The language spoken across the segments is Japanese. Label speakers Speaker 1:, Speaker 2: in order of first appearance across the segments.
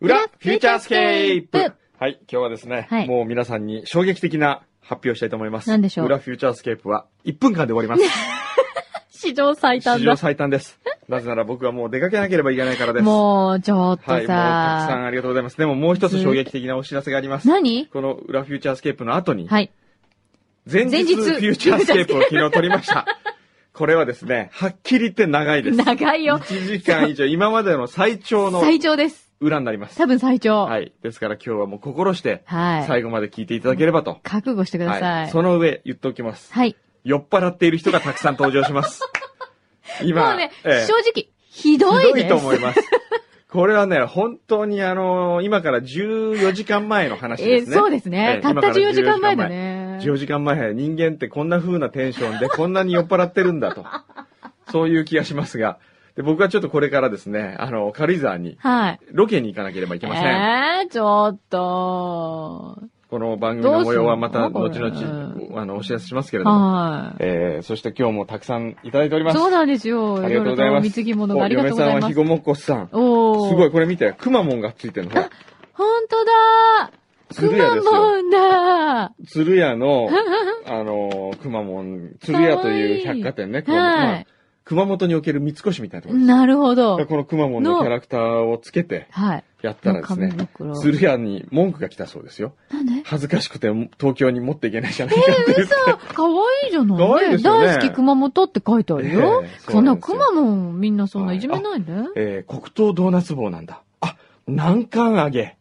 Speaker 1: 裏フューチャースケープ
Speaker 2: フューチャースケープ
Speaker 1: はい、今日はですね、
Speaker 2: はい
Speaker 1: もう皆さんに衝撃的な発表をしたいと思います。
Speaker 2: 何でしょう
Speaker 1: 裏フューチャースケープは1分間で終わります。
Speaker 2: 史上最短
Speaker 1: 史上
Speaker 2: だ。
Speaker 1: 最短です。なぜなら僕はもう出かけなければいけないからです。
Speaker 2: もう、ちょっとさ、
Speaker 1: はい、もうたくさんありがとうございます。でももう一つ衝撃的なお知らせがあります。
Speaker 2: 何
Speaker 1: この裏フューチャースケープの後に、
Speaker 2: はい。
Speaker 1: 前日
Speaker 2: 前日
Speaker 1: フューチャースケープを昨日撮りま した。これはですね、はっきり言って長いです。
Speaker 2: 長いよ。
Speaker 1: 1時間以上、今までの最長の
Speaker 2: 最長です。
Speaker 1: 裏になります。
Speaker 2: 多分最長。は。
Speaker 1: はいい。ですから今日はもう心して、最後ま後まで聞いていただければと。
Speaker 2: 覚悟してくださ。
Speaker 1: はいい。その上言っておきます。
Speaker 2: はい。
Speaker 1: 酔っ払っている人がたくさん登場し ます。今、
Speaker 2: もうね、
Speaker 1: ええ
Speaker 2: 正直、ひど
Speaker 1: ひ
Speaker 2: い
Speaker 1: ど
Speaker 2: です。
Speaker 1: いと思います。これはね、本当にあの今から14時間前の話
Speaker 2: ええ
Speaker 1: ですね。
Speaker 2: そうですね。
Speaker 1: ええ
Speaker 2: たった
Speaker 1: 今から
Speaker 2: 14時間前
Speaker 1: 14
Speaker 2: だね。
Speaker 1: 14時間前、人間ってこんな風なテンションで、こんなに酔っ払ってるんだと。そういう気がしますが。で、僕はちょっとこれからですね、あの、軽井沢に
Speaker 2: はい。
Speaker 1: ロケに行かなければいけません。
Speaker 2: えー、ちょっと。
Speaker 1: この番組の模様はま
Speaker 2: ど
Speaker 1: た後
Speaker 2: うすんのこ
Speaker 1: 々、あの、お知らせしますけれども。
Speaker 2: は
Speaker 1: えー、そして今日もたくさんいただいており
Speaker 2: い。
Speaker 1: ます。
Speaker 2: そうなんですよ。
Speaker 1: ありがとうございます。
Speaker 2: 貢ぎ物がありがとうござい
Speaker 1: お嫁さんは
Speaker 2: ま
Speaker 1: ひ
Speaker 2: す。
Speaker 1: ごもっこさん。
Speaker 2: おお。
Speaker 1: すごい、。これ見て、くまモンがついてるの。ほら、
Speaker 2: ほんとだ
Speaker 1: 鶴屋です
Speaker 2: くまモ
Speaker 1: よ。
Speaker 2: ンだ
Speaker 1: 鶴屋の、あのー、くまモン、鶴屋という百貨店ね、
Speaker 2: かわいいはい
Speaker 1: 熊本まあ熊本における三越みたいなところです。
Speaker 2: なるほど。
Speaker 1: このくまモンの
Speaker 2: の
Speaker 1: キャラクターをつけて
Speaker 2: はい。
Speaker 1: やったらですね
Speaker 2: 紙、袋。
Speaker 1: 鶴屋に文句が来たそうですよ。
Speaker 2: なんで
Speaker 1: 恥ずかしくて東京に持っていけないじゃないかって 言って。
Speaker 2: 可愛いじゃない
Speaker 1: 可愛いですよね
Speaker 2: 大好き熊本って書いてあるよ。
Speaker 1: ええ
Speaker 2: そんな
Speaker 1: ですよ
Speaker 2: 熊もみんなそんないじめないで、
Speaker 1: えー、黒糖ドーナツ棒なんだ。あ、南関揚げ。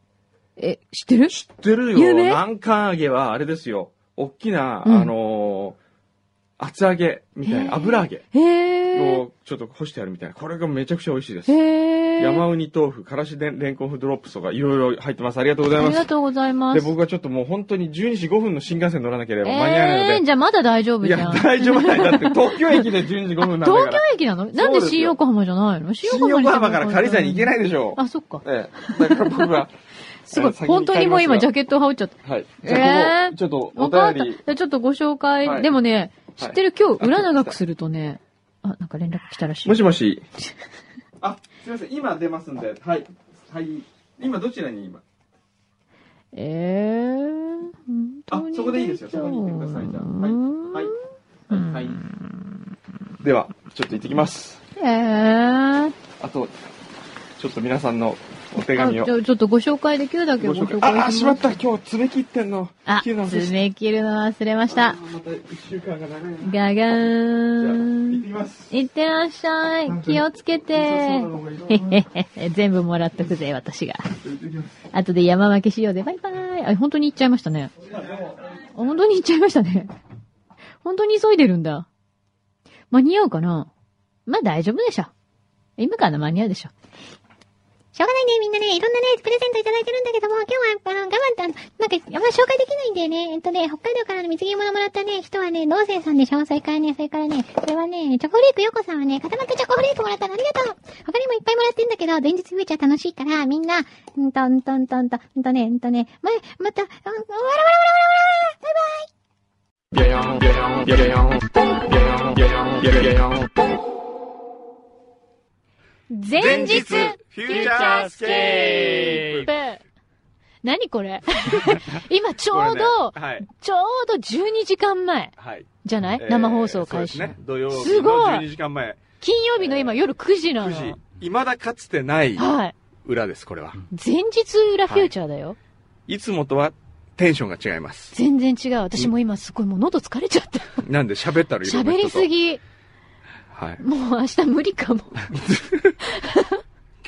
Speaker 2: え、知ってる
Speaker 1: 知ってるよ。
Speaker 2: 有名
Speaker 1: 南関揚げはあれですよ。大きな、
Speaker 2: うん
Speaker 1: あのー厚揚げみたい
Speaker 2: へー
Speaker 1: な、油揚げ
Speaker 2: へえ。
Speaker 1: をちょっと干してあるみたいな。これがめちゃくちゃ美味しいです。
Speaker 2: へえ。
Speaker 1: 山ウニ豆腐、からしでんれんこんふドロップスとかいろいろ入ってます。ありがとうござい
Speaker 2: あ
Speaker 1: ま
Speaker 2: りが
Speaker 1: す。
Speaker 2: とうございます。
Speaker 1: で、僕はちょっともう本当に12時5分の新幹線乗らなければ間に合わない
Speaker 2: え
Speaker 1: の
Speaker 2: ー、
Speaker 1: で。
Speaker 2: じゃあまだ大丈夫
Speaker 1: い
Speaker 2: じ
Speaker 1: や
Speaker 2: ゃん。、
Speaker 1: 大丈夫ない。だって東京駅で12時5分なんだか
Speaker 2: 東京
Speaker 1: ら。
Speaker 2: 駅なの
Speaker 1: すよ
Speaker 2: なんで新横浜じゃないの新
Speaker 1: 新横浜から
Speaker 2: 借
Speaker 1: 軽
Speaker 2: り
Speaker 1: 井沢に行けないでしょう。
Speaker 2: あ、そっか。
Speaker 1: ええ。だから僕は。
Speaker 2: すご
Speaker 1: え
Speaker 2: い
Speaker 1: ー先。に
Speaker 2: 本当にもう今ジャケットを羽織っちゃった。
Speaker 1: はい。じゃあ、
Speaker 2: えー
Speaker 1: ここ、ちょっと
Speaker 2: わか
Speaker 1: お
Speaker 2: った。
Speaker 1: 便
Speaker 2: じ
Speaker 1: り。
Speaker 2: ゃあちょっとご紹介。
Speaker 1: はい
Speaker 2: でもね、知ってる、今日
Speaker 1: あ
Speaker 2: 裏長くするとね、あ、なんか連絡来たらしい。
Speaker 1: もしもし。あ、すいません。今出ますんで。はい。はい。今どちらに今
Speaker 2: えー、
Speaker 1: あ
Speaker 2: 本当、に
Speaker 1: そこでいいですよ。そこに行ってください。じゃあ。はい。はい。はい。はい、では、ちょっと行ってきます。
Speaker 2: えー、
Speaker 1: あと、ちょっと皆さんのお手紙
Speaker 2: あ
Speaker 1: を
Speaker 2: じゃ。あちょっとご紹介できるだけ
Speaker 1: ご
Speaker 2: ご
Speaker 1: 紹
Speaker 2: 紹
Speaker 1: 介
Speaker 2: 介し
Speaker 1: あ、あ
Speaker 2: ま
Speaker 1: し
Speaker 2: す。
Speaker 1: まった。今日爪切ってんの。
Speaker 2: あ、
Speaker 1: 切るの忘れて
Speaker 2: 爪切るの忘れました
Speaker 1: あ。また一週間が長いな。じ
Speaker 2: ガ
Speaker 1: ゃ
Speaker 2: ガ
Speaker 1: あ、
Speaker 2: ー
Speaker 1: 行っ
Speaker 2: ン
Speaker 1: て。きます。
Speaker 2: いってらっしゃい。気をつけて。
Speaker 1: 良さそうなのがいろいろ な
Speaker 2: 全部もらっとくぜ、私が。
Speaker 1: 行ってきます。
Speaker 2: 後で山分けしようぜ。バイバイ。あ、本当に行っちゃいましたね。本当に行っちゃいましたね。本当に急いでるんだ。間に合うかなまあ大丈夫でしょ。今から間に合うでしょ。
Speaker 3: しょうがないね、みんなね、いろんなね、プレゼントいただいてるんだけども、今日は、あの、我慢って、あの、なんか、あんま紹介できないんだよね。えっとね、北海道からの水着物もらったね、人はね、ノーセンさんでしょそれからね、それからね、それはね、チョコフレークよこさんはね、固まったチョコフレークもらったのありがとう他にもいっぱいもらってんだけど、前日フューチャー楽しいから、みんな、うんと、うんと、うんと、うんと、うんとね、うんとね、ま、また、うん、わらわらわらわらわらバイバイ
Speaker 2: 前
Speaker 1: 日フューチャースケ
Speaker 2: ープ何これ今ちょうど、
Speaker 1: これねはい。
Speaker 2: ちょうど12時間前
Speaker 1: はい。
Speaker 2: じゃない
Speaker 1: えー
Speaker 2: 生放送開始
Speaker 1: そう。ですね、土曜日
Speaker 2: す
Speaker 1: の
Speaker 2: ごい
Speaker 1: 12時間前
Speaker 2: 金曜日の今夜9時な
Speaker 1: 9
Speaker 2: の。
Speaker 1: 時いまだかつてない
Speaker 2: はい。
Speaker 1: 裏ですこれは
Speaker 2: 前日裏フューチャーだよ。
Speaker 1: いつもとはテンションが違います
Speaker 2: 全然違う。私も今すごいもう喉疲れちゃった。
Speaker 1: なんで喋ったらいろんな
Speaker 2: 喋
Speaker 1: 人と
Speaker 2: りすぎ。
Speaker 1: はい、
Speaker 2: もう明日無理かも。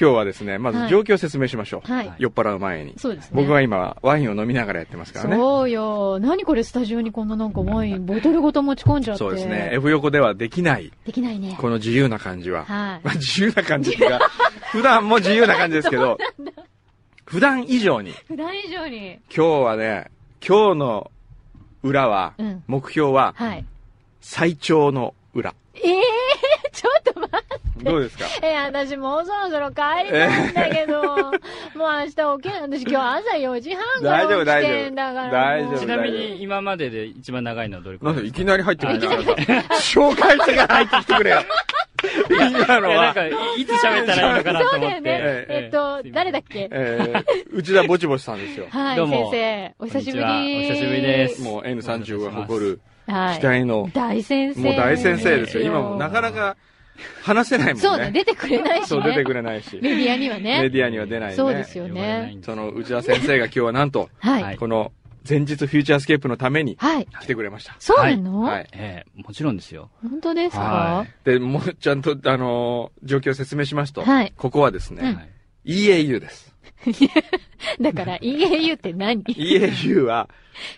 Speaker 1: 今日はですねまず
Speaker 2: はい
Speaker 1: 状況を説明しましょう、
Speaker 2: はい。
Speaker 1: 酔っ払う前に
Speaker 2: そうですね。
Speaker 1: 僕は今ワインを飲みながらやってますからね
Speaker 2: そうよ。何これスタジオにこんななんかワイン、ボトルごと持ち込んじゃって。
Speaker 1: そうですね。F 横ではできない
Speaker 2: できないね。
Speaker 1: この自由な感じは、
Speaker 2: はい
Speaker 1: ま。あ自由な感じ が普段も自由な感じですけど普段以上に
Speaker 2: 普段以上に。
Speaker 1: 今日はね今日の裏は、
Speaker 2: うん
Speaker 1: 目標は
Speaker 2: はい。
Speaker 1: 最長の裏
Speaker 2: ええー、ちょっと待っ
Speaker 1: どうですか
Speaker 2: え、私もうそろそろ帰りたいんだけ ど、もう明日起きない。私今日朝4時半から
Speaker 1: 大丈夫
Speaker 2: 起きてんだから。
Speaker 1: 大丈夫
Speaker 2: もう
Speaker 1: 大
Speaker 4: ち
Speaker 1: 丈
Speaker 4: なみに今までで一番長いのはどれく
Speaker 1: な
Speaker 4: らい
Speaker 1: んで
Speaker 4: で
Speaker 1: い
Speaker 4: す
Speaker 1: きなり入ってくる紹介者が入ってきてくれよ。今
Speaker 4: か
Speaker 1: の
Speaker 4: いやなん
Speaker 1: は
Speaker 4: か、、いつ喋ったらいいのかなと
Speaker 2: そう
Speaker 4: 思っ
Speaker 2: だ
Speaker 4: て
Speaker 2: よ。ね
Speaker 1: え。
Speaker 2: えっと、誰だっけ
Speaker 1: えー、内田ぼちぼちさんですよ。
Speaker 2: はい、
Speaker 4: どうも
Speaker 2: 先生。お久しぶり。
Speaker 4: こんにちはお久しぶりです
Speaker 1: もう N35 が誇る
Speaker 2: は
Speaker 1: 期
Speaker 2: い。
Speaker 1: 待の、
Speaker 2: 大先生。
Speaker 1: もう大先生ですよ。
Speaker 2: いや
Speaker 1: 今もうなかなか話せないもんね。
Speaker 2: そうだ、出てくれないし、ね。
Speaker 1: そう出てくれないし、
Speaker 2: メディアには
Speaker 1: メ
Speaker 2: ね。
Speaker 1: ディアには出ないね。
Speaker 2: そうですよ
Speaker 4: 呼ば
Speaker 2: ね
Speaker 4: れないんです
Speaker 1: その内田先生が今日はなんと、
Speaker 2: は
Speaker 4: はいい。
Speaker 1: この前日フューチャースケープのために
Speaker 2: はい。
Speaker 1: 来てくれました。
Speaker 2: そうなの、
Speaker 1: はい。
Speaker 4: ええ、もちろんですよ。
Speaker 2: 本当ですか、
Speaker 4: は
Speaker 1: で、もうちゃんと、あのー状況を説明しますと、
Speaker 2: はい
Speaker 1: ここはです
Speaker 2: うん
Speaker 1: ね、EAU です。
Speaker 2: だ から EAU って何
Speaker 1: EAU は、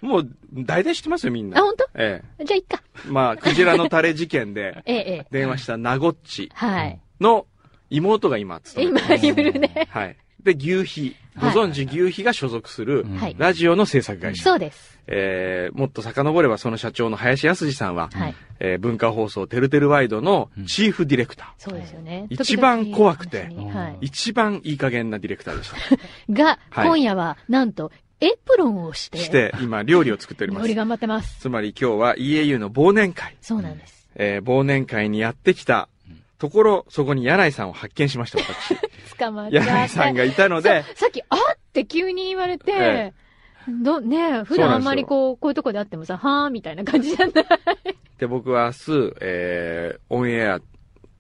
Speaker 1: もう、大体知ってますよ、みんな。
Speaker 2: あ本当
Speaker 1: え
Speaker 2: じゃあ、いっか。
Speaker 1: え。まあ、クジラのタレ事件 で
Speaker 2: ええ、ええ。
Speaker 1: 電話したナゴッチ
Speaker 2: はい。
Speaker 1: の妹が今、勤めて
Speaker 2: 今いるね。
Speaker 1: はい。で、牛皮。ご
Speaker 2: はい
Speaker 1: 存知、牛皮が所属する、
Speaker 2: はい
Speaker 1: ラジオの制作会社。
Speaker 2: そうです。
Speaker 1: えー、もっと遡れば、その社長の林康二さんは、
Speaker 2: はい。
Speaker 1: えー文化放送てるてるワイドのチーフディレクタ
Speaker 2: そうですよね。
Speaker 1: 一番怖くて
Speaker 2: 時々は
Speaker 4: う
Speaker 1: ー。
Speaker 4: ん
Speaker 2: い。
Speaker 1: 一番いい加減なディレクターでした。
Speaker 2: が、
Speaker 1: はい
Speaker 2: 今夜は、なんと、エプロンをして、
Speaker 1: して、今、料理を作っておりま
Speaker 2: 料
Speaker 1: す
Speaker 2: 理。頑張ってます。
Speaker 1: つまり今日は EAU の忘年会、
Speaker 2: そうなんです。
Speaker 1: えー忘年会にやってきた
Speaker 4: うん
Speaker 1: ところ、そこに柳井さんを発見しました、 私。
Speaker 2: 捕まっちゃって
Speaker 1: 柳井さんがいたので、
Speaker 2: そうさっき、あって急に言われて、
Speaker 1: え
Speaker 2: ど、ねえ普
Speaker 1: そう
Speaker 2: 段
Speaker 1: な
Speaker 2: あん
Speaker 1: んですよ
Speaker 2: まりこう、こういうとこであってもさ、はーみたいな感じじゃない。
Speaker 1: で、僕は明日、えーオンエア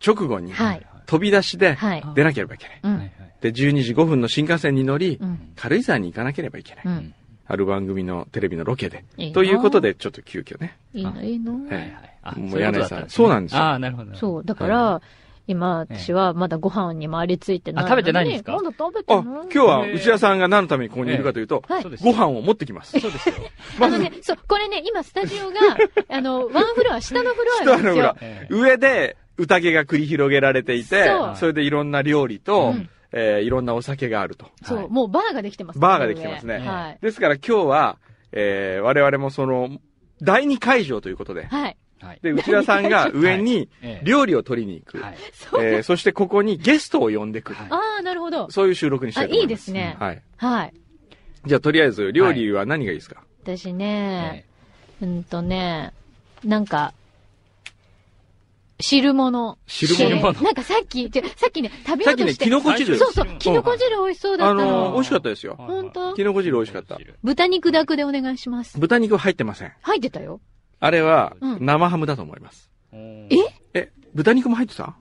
Speaker 1: 直後に、
Speaker 2: はい。
Speaker 1: 飛び出しで
Speaker 2: はい。
Speaker 1: 出なければいけない。
Speaker 2: う
Speaker 4: はいは
Speaker 2: ん。
Speaker 4: い。
Speaker 1: で、12時5分の新幹線に乗り
Speaker 2: う、ん。
Speaker 1: 軽井沢に行かなければいけない。
Speaker 2: うん。
Speaker 1: ある番組のテレビのロケで。
Speaker 2: いいな
Speaker 1: ということで、ちょっと急遽ね。
Speaker 2: いいの、いいの。
Speaker 1: ええ
Speaker 4: はいはいあ
Speaker 1: もう
Speaker 4: そういうことだった
Speaker 1: 柳井さんそうなんですよ
Speaker 4: ああ、なるほど。
Speaker 2: そう、だから、今、私はまだご飯に回りついてないのに。
Speaker 4: あ食べてないんですか
Speaker 2: まだ食べてな
Speaker 1: あ、
Speaker 2: い。
Speaker 1: 今日は内田さんが何のためにここにいるかというと、
Speaker 2: はい
Speaker 4: そうです
Speaker 1: ご飯を持ってきます。
Speaker 4: そうですよ。
Speaker 2: あのね、そう、これね、今スタジオ が、あの、ワンフロア、下のフロアな
Speaker 1: 下
Speaker 2: んで
Speaker 1: の
Speaker 2: すよ
Speaker 1: 裏。
Speaker 4: ええ
Speaker 1: 上で宴が繰り広げられていて
Speaker 2: そ
Speaker 1: そうれでいろんな料理と、
Speaker 2: うん
Speaker 1: えーいろんなお酒があると
Speaker 2: そう、
Speaker 4: はい
Speaker 2: もうバーができてます、
Speaker 1: バーができてますね
Speaker 2: はい。
Speaker 1: ですから今日は、えー我々もその第2会場ということで
Speaker 2: はい。
Speaker 4: はい。
Speaker 1: で内田さんが上に
Speaker 4: ええ
Speaker 1: 料理を取りに行く、
Speaker 4: はい。
Speaker 2: そう。
Speaker 1: えーそしてここにゲストを呼んでくる、
Speaker 4: はい
Speaker 2: ああ、なるほど。
Speaker 1: そういう収録にした
Speaker 2: あ、
Speaker 1: いと思
Speaker 2: い
Speaker 1: い
Speaker 2: い
Speaker 1: ま
Speaker 2: ですすね。
Speaker 1: はい、
Speaker 2: はい。
Speaker 1: じゃあとりあえず料理は何がいいですか、
Speaker 2: 私
Speaker 4: え
Speaker 2: ね、うんとね、なんか、汁物。
Speaker 1: 汁物
Speaker 2: えーなんかさっき、ちょさっきね、食べ
Speaker 1: さ
Speaker 2: よう
Speaker 1: っき
Speaker 2: と
Speaker 1: ね
Speaker 2: して。
Speaker 1: きのこ汁
Speaker 4: き
Speaker 2: そうそう、きのこ汁美味しそうだった
Speaker 1: あ
Speaker 2: の。
Speaker 1: のー美味しかったですよ
Speaker 4: え
Speaker 2: 本当
Speaker 1: きのこ汁美味しかった
Speaker 2: 豚肉だくでお願いします。
Speaker 1: 豚肉は入ってません
Speaker 2: 入ってたよ。
Speaker 1: あれは
Speaker 2: うん
Speaker 1: 生ハムだと思います、
Speaker 4: え
Speaker 2: え
Speaker 1: え豚肉も入ってた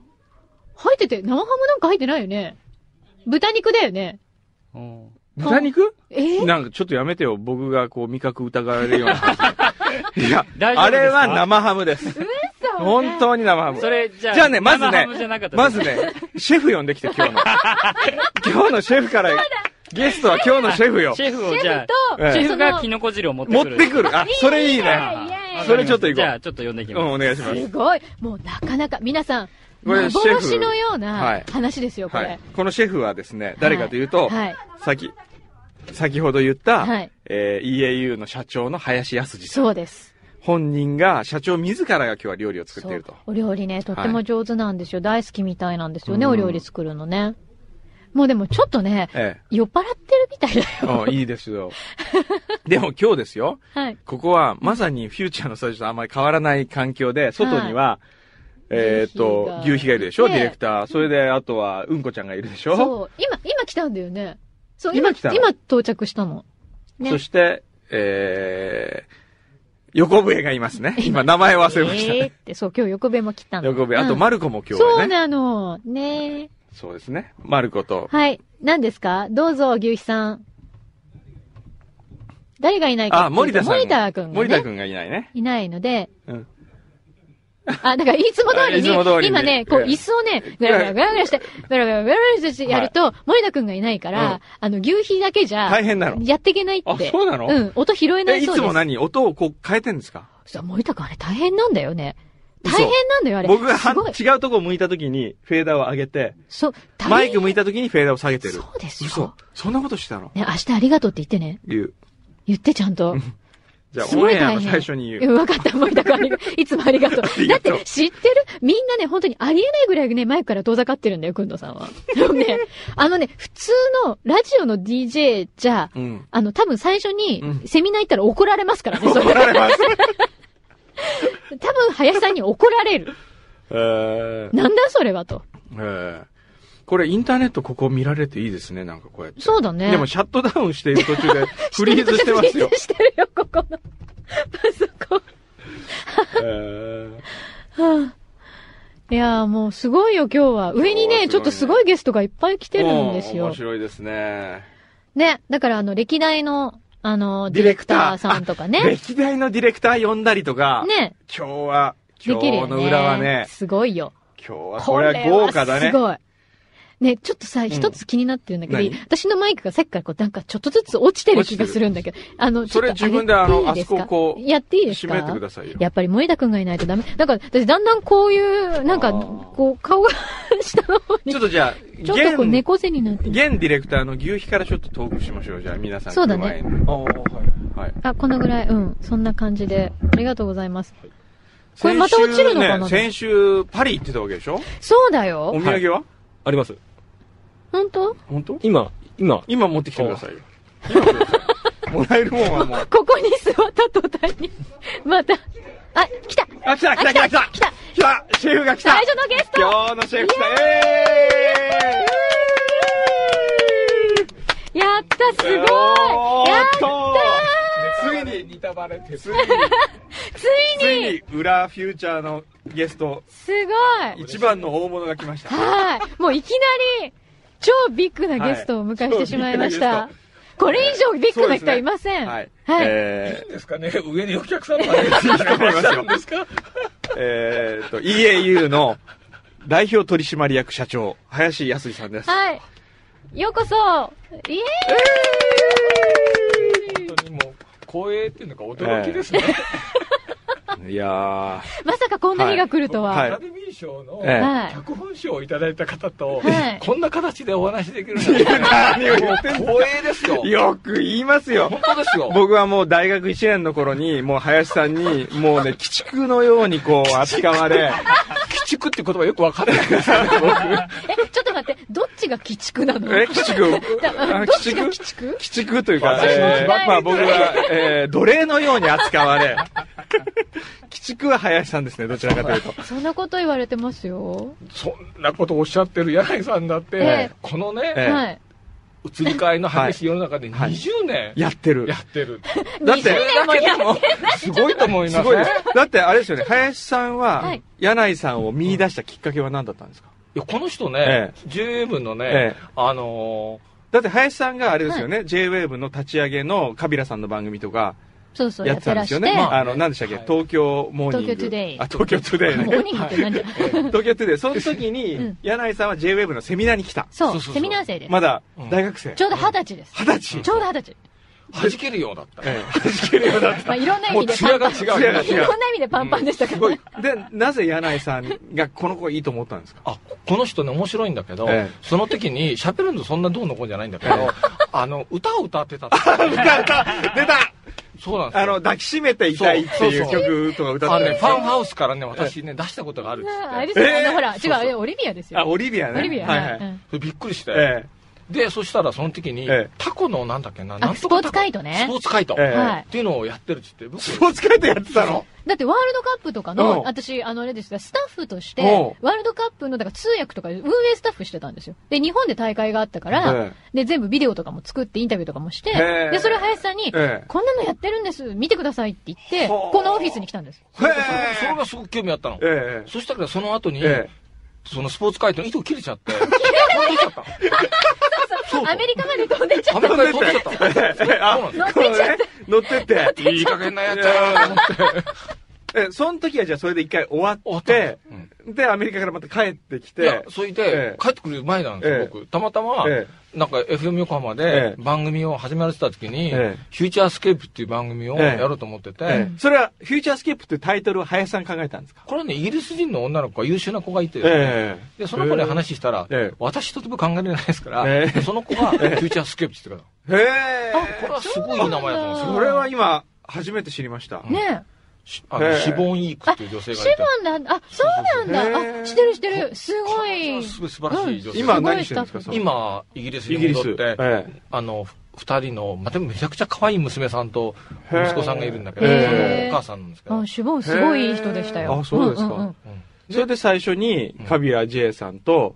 Speaker 2: 入ってて、生ハムなんか入ってないよね。豚肉だよね。
Speaker 1: 豚肉
Speaker 2: えー
Speaker 1: なんかちょっとやめてよ。僕がこう味覚疑われる ような話。いや、
Speaker 4: 大丈夫
Speaker 1: あ
Speaker 4: ですか
Speaker 1: れは生ハムです。本当に生ハム。
Speaker 4: それ、じゃあ、
Speaker 1: じゃあねまずね
Speaker 4: 生ハムじゃなかった
Speaker 1: まずね、シェフ呼んできて、今日の。 今日のシェフから、ゲストは今日のシェフよ。
Speaker 4: シェフをじゃ
Speaker 2: シェフと
Speaker 4: あ、シェ
Speaker 2: そ
Speaker 4: フ
Speaker 2: の
Speaker 4: がキノコ汁を持って
Speaker 1: 持
Speaker 4: く
Speaker 1: っ
Speaker 4: る。
Speaker 1: てくる。あ、それいいね。
Speaker 4: あー
Speaker 2: イエーイ
Speaker 1: それちょっと行こう
Speaker 4: じゃあ、ちょっと呼んでき
Speaker 1: うん、
Speaker 4: ま
Speaker 1: お願いしますす。
Speaker 2: ごい。もうなかなか、皆さん、
Speaker 1: これシェフ
Speaker 2: 幻のよう
Speaker 1: は
Speaker 2: ない話ですよ、こ
Speaker 1: は
Speaker 2: れ
Speaker 1: い。。このシェフはですね、誰かというと、
Speaker 2: はい。
Speaker 1: 先、先ほど言った、
Speaker 2: はい
Speaker 1: えー EAU の社長の林康二さん。
Speaker 2: そうです。
Speaker 1: 本人が、社長自らが今日は料理を作っ
Speaker 2: そ
Speaker 1: ている
Speaker 2: う
Speaker 1: と。
Speaker 2: お料理ね、とっても上手なんですよ。大好きみたいなんですよね、
Speaker 1: うん
Speaker 2: お料理作るのね。もうでもちょっとね、
Speaker 1: ええ。
Speaker 2: 酔っ払ってるみたいだよ。
Speaker 1: あいいですよ。でも今日ですよ。
Speaker 2: はい。
Speaker 1: ここはまさにフューチャーのスタジオとあんまり変わらない環境で、外には、えーっと、牛
Speaker 2: 牛
Speaker 1: 皮
Speaker 2: 皮
Speaker 1: が
Speaker 2: が
Speaker 1: いるでしょ、
Speaker 2: ね
Speaker 1: ディレクター。それで、あとは、うんこちゃんがいるでしょ
Speaker 2: そう。今、今来たんだよね。そう、
Speaker 1: 今
Speaker 2: 今、
Speaker 1: 来たの
Speaker 2: 今到着したの。
Speaker 1: そ,、
Speaker 3: ね
Speaker 1: して、えー、横笛がいますね。今、名前忘れました
Speaker 2: えー
Speaker 1: ね。
Speaker 2: って、そう、今日横弁も来たの。
Speaker 1: 横笛。あ
Speaker 2: う
Speaker 1: と、
Speaker 2: ん
Speaker 1: マルコも今日
Speaker 2: そ
Speaker 1: は
Speaker 2: う
Speaker 1: ね。
Speaker 2: なの。ねえ。
Speaker 1: そうですね。マルコと、
Speaker 2: はい。何ですかどうぞ、牛肥さん。誰がいないか
Speaker 1: あ、森田さん。
Speaker 2: 森田くんが、
Speaker 1: 森田く
Speaker 2: ね、
Speaker 1: んがいないね。
Speaker 2: いないので。
Speaker 1: うん
Speaker 2: あ、だからいつも通り
Speaker 1: いつも通り
Speaker 2: に、
Speaker 1: に
Speaker 2: 今ね、こう、
Speaker 1: ええ
Speaker 2: 椅子をね、ぐらぐらぐらぐらして、ぐらぐらぐらぐらしてやると、森田くんがいないか
Speaker 1: うん
Speaker 2: ら、あの、牛皮だけじゃ
Speaker 1: 大、変なの。
Speaker 2: やっていけないって。
Speaker 1: あそうなの
Speaker 2: ん、音拾えな
Speaker 1: え、
Speaker 2: い
Speaker 1: い
Speaker 2: そうで
Speaker 1: つ
Speaker 2: す。
Speaker 1: も何音をこう変えてんですか
Speaker 2: そう森田くんあれ大変なんだよね。大
Speaker 1: 嘘
Speaker 2: 変なんだよ、あれ。
Speaker 1: 僕がは
Speaker 2: す
Speaker 1: ん
Speaker 2: ごい。
Speaker 1: 違うとこ向いた時に、フェーダーを上げて、
Speaker 2: そう、大変
Speaker 1: マイク向いた時にフェーダーを下げてる。
Speaker 2: そうですよ
Speaker 1: 嘘。そんなことしてたの
Speaker 2: ね、明日ありがとうって言ってね。
Speaker 1: いう。
Speaker 2: 言ってちゃんと。
Speaker 1: じゃあ、
Speaker 2: す
Speaker 1: オ
Speaker 2: ご
Speaker 1: ン
Speaker 2: い
Speaker 1: エア
Speaker 2: 大変
Speaker 1: の最初に
Speaker 2: う
Speaker 1: 言う。
Speaker 2: んわかった、森田君ありがとう。いつもありがとう。
Speaker 1: り
Speaker 2: だっ
Speaker 1: がとう
Speaker 2: て、知ってるみんなね、本当にありえないぐらいね、マイクから遠ざかってるんだよ、くんどさんは。でもね、あのね、普通のラジオの DJ じゃ、
Speaker 1: うん。
Speaker 2: あの、多分最初
Speaker 1: う
Speaker 2: に、
Speaker 1: ん
Speaker 2: セミナー行ったら怒られますからね、それ
Speaker 1: 怒ら れます。
Speaker 2: 多分林さんに怒られる。
Speaker 1: えー
Speaker 2: なんだそれはと。
Speaker 1: えーこれインターネットここ見られていいですね、なんかこうやって。
Speaker 2: そうだね。
Speaker 1: でもシャットダウンしている途中でフリーズしてますよ
Speaker 2: フリー。ズ してるよ、ここの。パソコン。
Speaker 1: えー
Speaker 2: はあいやーもうすごいよ今日は。上にね、
Speaker 1: 今日はすごいね
Speaker 2: ちょっとすごいゲストがいっぱい来てるんです
Speaker 1: おー
Speaker 2: よ
Speaker 1: 面。白いですね。
Speaker 2: ね、だからあの、歴代の、あの、デ
Speaker 1: デ
Speaker 2: ィ
Speaker 1: ィ
Speaker 2: レ
Speaker 1: レ
Speaker 2: ク
Speaker 1: ク
Speaker 2: タ
Speaker 1: ター
Speaker 2: ーさんとかね。
Speaker 1: 歴代のディレクター呼んだりとか、
Speaker 2: ね、
Speaker 1: 今日は、
Speaker 2: で
Speaker 1: 今
Speaker 2: きる
Speaker 1: 日
Speaker 2: よね。
Speaker 1: の裏はね、
Speaker 2: すごいよ。
Speaker 1: 今日はこれは豪華だね。
Speaker 2: これはすごい。ね、ちょっとさ、
Speaker 1: ん
Speaker 2: 一つ気になってるんだけど、
Speaker 1: 何
Speaker 2: 私のマイクがさっきからこう、なんかちょっとずつ落ちてる気がするんだけど、あの、
Speaker 1: それ
Speaker 2: ちょっと
Speaker 1: 自分であ
Speaker 2: げ
Speaker 1: の
Speaker 2: ていいすか
Speaker 1: あそここう
Speaker 2: やっていいです
Speaker 1: 閉
Speaker 2: か
Speaker 1: めてくださいよ。
Speaker 2: やっぱり森田くんがいないとダメ。だから、私だんだんこういう、なん
Speaker 1: あ
Speaker 2: か
Speaker 1: ー、
Speaker 2: こう、顔が下の方に
Speaker 1: ちょっとじゃあ、
Speaker 2: ちょっとこう
Speaker 1: 現
Speaker 2: 猫背になってる。
Speaker 1: 現ディレクターの牛皮からちょっとトークしましょう。じゃあ、皆さん
Speaker 2: そうだね
Speaker 1: 来る前に。ああ、はい。はい。
Speaker 2: あ、このぐらい、うん。そんな感じで。ありがとうございます。これまた落ちるのかな
Speaker 1: 先週ね、先週パリ行ってたわけでしょ
Speaker 2: そうだ
Speaker 1: お土
Speaker 2: よ。
Speaker 1: 産は、
Speaker 5: あります。
Speaker 2: 本当
Speaker 1: 本当
Speaker 5: 今、今、
Speaker 1: 今持ってきてくださいよ。今ください。もらえるもんはもう。
Speaker 2: ここに座った途端に、 また、あ、来た
Speaker 1: あ、来た来た来た来た来たシェフが来た
Speaker 2: 最初のゲスト
Speaker 1: 今日のシェフ来たえ
Speaker 2: やったすごい
Speaker 1: ーお
Speaker 2: や
Speaker 1: ー
Speaker 2: っ
Speaker 1: ったとついに、似たばれてついに、
Speaker 2: つい
Speaker 1: つ
Speaker 2: に
Speaker 1: いに、裏フューチャーのゲスト、
Speaker 2: すごい
Speaker 1: 一番の大物が来ました。
Speaker 2: はいもういきなり、超ビッグなゲストをお迎えしてしまいまし
Speaker 1: はい超ビッグ
Speaker 2: た
Speaker 1: なゲ。
Speaker 2: これ以上ビッグな人はいません。
Speaker 1: はい。
Speaker 2: はい。
Speaker 1: え
Speaker 5: ですかね、上にお客さんがいらっしゃいましたんですか
Speaker 1: ーえーっと、EAU の代表取締役社長、林康二さんです。
Speaker 2: はい。ようこそイエーイ
Speaker 5: 本当にもう、光栄っていうのが驚きですね。
Speaker 1: いや
Speaker 2: まさかこんな日が来るとは。
Speaker 1: は
Speaker 5: ア
Speaker 1: い
Speaker 5: カデミー賞の
Speaker 1: え
Speaker 2: え
Speaker 5: 脚本賞をいただいた方と
Speaker 2: はい、
Speaker 5: こんな形でお話できるなん
Speaker 1: ー、何を言って
Speaker 5: て、
Speaker 1: ん
Speaker 5: もう光栄ですよ
Speaker 1: の。よく言いますよ。
Speaker 5: 本当ですよ。
Speaker 1: 僕はもう大学1年の頃に、もう林さんに、もうね、鬼畜のようにこう扱われ、
Speaker 5: 鬼畜って言葉よくわかんないですけど
Speaker 2: え、ちょっと待って、どっちが鬼畜なの
Speaker 1: え、鬼畜、 あの
Speaker 2: だ
Speaker 1: 鬼
Speaker 2: どっちが
Speaker 1: 畜
Speaker 2: 鬼畜
Speaker 1: 鬼畜というか、
Speaker 5: 私も
Speaker 1: えー
Speaker 2: 大
Speaker 1: まあ僕は、えー奴隷のように扱われ、鬼畜は林さんですね、どちらかというと。
Speaker 2: そんなこと言われてますよ。
Speaker 5: そんなことをおっしゃってる柳井さんだっ
Speaker 2: え
Speaker 5: て
Speaker 2: え、
Speaker 5: このね、
Speaker 1: ええ
Speaker 2: はい。
Speaker 5: 移り替えの激しい世の中で20年
Speaker 1: やってる
Speaker 5: や。ってる。
Speaker 1: だって、
Speaker 5: すごいと思いますす
Speaker 1: ごいです。だって、あれですよね、林さん
Speaker 2: は、
Speaker 1: はい柳井さんを見出したきっかけは何だったんですか
Speaker 5: いや、この人
Speaker 1: え
Speaker 5: ね、JA のね
Speaker 1: ええ、
Speaker 5: あの
Speaker 1: だって、林さんがあれですよね、JWAVE の立ち上げのカビラさんの番組とか、
Speaker 2: そうそう、
Speaker 1: や
Speaker 2: やっ
Speaker 1: っ
Speaker 2: てて
Speaker 1: たんで
Speaker 2: ら
Speaker 1: す
Speaker 2: し
Speaker 1: よ
Speaker 2: て。
Speaker 1: ね。
Speaker 5: ま
Speaker 1: あの、なんでしたっけ、
Speaker 5: はい
Speaker 1: 東京モーニング。
Speaker 2: 東京トゥデイ
Speaker 1: あ、東京トゥデイ
Speaker 2: もうお
Speaker 1: ね。
Speaker 2: にぎりってなんじゃ。
Speaker 1: 東京トゥデイ。その時に、
Speaker 2: うん
Speaker 1: 柳井さんは JWAVE のセミナーに来た。
Speaker 2: そ、
Speaker 5: そううそうそう
Speaker 2: セミナー生です。
Speaker 1: まだ
Speaker 5: うん
Speaker 1: 大学生
Speaker 2: ち。ょうど二十歳です。
Speaker 1: 二十歳
Speaker 2: ち。ょうど二十
Speaker 5: ー、弾けるようだった。
Speaker 1: ええ弾けるようだっ
Speaker 2: 歳。まあ、いろんな意
Speaker 5: もう
Speaker 2: 味でパ
Speaker 5: 艶
Speaker 2: ンパン。
Speaker 5: が
Speaker 2: いう
Speaker 5: 違。
Speaker 1: 艶が違
Speaker 2: ろ
Speaker 1: う
Speaker 2: んな意味でパンパンでしたからね。
Speaker 1: た。で、なぜ柳井さんがこの子いいと思ったんですか
Speaker 5: あ、この人ね、面白いんだけど
Speaker 1: ええ、
Speaker 5: その時に喋るのそんなどうのこうじゃないんだけ
Speaker 1: ええ
Speaker 5: ど、あの、歌を歌って たって。
Speaker 1: 歌歌出た
Speaker 5: そうなんですよ。
Speaker 1: あの、抱きしめていたいっていう
Speaker 5: そうそう
Speaker 1: 曲とか歌っ
Speaker 5: あの
Speaker 1: てたん
Speaker 5: ね、
Speaker 1: で
Speaker 5: フ
Speaker 1: すよ
Speaker 5: ァンハウスからね、私ね、出したことがあるっつ
Speaker 2: まああ
Speaker 5: っ
Speaker 2: れ
Speaker 5: て。
Speaker 2: ですよ
Speaker 1: えー
Speaker 2: あの、ほら、違
Speaker 5: そ
Speaker 2: う
Speaker 5: うそう
Speaker 2: あれ、オリビアです
Speaker 1: あ、
Speaker 2: よ。
Speaker 1: オリビアね。
Speaker 2: オリビア。
Speaker 1: はい
Speaker 2: は。
Speaker 1: はい
Speaker 2: う
Speaker 1: い。
Speaker 2: ん
Speaker 5: それびっくりして、
Speaker 1: え
Speaker 5: で、そしたらその時に
Speaker 1: ええ、
Speaker 5: タコのなんだっけな、な
Speaker 2: あ、
Speaker 5: ん
Speaker 2: ス
Speaker 5: と
Speaker 2: ポ
Speaker 5: か
Speaker 2: ーツカイト
Speaker 5: タコス
Speaker 2: ね
Speaker 5: ポ。ーツカイト。
Speaker 1: ええ
Speaker 2: は
Speaker 5: っていうのをやってるっつって、僕
Speaker 1: スポーツカイトやってたの
Speaker 2: だってワールドカップとか
Speaker 1: う
Speaker 2: の
Speaker 1: ん、
Speaker 2: 私、あの、あれですが、スタッフとして
Speaker 1: おう、
Speaker 2: ワールドカップの、だから通訳とか、運営スタッフしてたんですよ。で、日本で大会があったから、
Speaker 1: え
Speaker 2: で、全部ビデオとかも作って、インタビューとかもして
Speaker 1: へ、え
Speaker 2: で、それを林さんに、
Speaker 1: ええ
Speaker 2: こんなのやってるんです、見てくださいって言って、
Speaker 1: ほう
Speaker 2: このオフィスに来たんです。
Speaker 1: え
Speaker 5: それがすごく興味あったの。
Speaker 1: ええ
Speaker 5: そしたらその後に、
Speaker 1: え
Speaker 5: そのスポーツ会イトの糸切れちゃって、そう
Speaker 2: アメリカまで飛んでっちゃ
Speaker 5: ア
Speaker 2: っ
Speaker 5: メ
Speaker 2: た。
Speaker 5: リカに飛んでっちゃった。そうなんですよ
Speaker 2: 乗ってっちゃっ
Speaker 1: 乗ってって。
Speaker 5: いい加減なやつやなと思って。
Speaker 1: え、その時はじゃあそれで一回終わ
Speaker 5: 終わ
Speaker 1: っ
Speaker 5: ったんで
Speaker 1: て、
Speaker 5: すうん
Speaker 1: で、アメリカからまた帰ってき
Speaker 5: いや
Speaker 1: て、、
Speaker 5: それ
Speaker 1: え
Speaker 5: で
Speaker 1: え、
Speaker 5: 帰ってくる前なんです
Speaker 1: ええ
Speaker 5: よ、僕。たまたま、
Speaker 1: え
Speaker 5: なんか FM 横浜
Speaker 1: え
Speaker 5: で
Speaker 1: え
Speaker 5: 番組を始められてた時に、
Speaker 1: ええ
Speaker 5: フューチャースケープっていう番組を
Speaker 1: ええ
Speaker 5: やろうと思ってて、
Speaker 1: ええそれは、フューチャースケープっていうタイトルを林さん考えたんですか
Speaker 5: これはね、イギリス人の女の子が優秀な子がいて、
Speaker 1: え
Speaker 5: で、その子に話したら、
Speaker 1: ええ
Speaker 5: 私とても考えられないですから、
Speaker 1: ええ
Speaker 5: その子が、フューチャースケープって言ってくれたの。
Speaker 1: え。へえ。
Speaker 5: これはすごい名前だと思うんですよ
Speaker 2: そうなんだ
Speaker 1: それは今、
Speaker 6: 初めて知りました。
Speaker 2: ね
Speaker 5: しあの
Speaker 1: へえ
Speaker 5: シボンイークっていう女性
Speaker 2: え。
Speaker 5: がい
Speaker 2: シ
Speaker 5: て。
Speaker 2: ボンだ。あ、そうなん
Speaker 1: へ
Speaker 2: だ。
Speaker 1: ー
Speaker 2: あ、知ってる知ってる。すごい。
Speaker 5: すごい素晴らしい女性。
Speaker 6: 今何してるんですか
Speaker 2: す
Speaker 6: それ
Speaker 5: 今、イギリス
Speaker 1: イ
Speaker 5: に
Speaker 1: ギリス
Speaker 5: 戻って、
Speaker 1: ええ
Speaker 5: あの、ふ二人の、まあ、でもめちゃくちゃ可愛い娘さんと
Speaker 1: へえ
Speaker 5: 息子さんがいるんだけど、そのお
Speaker 1: へ
Speaker 2: え
Speaker 5: 母さんなんですけど
Speaker 2: あ、、シュボンすごいいい人でしたよ。
Speaker 1: あそうですか
Speaker 2: んんん
Speaker 5: うん
Speaker 1: それで最初にカビラ J さんと、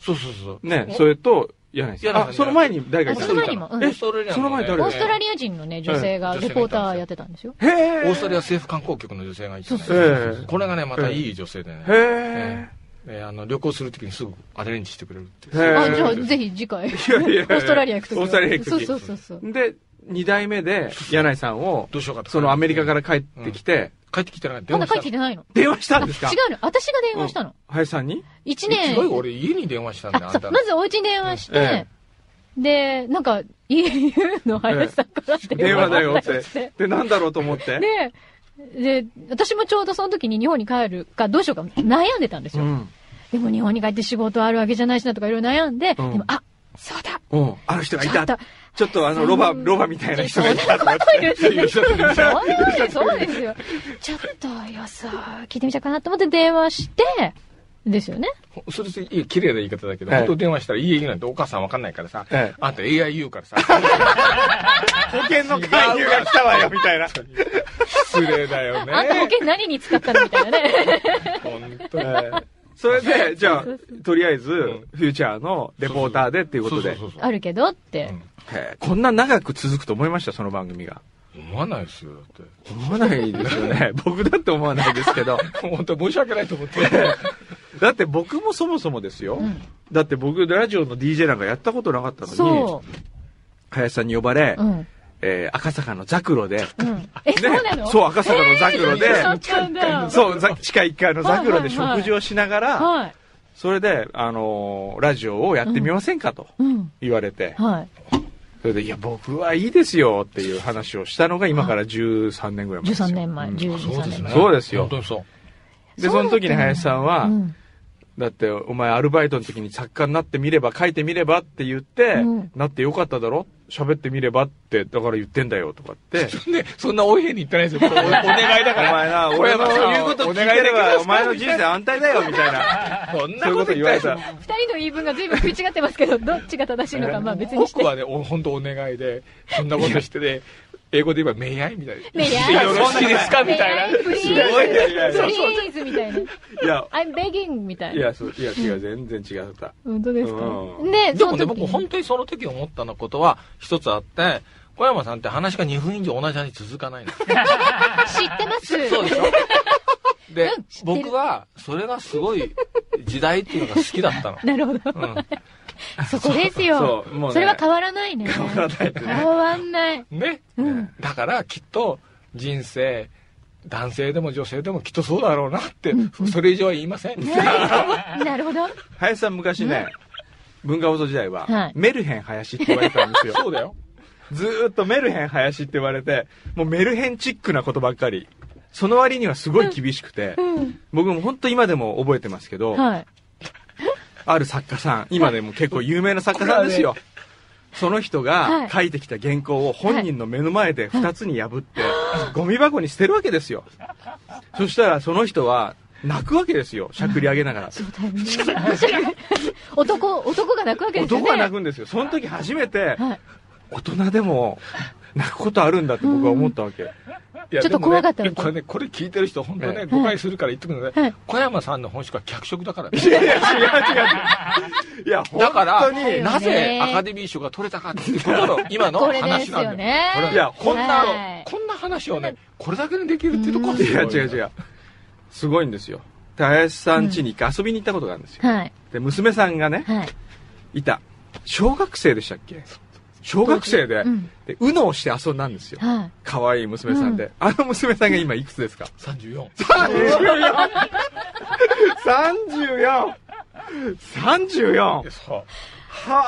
Speaker 5: そうそうそう。
Speaker 1: ね、それと、柳井さん。あ、その前に誰か
Speaker 2: あ
Speaker 1: いた
Speaker 2: その前にもうん
Speaker 5: オーストラリアのね
Speaker 1: えその前誰
Speaker 2: オーストラ
Speaker 5: リ
Speaker 2: リア人のね、女性が
Speaker 5: うん
Speaker 2: レポーターやってたんですよ。
Speaker 1: へえ
Speaker 5: ア。オーストラリア政府観光局の女性がいて
Speaker 2: そ
Speaker 5: ね、
Speaker 2: うそう
Speaker 1: そうそう
Speaker 5: これがね、またいい女性でね、
Speaker 1: へえ。
Speaker 5: えーあの旅行するときにすぐアレンジしてくれるっていう。
Speaker 1: へえ
Speaker 2: あ、じゃあぜひ次回。オー
Speaker 1: いやいやいや
Speaker 2: ストラリア行くときは。
Speaker 1: オーストラリア行
Speaker 2: そ
Speaker 1: くと
Speaker 2: う
Speaker 1: き
Speaker 2: そうそうそう。
Speaker 1: で、二代目で、柳井さんを、
Speaker 5: どうしようかと。
Speaker 1: そのアメリカから帰ってきて、
Speaker 5: 帰ってきてない。
Speaker 2: まだ
Speaker 5: 電話
Speaker 2: 帰っ
Speaker 5: し
Speaker 2: たてきてないの。
Speaker 1: 電話した
Speaker 2: あ
Speaker 1: ん
Speaker 2: 違
Speaker 1: ですか
Speaker 2: うの。私が電話したの。
Speaker 1: 林さんに
Speaker 2: 一
Speaker 5: え
Speaker 2: 年。
Speaker 5: 違うよ、俺家に電話したんだよ、
Speaker 2: あ
Speaker 5: あ
Speaker 2: そ
Speaker 5: ん
Speaker 2: う
Speaker 5: た
Speaker 2: まずお家に電話して、
Speaker 1: え
Speaker 2: で、なんか、EU の林さんからって
Speaker 1: 電話だ
Speaker 2: 言
Speaker 1: よっ
Speaker 2: われ
Speaker 1: て
Speaker 2: たりし。
Speaker 1: で、なんだろうと思って。
Speaker 2: てで、で、私もちょうどその時に日本に帰るかどうしようか悩んでたんです
Speaker 1: う
Speaker 2: よ。
Speaker 1: ん。
Speaker 2: でも日本に帰って仕事あるわけじゃないしなとかいろいろ悩んで、
Speaker 1: うん
Speaker 2: でも、あ、そうだ、
Speaker 1: うん。あの人がい。
Speaker 2: ちょったと、
Speaker 1: ちょっとあの、ロバ、ロバみたいな人がいたとかって。
Speaker 2: トイレしてる。そうです、そうですよ。ちょっと予想聞いてみちゃうかなと思って電話して、ですよね。
Speaker 5: それで、いや綺麗な言い方だけど、
Speaker 1: はい
Speaker 5: 本当電話したら家になんてお母さんわかんないからさ、
Speaker 1: ええ
Speaker 5: あんた AI 言うから さ、
Speaker 1: 保険の勧誘が来たわよ、みたいな。
Speaker 5: 失礼だよ
Speaker 2: あんた保
Speaker 5: ね。
Speaker 2: 険何に使ったのみたいなね。
Speaker 5: 本当
Speaker 1: ええそれで、じゃあ、とりあえず、フューチャーのレポーターでっていうこと
Speaker 5: そ
Speaker 1: で
Speaker 5: う。そうそう
Speaker 2: あるけどって。
Speaker 1: へえこんな長く続くと思いました、その番組が。
Speaker 5: 思わないですよ、だっ
Speaker 1: 思わないですよね。 僕だって思わないですけ ど。
Speaker 5: て。本当申し訳ないと思って。
Speaker 1: だって僕もそもそもですよ。
Speaker 2: うん
Speaker 1: だって僕、ラジオの DJ なんかやったことなかったの
Speaker 2: そ
Speaker 1: に、林さんに呼ばれ、
Speaker 2: う。うん。
Speaker 1: えー赤坂のザクロで、
Speaker 2: うん。え、
Speaker 1: ね
Speaker 2: そうなの
Speaker 1: そう、赤坂のザクロで、
Speaker 2: そうなんだ。
Speaker 1: そう、ざ地下1階のザクロ
Speaker 2: は
Speaker 1: で
Speaker 2: いはいはい
Speaker 1: 食事をしながら、
Speaker 2: はい。
Speaker 1: それで、あのーラジオをやってみませんかと
Speaker 2: うん。
Speaker 1: 言われて、
Speaker 2: はい。
Speaker 1: それで、いや、僕はいいですよっていう話をしたのが今から13年ぐらい前ですよ。
Speaker 2: 13年前、
Speaker 1: うん
Speaker 2: 12、
Speaker 5: そう
Speaker 2: 13
Speaker 5: です
Speaker 2: 年
Speaker 5: ね。
Speaker 2: 前。
Speaker 1: そうですよ
Speaker 5: 本当にそう。
Speaker 1: で、その時に林さんは、
Speaker 2: うん。
Speaker 1: だって、お前アルバイトの時に作家になってみれば、書いてみればって言って、
Speaker 2: うん
Speaker 1: なってよかっただろ喋ってみればって、だから言ってんだよと かって。
Speaker 5: ね、そんなおいへんに言ってないですよ。おお願いだ
Speaker 1: お
Speaker 5: から。
Speaker 1: 前な、俺の言うこと聞いてれば、お前の人生安泰だよみたいな。
Speaker 5: そん
Speaker 1: そうい
Speaker 5: な
Speaker 1: う
Speaker 5: こ
Speaker 1: こ
Speaker 5: とと
Speaker 1: 言
Speaker 5: 言わ
Speaker 1: われ
Speaker 5: れ
Speaker 1: た
Speaker 5: た。。
Speaker 2: 二人の言い分が随分食い違ってますけど、どっちが正しいのか、まあ別にして
Speaker 5: 僕。はね、お本当お願いで、そんなことしてね、英語で言えば、名愛みたいな。
Speaker 2: メイアイ
Speaker 5: よろしいですかみたいな。
Speaker 2: プリー
Speaker 1: いやいやいやい
Speaker 2: ズ
Speaker 1: や
Speaker 2: プリーズみたいな。
Speaker 1: いや、
Speaker 2: I'm begging みたい
Speaker 1: い
Speaker 2: な。
Speaker 1: や、そういや違う、全然違った。
Speaker 2: 本当ですか
Speaker 1: う
Speaker 2: ね
Speaker 5: で
Speaker 2: そ
Speaker 5: も
Speaker 2: の
Speaker 5: ね、
Speaker 2: 時
Speaker 5: 僕本当にその時思ったのことは一つあって、小山さんって話が2分以上同じ話続かないの。
Speaker 2: 知ってます。
Speaker 5: そうでしょで
Speaker 2: うん知っ、てる
Speaker 5: 僕は、それがすごい時代っていうのが好きだったの。
Speaker 2: なるほど。
Speaker 5: う
Speaker 2: そこですよ。
Speaker 1: そう、もう、ね。
Speaker 2: それは変わらないね。変わらない。変わんない。
Speaker 5: ん。ね。
Speaker 2: うん。
Speaker 5: だからきっと人生、男性でも女性でもきっとそうだろうなって、それ以上は言いません。
Speaker 2: なるほど。
Speaker 1: 林さん昔ね、文化放送時代は、
Speaker 2: はい
Speaker 1: メルヘン林って言われたんですよ。
Speaker 5: そうだよ。
Speaker 1: ずーっとメルヘン林って言われて、もうメルヘンチックなことばっかり。その割にはすごい厳しくて、僕も本当今でも覚えてますけど、
Speaker 2: はい。
Speaker 1: ある作家さん、今でも結構有名な作家さんですよ。その人
Speaker 2: は
Speaker 1: が
Speaker 2: い
Speaker 1: 書いてきた原稿を本人の目の前で2つに破って、ゴミ箱に捨てるわけですよ。そしたらその人は泣くわけですよ、しゃくり上げなが ら。
Speaker 2: そうだよね。 男、男が泣くわけですよね。
Speaker 1: 男は泣くんですよ。その時初めて、
Speaker 2: はい。
Speaker 1: 大人でも泣くことあるんだって僕は思ったわ け。
Speaker 5: いや
Speaker 2: ちょっと
Speaker 5: でも
Speaker 2: 怖かった
Speaker 5: ね
Speaker 2: みたい
Speaker 5: これね、これ聞いてる人、本当
Speaker 1: は
Speaker 5: ね、
Speaker 1: い
Speaker 5: 誤解するから言ってくるの
Speaker 2: は
Speaker 5: ね
Speaker 2: い。
Speaker 5: 小山さんの本質は脚色だから。
Speaker 1: いやいや、違う違う違う。いや、
Speaker 5: だか
Speaker 1: 本当に
Speaker 5: ら、
Speaker 2: ね
Speaker 5: なぜアカデミー賞が取れたかっていうこと の今の
Speaker 2: これで
Speaker 5: 話
Speaker 2: す
Speaker 5: な
Speaker 2: よ
Speaker 5: んだよ。
Speaker 2: ね。
Speaker 5: これ
Speaker 1: いや
Speaker 5: こんな、
Speaker 2: はい
Speaker 5: こんな話をね、これだけでできるっていうところ
Speaker 1: いや、違う違う。すごいんですよ。で林さん家に遊びに行ったことがあるんですよ。
Speaker 2: はい。
Speaker 1: で、娘さんがね、
Speaker 2: はい。
Speaker 1: いた。小学生でしたっけ小学生で、
Speaker 2: うん。
Speaker 1: で、うのをして遊んだんですよ。
Speaker 2: はい。
Speaker 1: 可愛い娘さんで。あの娘さんが今いくつですか
Speaker 5: 34。
Speaker 1: 34!34! 34!
Speaker 5: そう。
Speaker 1: は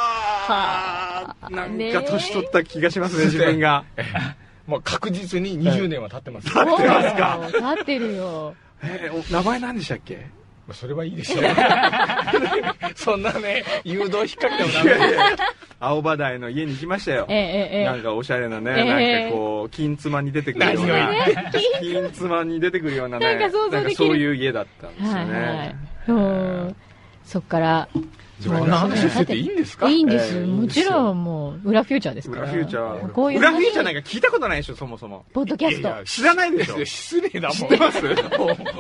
Speaker 1: あなん
Speaker 2: ね
Speaker 1: か年取った気がします ね、自分が。
Speaker 5: もう確実に20年は経ってます。
Speaker 1: 立ってますか
Speaker 2: おー立ってるよ。
Speaker 1: えーお名前何でしたっけ
Speaker 5: あそれはいいでしょう。 そんなね、誘導引っかけてもダ
Speaker 1: い
Speaker 5: メ。
Speaker 1: やいや青葉台の家に行きましたよ。
Speaker 2: えええ
Speaker 1: な
Speaker 2: え
Speaker 1: んかおしゃれなね、
Speaker 2: ええ
Speaker 1: なんかこう、金妻に出てくるよう
Speaker 5: 何
Speaker 1: な
Speaker 5: を、
Speaker 1: 金妻に出てくるようなね、
Speaker 2: なんか想像できる
Speaker 1: なんかそういう家だったんですよ
Speaker 2: はい
Speaker 1: ね。
Speaker 2: はい。そうそっから、
Speaker 5: そんな話してていいんですか
Speaker 2: いいんですよ。
Speaker 5: ええ
Speaker 2: もち
Speaker 5: いいん
Speaker 2: ろんもう、裏フューチャーですから。
Speaker 1: 裏フューチャー。
Speaker 2: こういう
Speaker 1: 裏フューチャーなんか聞いたことないでしょ、そもそも。
Speaker 2: ポッドキャスト。
Speaker 5: いやいや
Speaker 1: 知らないで
Speaker 5: で
Speaker 1: し
Speaker 5: す
Speaker 1: ょ
Speaker 5: よ。。失礼だもん。知ってます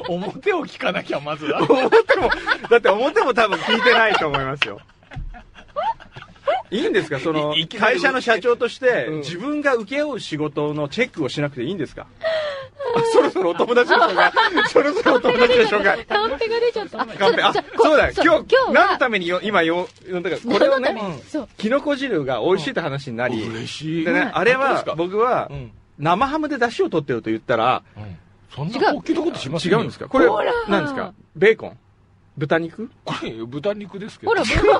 Speaker 5: 表を聞かなきゃ、まずは。
Speaker 1: 表も、だって表も多分聞いてないと思いますよ。いいんですかその
Speaker 5: いいき、なり
Speaker 1: 会社の社長として、
Speaker 5: うん
Speaker 1: 自分が請け負う仕事のチェックをしなくていいんですかあそろそろお友達でしょうかそろそろお友達でしょうか
Speaker 2: カンペが出ちゃった。あ
Speaker 1: カンペあ
Speaker 2: ちょちょ、こ
Speaker 1: そうだ、
Speaker 2: そ
Speaker 1: 今
Speaker 2: 今
Speaker 1: 日、
Speaker 2: 日は
Speaker 1: 何のためによ今よ、呼んだかこれをね、うん
Speaker 2: そう。
Speaker 1: きのこ汁が美味しいって話になり、
Speaker 5: 嬉しい。
Speaker 1: でね、あれは
Speaker 5: 本当、ですか
Speaker 1: 僕は
Speaker 5: う、ん。
Speaker 1: 生ハムで出汁を取ってると言ったら、
Speaker 5: うんそんな大きなことしま
Speaker 1: 違
Speaker 5: す
Speaker 1: うんですかこれ
Speaker 2: ほら、
Speaker 1: 何ですかベーコン豚肉
Speaker 5: これ、豚肉ですけど。
Speaker 2: ほら、僕も、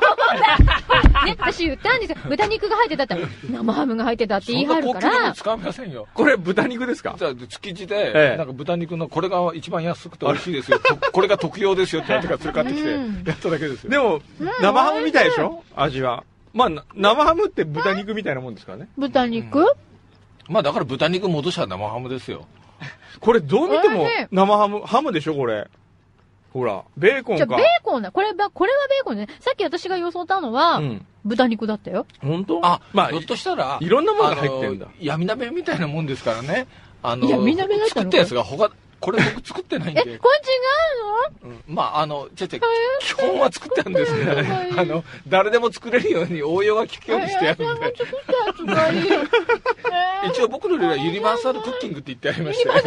Speaker 2: ね、私言ったんですよ。豚肉が入ってたって、生ハムが入ってたって
Speaker 5: そ
Speaker 2: 言い
Speaker 5: ん
Speaker 2: 張
Speaker 5: な
Speaker 2: るか
Speaker 5: 高級な
Speaker 2: ら
Speaker 5: の、使いませんよ。
Speaker 1: これ豚肉ですか
Speaker 5: じゃあ、築地
Speaker 1: え
Speaker 5: で
Speaker 1: え、
Speaker 5: なんか豚肉の、これが一番安くて美味しいですよ。とこれが特用ですよってやつから連れ買ってき
Speaker 2: うん
Speaker 5: て、やっただけですよ。
Speaker 1: でも、生ハムみたいでしょ味は。まあ、な生ハムって豚肉みたいなもんですからね。
Speaker 2: 豚肉、
Speaker 5: まあ、だから豚肉戻したら生ハムですよ。
Speaker 1: これどう見ても
Speaker 2: 美味しい
Speaker 1: 生ハム、ハムでしょこれ。ほら、ベーコン
Speaker 2: じゃあ、
Speaker 1: か
Speaker 2: ベー。コンだ。これは、これはベーコンね。さっき私が予想したのは、
Speaker 1: うん。
Speaker 2: 豚肉だったよ。
Speaker 1: 本当
Speaker 5: あ、
Speaker 1: まあ
Speaker 5: ひょっ、としたら、
Speaker 1: いろんなものが入ってんだ
Speaker 5: あの闇鍋みたいなもんですからね。あの、
Speaker 2: 闇鍋だったの
Speaker 5: 作ったやつが他、これ僕作ってないん
Speaker 2: え、これ違
Speaker 5: で
Speaker 2: う。
Speaker 5: うんまあ、あの、ちょちょ、基本は作ったんですけどね。あの、誰でも作れるように応用が利くよう
Speaker 2: の
Speaker 5: にしてやるん
Speaker 2: も
Speaker 5: で。
Speaker 2: 作ったやつがいい。えー
Speaker 5: 一応僕の料理はユニバーサルクッキングって言ってありましたよ。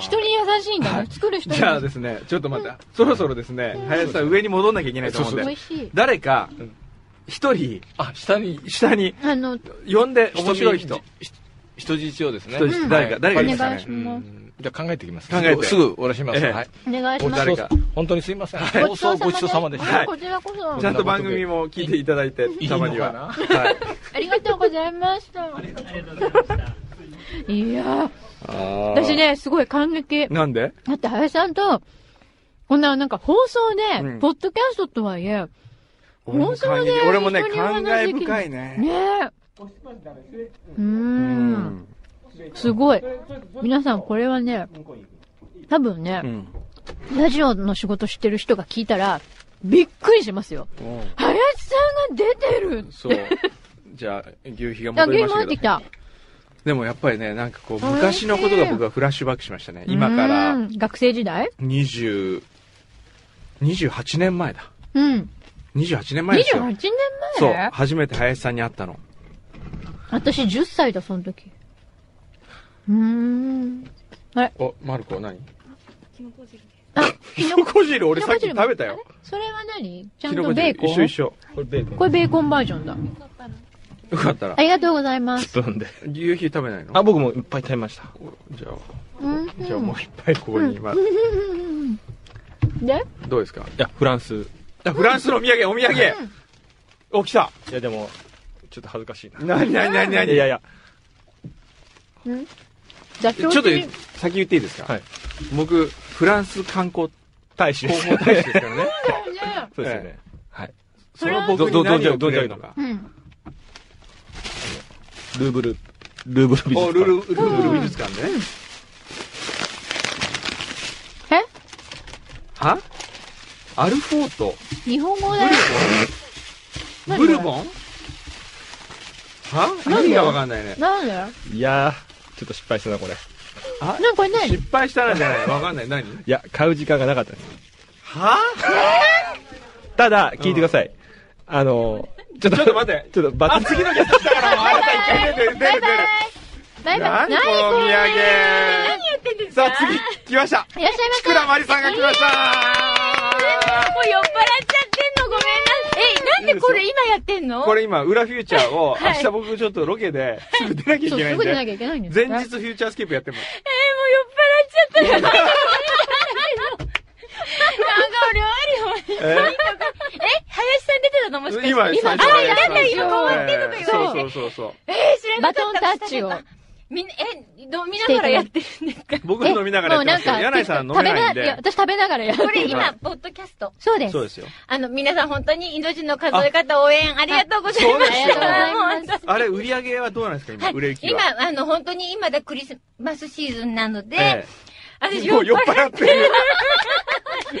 Speaker 2: 人に優しいんだね。作る人に。
Speaker 1: じゃあですね、ちょっと待って、そろそろですね、林さん上に戻んなきゃいけないと思うん
Speaker 2: 美
Speaker 1: で
Speaker 2: 味、しい。
Speaker 1: 誰か
Speaker 5: ん、
Speaker 1: 一人、
Speaker 5: あ、下に、
Speaker 1: 下に、
Speaker 2: あの、
Speaker 1: 呼んで面白い人。。
Speaker 5: 人質をですね。
Speaker 1: 人質誰か
Speaker 5: はい
Speaker 1: 誰がいいです
Speaker 2: お
Speaker 1: かね
Speaker 2: 願いします。
Speaker 5: じゃあ考えてきます。
Speaker 1: 考えて
Speaker 5: すぐすぐ終わらします。
Speaker 1: ええ
Speaker 5: はい。
Speaker 2: お願いし
Speaker 5: ご
Speaker 2: ます
Speaker 1: 誰。か
Speaker 5: 本当にすいません。
Speaker 2: ご
Speaker 5: 放送ごちそうさまでし
Speaker 1: は
Speaker 5: た
Speaker 1: い。
Speaker 2: こちらこそ
Speaker 1: ち。ゃんと番組も聞いていただいて、
Speaker 5: いい
Speaker 1: た
Speaker 5: の
Speaker 1: ま
Speaker 5: か
Speaker 1: には。
Speaker 5: な
Speaker 1: はい。
Speaker 2: ありがとうございま した。ありがとうございました。いやー、私
Speaker 1: 私。
Speaker 2: ね、すごい感激。
Speaker 1: なんで
Speaker 2: だって、林さんと、こんな、なんか放送で、
Speaker 1: うん
Speaker 2: ポッドキャストとはいえ、本当にね
Speaker 1: 俺もね、
Speaker 2: 人にお
Speaker 1: 感
Speaker 2: 話で
Speaker 1: 慨
Speaker 2: きる
Speaker 1: 深いね。
Speaker 2: ねえ。うーん。すごい。皆さん、これはね、多分ね
Speaker 1: う、ん。
Speaker 2: ラジオの仕事してる人が聞いたら、びっくりしますよ。林さんが出てる
Speaker 1: そう。じゃあ、牛皮が
Speaker 2: あ、
Speaker 1: 戻り
Speaker 2: ゲーム持
Speaker 1: ました
Speaker 2: って
Speaker 1: け
Speaker 2: き
Speaker 1: ど。
Speaker 2: た。
Speaker 1: でもやっぱりね、なんかこう、昔のことが僕はフラッシュバックしましたね。今か
Speaker 2: う
Speaker 1: ら
Speaker 2: ん。学生時代
Speaker 1: 20、28年前だ。
Speaker 2: うん。
Speaker 1: 28年前です
Speaker 2: 28
Speaker 1: よ。
Speaker 2: 年
Speaker 1: そう。
Speaker 2: 前
Speaker 1: 初めて林さんに会ったの。
Speaker 2: 私10歳だ、その時。うーん。
Speaker 1: お、マルコ何
Speaker 2: あ、
Speaker 1: キノコ汁俺
Speaker 2: キノコ
Speaker 1: さっき
Speaker 2: 汁
Speaker 1: 食べたよ。
Speaker 2: それは何ちゃん
Speaker 1: キノ
Speaker 2: と
Speaker 1: コ
Speaker 2: ベ
Speaker 1: 汁
Speaker 2: ーコン
Speaker 1: 一緒一緒。
Speaker 5: これベーコン。
Speaker 2: これベーコンバージョンだ。
Speaker 1: よかったら
Speaker 2: あ。りがとうございます。
Speaker 6: 分で。
Speaker 1: 牛皮食べないの
Speaker 6: あ、僕もいっぱい食べました。
Speaker 1: じゃあ、
Speaker 2: うん
Speaker 1: じゃあもういっぱいここに今、
Speaker 2: で
Speaker 1: どうですか
Speaker 6: いや、フランス。い
Speaker 1: あフランスのお土産、お土産、お、来た
Speaker 6: や、でも、ちょっと恥ずかしいな。
Speaker 1: なになになにないに
Speaker 6: やいやいや、
Speaker 2: 座
Speaker 1: ちょ
Speaker 2: 長
Speaker 1: っと
Speaker 2: 的に
Speaker 1: 先言っていいですか
Speaker 6: はい
Speaker 1: 僕、フランス観光
Speaker 6: 大使で
Speaker 1: 広
Speaker 6: す。
Speaker 1: 報大使です からね。
Speaker 6: そうですよね。
Speaker 1: その僕
Speaker 6: ど
Speaker 1: に何を
Speaker 6: ど
Speaker 1: く
Speaker 6: んじゃ
Speaker 1: れ
Speaker 6: け
Speaker 1: るのか。
Speaker 2: うん。
Speaker 6: ルーブル、ルーブル美術
Speaker 1: お
Speaker 6: 館。
Speaker 1: ルル、ルーブル美術館ね。
Speaker 2: え
Speaker 1: はアルフォート、
Speaker 2: 日本語だよ。何
Speaker 1: ブルボンは
Speaker 2: 何
Speaker 1: 意味がわかんないね。
Speaker 2: なんだよ。
Speaker 6: いやー、ちょっと失敗したな、これ。い
Speaker 2: なんかこれ何
Speaker 1: 失敗したらじゃないわかんない。何
Speaker 6: や、買う時間がなかったです。
Speaker 1: は
Speaker 6: ただ、聞いてください。あのー、ちょっと、
Speaker 1: ちょっと待って
Speaker 6: ちょっと、バ
Speaker 1: あ、
Speaker 6: ツ、
Speaker 1: 次のゲスト来たからもうあなた一回出る、出る、出る。
Speaker 2: バイバイ。
Speaker 1: 何このお土産
Speaker 2: ってんです
Speaker 1: さあ次、来ました。
Speaker 2: いらっしゃいま
Speaker 1: キ
Speaker 2: せ。
Speaker 1: クラマリさんが来ました
Speaker 7: もう酔っ払っちゃってんのごめんな。え、なんでこれ今やってんの
Speaker 1: これ今、裏フューチャーを、明
Speaker 7: はい
Speaker 1: 日僕ちょっとロケですぐ出なきゃい
Speaker 2: そう、
Speaker 1: けな
Speaker 2: す
Speaker 1: いん
Speaker 2: ぐ出な
Speaker 1: で、
Speaker 2: きゃいけないんです
Speaker 1: 前
Speaker 2: から
Speaker 1: 日フューチャースケープやってます。
Speaker 7: えー、もう酔っ払っちゃったよ。なんか俺悪いよ。
Speaker 1: え
Speaker 7: え、林さん出てたのもしかして。
Speaker 1: 今、最初
Speaker 7: あ、な
Speaker 1: は
Speaker 7: んだ
Speaker 1: 林
Speaker 7: 今
Speaker 1: さ
Speaker 7: 変わってんの
Speaker 1: え
Speaker 7: か
Speaker 1: ー
Speaker 7: よ。
Speaker 1: そうそうそうそう。
Speaker 7: えー、知ら
Speaker 2: バ
Speaker 7: なか
Speaker 2: ト
Speaker 7: っ
Speaker 2: ン
Speaker 7: た。
Speaker 2: タッチを。
Speaker 7: みんな、え、ど見ながらやってるんですか
Speaker 1: 僕飲みながらやってますけ
Speaker 2: え
Speaker 1: ど、
Speaker 2: もう
Speaker 1: 柳井さん飲めないん
Speaker 2: 食べいや
Speaker 1: で。
Speaker 2: 私食べながらやる
Speaker 7: こ。れ
Speaker 1: は
Speaker 7: 今
Speaker 1: い、
Speaker 7: ポッドキャスト。
Speaker 2: そうです。
Speaker 1: そうですよ。
Speaker 7: あの、皆さん本当にインド人の数え方応援ありがとうございま
Speaker 1: あそう
Speaker 7: し
Speaker 1: ですよ
Speaker 7: た。本当
Speaker 1: あれ、売り上げはどうなんですか、今、
Speaker 7: はい
Speaker 1: 売れ行き
Speaker 7: 今
Speaker 1: は。、
Speaker 7: あの、本当に今だクリスマスシーズンなので、
Speaker 1: え
Speaker 7: 私、
Speaker 1: えもう酔っ
Speaker 7: 酔っ払っ
Speaker 1: 払ってる。